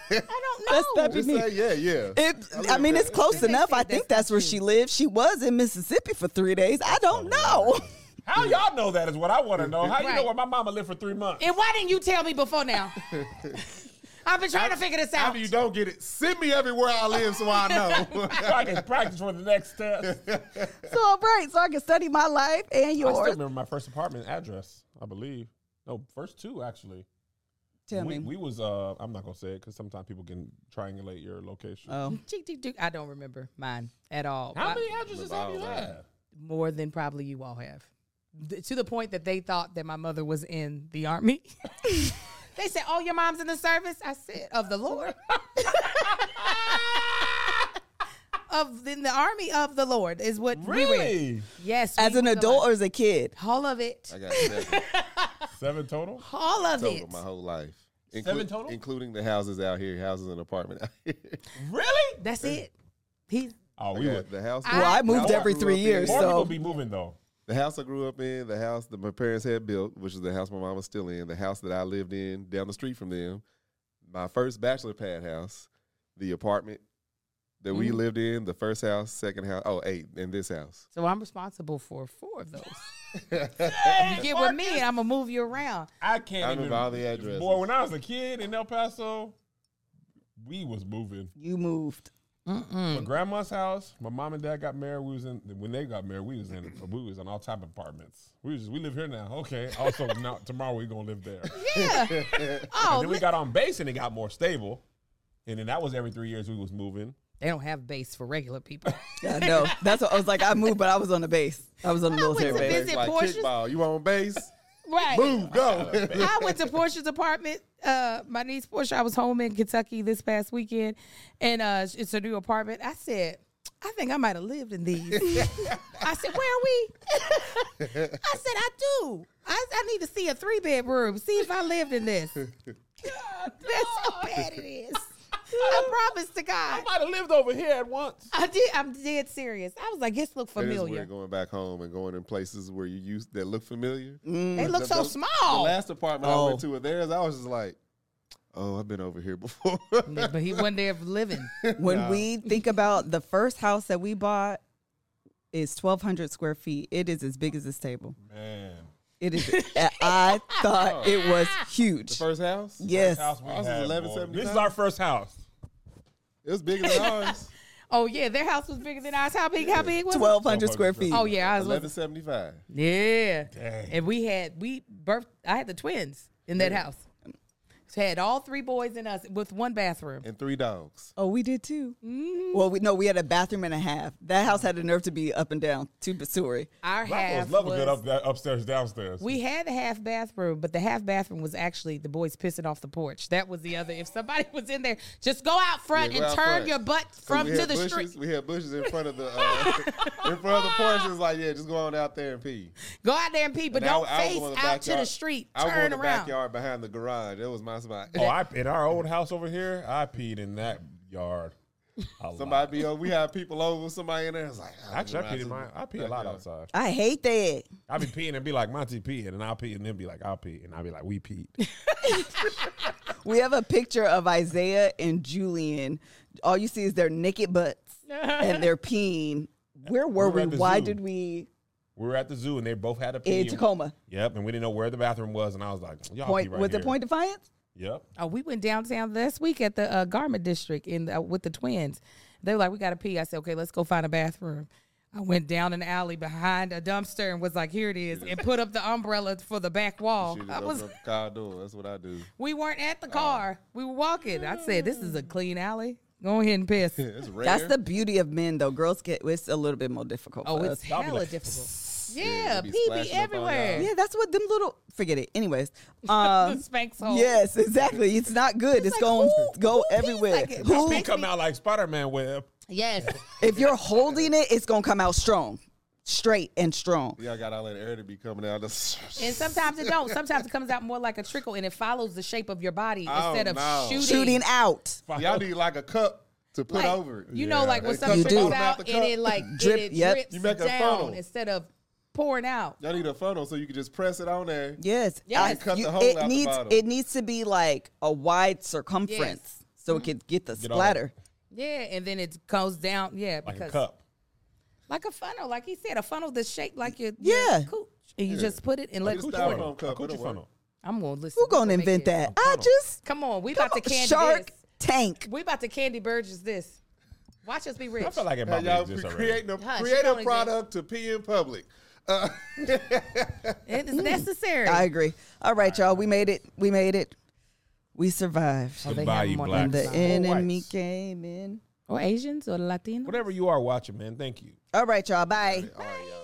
[SPEAKER 2] familiar. I
[SPEAKER 1] That's-
[SPEAKER 2] don't
[SPEAKER 1] that'd
[SPEAKER 2] know.
[SPEAKER 1] be-
[SPEAKER 4] Just say, yeah, yeah.
[SPEAKER 1] It, I mean, it's close
[SPEAKER 2] Then they
[SPEAKER 1] enough.
[SPEAKER 2] said
[SPEAKER 1] I think
[SPEAKER 2] that's
[SPEAKER 1] that's
[SPEAKER 2] not
[SPEAKER 1] where
[SPEAKER 2] true.
[SPEAKER 1] she lived. She was in Mississippi for three days. I
[SPEAKER 3] Oh,
[SPEAKER 1] don't know.
[SPEAKER 3] How y'all know that is what I want to know. How you
[SPEAKER 2] Right.
[SPEAKER 3] know where my mama lived for three months?
[SPEAKER 2] And why didn't you tell me before now? I've been trying to figure this out.
[SPEAKER 4] If you don't get it, send me everywhere I live so I know.
[SPEAKER 3] so I can practice for the next test. I
[SPEAKER 1] so I'm right, so I can study my life and
[SPEAKER 3] still
[SPEAKER 1] yours.
[SPEAKER 3] remember my first apartment address, I believe. No, first two actually.
[SPEAKER 1] Tell me.
[SPEAKER 3] we, we was uh, I'm not gonna say it because sometimes people can triangulate your location.
[SPEAKER 1] oh,
[SPEAKER 2] Tick, tick, tick. I don't remember mine at all.
[SPEAKER 3] How
[SPEAKER 2] Why-
[SPEAKER 3] many addresses have you had?
[SPEAKER 2] More than probably you all have. th- to the point that they thought that my mother was in the army. they said, "Oh, your mom's in the service." I said, "Of the Lord." of in the army of the Lord is what we were. in.
[SPEAKER 3] Really?
[SPEAKER 2] Yes,
[SPEAKER 1] As
[SPEAKER 2] we
[SPEAKER 1] an
[SPEAKER 2] were the
[SPEAKER 1] adult
[SPEAKER 2] one-
[SPEAKER 1] or as a kid?
[SPEAKER 2] all of it,
[SPEAKER 4] I got seven
[SPEAKER 3] Seven total?
[SPEAKER 2] all of
[SPEAKER 4] total
[SPEAKER 2] it.
[SPEAKER 4] my whole life. Inclu-
[SPEAKER 3] Seven total?
[SPEAKER 4] Including the houses out here, houses and apartment out here.
[SPEAKER 3] Really?
[SPEAKER 2] That's it. He
[SPEAKER 3] Oh,
[SPEAKER 4] I
[SPEAKER 3] we
[SPEAKER 4] got
[SPEAKER 3] would.
[SPEAKER 4] the house.
[SPEAKER 1] Well, I
[SPEAKER 4] the
[SPEAKER 1] moved
[SPEAKER 4] house
[SPEAKER 1] every
[SPEAKER 4] grew
[SPEAKER 1] three
[SPEAKER 4] up in-
[SPEAKER 1] years,
[SPEAKER 3] More
[SPEAKER 1] so-
[SPEAKER 3] people be moving though.
[SPEAKER 4] The house I grew up in, the house that my parents had built, which is the house my mom was still in, the house that I lived in down the street from them, my first bachelor pad house, the apartment that we lived in, the first house, second house, oh, eight, and this house.
[SPEAKER 2] So I'm responsible for four of those. you get with me, and I'm gonna move you around.
[SPEAKER 3] I can't
[SPEAKER 4] I
[SPEAKER 3] even.
[SPEAKER 4] remember all the addresses.
[SPEAKER 3] Boy, when I was a kid in El Paso, we was moving.
[SPEAKER 1] You moved.
[SPEAKER 3] My grandma's house. My mom and dad got married. We was in when they got married. We was in we was in all type of apartments. We was we live here now. Okay. Also, now tomorrow we gonna live there.
[SPEAKER 2] Yeah.
[SPEAKER 3] And
[SPEAKER 2] oh,
[SPEAKER 3] then we
[SPEAKER 2] li-
[SPEAKER 3] got on base and it got more stable. And then that was every three years we was moving.
[SPEAKER 2] they don't have base for regular people.
[SPEAKER 1] Yeah, no, that's what I was like. I moved, but I was on the base. I was on the
[SPEAKER 2] Well, I went
[SPEAKER 1] military
[SPEAKER 2] to
[SPEAKER 1] base.
[SPEAKER 2] visit
[SPEAKER 4] like
[SPEAKER 2] Portia's-
[SPEAKER 4] kickball, you on base?
[SPEAKER 2] right.
[SPEAKER 4] Boom, go.
[SPEAKER 2] I went to Portia's apartment. Uh, my niece Portia. I was home in Kentucky this past weekend, and uh, it's a new apartment. I said, I think I might have lived in these. I said, Where are we? I said, I do. I, I need to see a three bedroom. See if I lived in this. That's how bad it is. I promise to God.
[SPEAKER 3] Might have lived over here at once.
[SPEAKER 2] I did. I'm dead serious. I was like, this look
[SPEAKER 4] It is
[SPEAKER 2] familiar.
[SPEAKER 4] weird going back home and going in places where you used that look familiar.
[SPEAKER 2] They look so
[SPEAKER 4] The- The
[SPEAKER 2] small.
[SPEAKER 4] last apartment I
[SPEAKER 1] Oh.
[SPEAKER 4] went to with theirs, I was just like, oh, I've been over here before.
[SPEAKER 2] Yeah, but he wasn't there for living.
[SPEAKER 1] When we think about the first house that we bought is 1,200 square feet. It is as big as this table.
[SPEAKER 3] Man.
[SPEAKER 1] It is. I thought it was
[SPEAKER 4] the
[SPEAKER 1] huge.
[SPEAKER 4] first house?
[SPEAKER 1] Yes.
[SPEAKER 3] House we
[SPEAKER 4] Ours is
[SPEAKER 3] had, boy.
[SPEAKER 4] 1179.
[SPEAKER 3] This is our first house.
[SPEAKER 4] It was bigger than ours.
[SPEAKER 2] Oh yeah, their house was bigger than ours. How big? How big was it?
[SPEAKER 1] 1,200 square feet.
[SPEAKER 2] Oh yeah, ours was.
[SPEAKER 4] Eleven seventy five.
[SPEAKER 2] Yeah,
[SPEAKER 3] Dang.
[SPEAKER 2] and we had we birthed. I had the twins in that house. So had all three boys in us with one bathroom.
[SPEAKER 4] And three dogs.
[SPEAKER 1] Oh, we did too.
[SPEAKER 2] Mm-hmm.
[SPEAKER 1] Well, we no, we had a bathroom and a half. That house had the nerve to be up and down, two story.
[SPEAKER 2] Our
[SPEAKER 3] Black
[SPEAKER 2] half
[SPEAKER 3] folks love a good
[SPEAKER 2] was,
[SPEAKER 3] up, that upstairs, downstairs.
[SPEAKER 2] we had the half bathroom, but the half bathroom was actually the boys pissing off the porch. That was the other. If somebody was in there, just go out front
[SPEAKER 4] Yeah, go
[SPEAKER 2] and
[SPEAKER 4] out
[SPEAKER 2] turn
[SPEAKER 4] front.
[SPEAKER 2] your butt from
[SPEAKER 4] we
[SPEAKER 2] to
[SPEAKER 4] had
[SPEAKER 2] the
[SPEAKER 4] bushes,
[SPEAKER 2] street.
[SPEAKER 4] We had bushes in front of the uh, in front of the porch. It was like, yeah, just go on out there and pee.
[SPEAKER 2] Go out there and pee, but
[SPEAKER 4] And I-
[SPEAKER 2] don't
[SPEAKER 4] I would
[SPEAKER 2] face
[SPEAKER 4] go in the
[SPEAKER 2] out to the
[SPEAKER 4] backyard-
[SPEAKER 2] street.
[SPEAKER 4] I would go in
[SPEAKER 2] Turn
[SPEAKER 4] the
[SPEAKER 2] around.
[SPEAKER 4] backyard behind the garage. That was my spot.
[SPEAKER 3] oh, I, in our old house over here, I peed in that yard. A lot.
[SPEAKER 4] Somebody be over. We had people over. Somebody in there. It was like, oh,
[SPEAKER 3] Actually, I
[SPEAKER 4] garage
[SPEAKER 3] peed
[SPEAKER 4] is-
[SPEAKER 3] in my. I pee a lot outside.
[SPEAKER 1] I hate that.
[SPEAKER 3] I be peeing and be like, Monty peed, and I'll pee, and then be like, I'll pee, and I'll be like, we peed.
[SPEAKER 1] We have a picture of Isaiah and Julian. All you see is their naked butts and they're peeing. Where were
[SPEAKER 3] We were
[SPEAKER 1] we?
[SPEAKER 3] at the
[SPEAKER 1] Why
[SPEAKER 3] zoo.
[SPEAKER 1] did we
[SPEAKER 3] we were at the zoo, and they both had a pee.
[SPEAKER 1] in
[SPEAKER 3] and-
[SPEAKER 1] Tacoma?
[SPEAKER 3] Yep, and we didn't know where the bathroom was, and I was like, y'all
[SPEAKER 1] Point
[SPEAKER 3] pee right
[SPEAKER 1] was
[SPEAKER 3] here.
[SPEAKER 1] it Point Defiance?
[SPEAKER 3] Yep.
[SPEAKER 2] Oh, we went downtown last week at the uh, garment district in the, uh, with the twins. They were like, "We got to pee." I said, "Okay, let's go find a bathroom." I went down an alley behind a dumpster and was like, "Here it is," and put up the umbrella for the back wall.
[SPEAKER 4] She just
[SPEAKER 2] I
[SPEAKER 4] opened
[SPEAKER 2] was,
[SPEAKER 4] up the car door. That's what I do.
[SPEAKER 2] we weren't at
[SPEAKER 4] Uh,
[SPEAKER 2] the car; we were walking. I said, "This is a
[SPEAKER 4] mm.
[SPEAKER 2] clean alley. Go ahead and piss."
[SPEAKER 4] It's rare.
[SPEAKER 1] That's the beauty of men though. Girls get it's a little bit more difficult.
[SPEAKER 2] Oh,
[SPEAKER 1] for
[SPEAKER 2] it's
[SPEAKER 1] us.
[SPEAKER 3] Y'all be
[SPEAKER 2] hella
[SPEAKER 3] like,
[SPEAKER 2] difficult.
[SPEAKER 4] Yeah,
[SPEAKER 2] Yeah,
[SPEAKER 4] it
[SPEAKER 2] pee
[SPEAKER 4] be
[SPEAKER 2] be
[SPEAKER 4] splashing up on
[SPEAKER 2] everywhere.
[SPEAKER 1] yeah, that's what them little forget it. Anyways, um,
[SPEAKER 2] Spanx hole.
[SPEAKER 1] yes, exactly. It's not good. It's, going to
[SPEAKER 2] Oh. who-
[SPEAKER 1] go
[SPEAKER 2] who pees
[SPEAKER 1] everywhere.
[SPEAKER 2] like it?
[SPEAKER 1] Who-
[SPEAKER 3] Pee come out like Spider Man web.
[SPEAKER 2] Yes.
[SPEAKER 1] if you're holding it, it's gonna come out strong, straight and strong.
[SPEAKER 4] Y'all got all that air to be coming out. That's-
[SPEAKER 2] And sometimes it don't. Sometimes it comes out more like a trickle, and it follows the shape of your body
[SPEAKER 4] Oh,
[SPEAKER 2] instead of
[SPEAKER 4] no.
[SPEAKER 1] Shooting out.
[SPEAKER 4] Y'all need like a cup to put
[SPEAKER 2] Like,
[SPEAKER 4] over it.
[SPEAKER 2] You know, like when
[SPEAKER 4] It comes
[SPEAKER 2] something
[SPEAKER 1] You
[SPEAKER 2] comes
[SPEAKER 1] do.
[SPEAKER 2] out and
[SPEAKER 4] cup.
[SPEAKER 2] it like
[SPEAKER 1] Drip,
[SPEAKER 2] drip, it
[SPEAKER 1] yep.
[SPEAKER 2] drips
[SPEAKER 4] You make a
[SPEAKER 2] down
[SPEAKER 4] funnel.
[SPEAKER 2] instead of pouring out.
[SPEAKER 4] Y'all need a funnel so you can just press it on there.
[SPEAKER 1] Yes.
[SPEAKER 2] Yes.
[SPEAKER 1] I-
[SPEAKER 2] You
[SPEAKER 4] cut
[SPEAKER 1] you-
[SPEAKER 4] the hole
[SPEAKER 1] it
[SPEAKER 4] out the
[SPEAKER 1] needs
[SPEAKER 4] bottom.
[SPEAKER 1] it needs to be like a wide circumference
[SPEAKER 2] Yes.
[SPEAKER 1] so
[SPEAKER 4] Mm-hmm.
[SPEAKER 1] it could get the
[SPEAKER 3] Get all that.
[SPEAKER 1] splatter.
[SPEAKER 2] Yeah, and then it goes down. Yeah,
[SPEAKER 3] Like a
[SPEAKER 2] because-
[SPEAKER 3] cup.
[SPEAKER 2] like a funnel, like he said, a funnel that's shaped like your
[SPEAKER 1] Yeah.
[SPEAKER 2] your cooch, and you just put it and let
[SPEAKER 4] Like
[SPEAKER 2] it
[SPEAKER 4] a
[SPEAKER 2] pour.
[SPEAKER 4] styrofoam.
[SPEAKER 3] Funnel.
[SPEAKER 4] cup,
[SPEAKER 3] A coochie
[SPEAKER 4] it'll work.
[SPEAKER 3] funnel.
[SPEAKER 2] I'm gonna listen.
[SPEAKER 1] Who
[SPEAKER 2] We're
[SPEAKER 1] gonna
[SPEAKER 2] make
[SPEAKER 1] invent
[SPEAKER 2] this.
[SPEAKER 1] that? I just
[SPEAKER 2] Come on, we about to candy
[SPEAKER 1] shark
[SPEAKER 2] this.
[SPEAKER 1] tank.
[SPEAKER 2] We about to candy Burgess this. Watch us be rich.
[SPEAKER 3] I feel like it
[SPEAKER 4] Now
[SPEAKER 3] might
[SPEAKER 4] y'all
[SPEAKER 3] be
[SPEAKER 4] pre-
[SPEAKER 3] just already.
[SPEAKER 4] creating a,
[SPEAKER 2] Huh, she
[SPEAKER 4] create
[SPEAKER 2] don't
[SPEAKER 4] a
[SPEAKER 2] exist.
[SPEAKER 4] product to pee in public. Uh,
[SPEAKER 2] it is necessary.
[SPEAKER 1] I agree. All right, y'all. We made it. We made it. We survived.
[SPEAKER 2] Oh, they
[SPEAKER 3] Goodbye,
[SPEAKER 2] have
[SPEAKER 3] you
[SPEAKER 2] more
[SPEAKER 3] blacks.
[SPEAKER 2] than
[SPEAKER 1] The
[SPEAKER 3] Or
[SPEAKER 2] that.
[SPEAKER 1] enemy
[SPEAKER 3] whites.
[SPEAKER 1] came in.
[SPEAKER 2] or Asians or Latinos.
[SPEAKER 3] Whatever you are watching, man, thank you.
[SPEAKER 1] All right, y'all. Bye.
[SPEAKER 4] all right, y'all.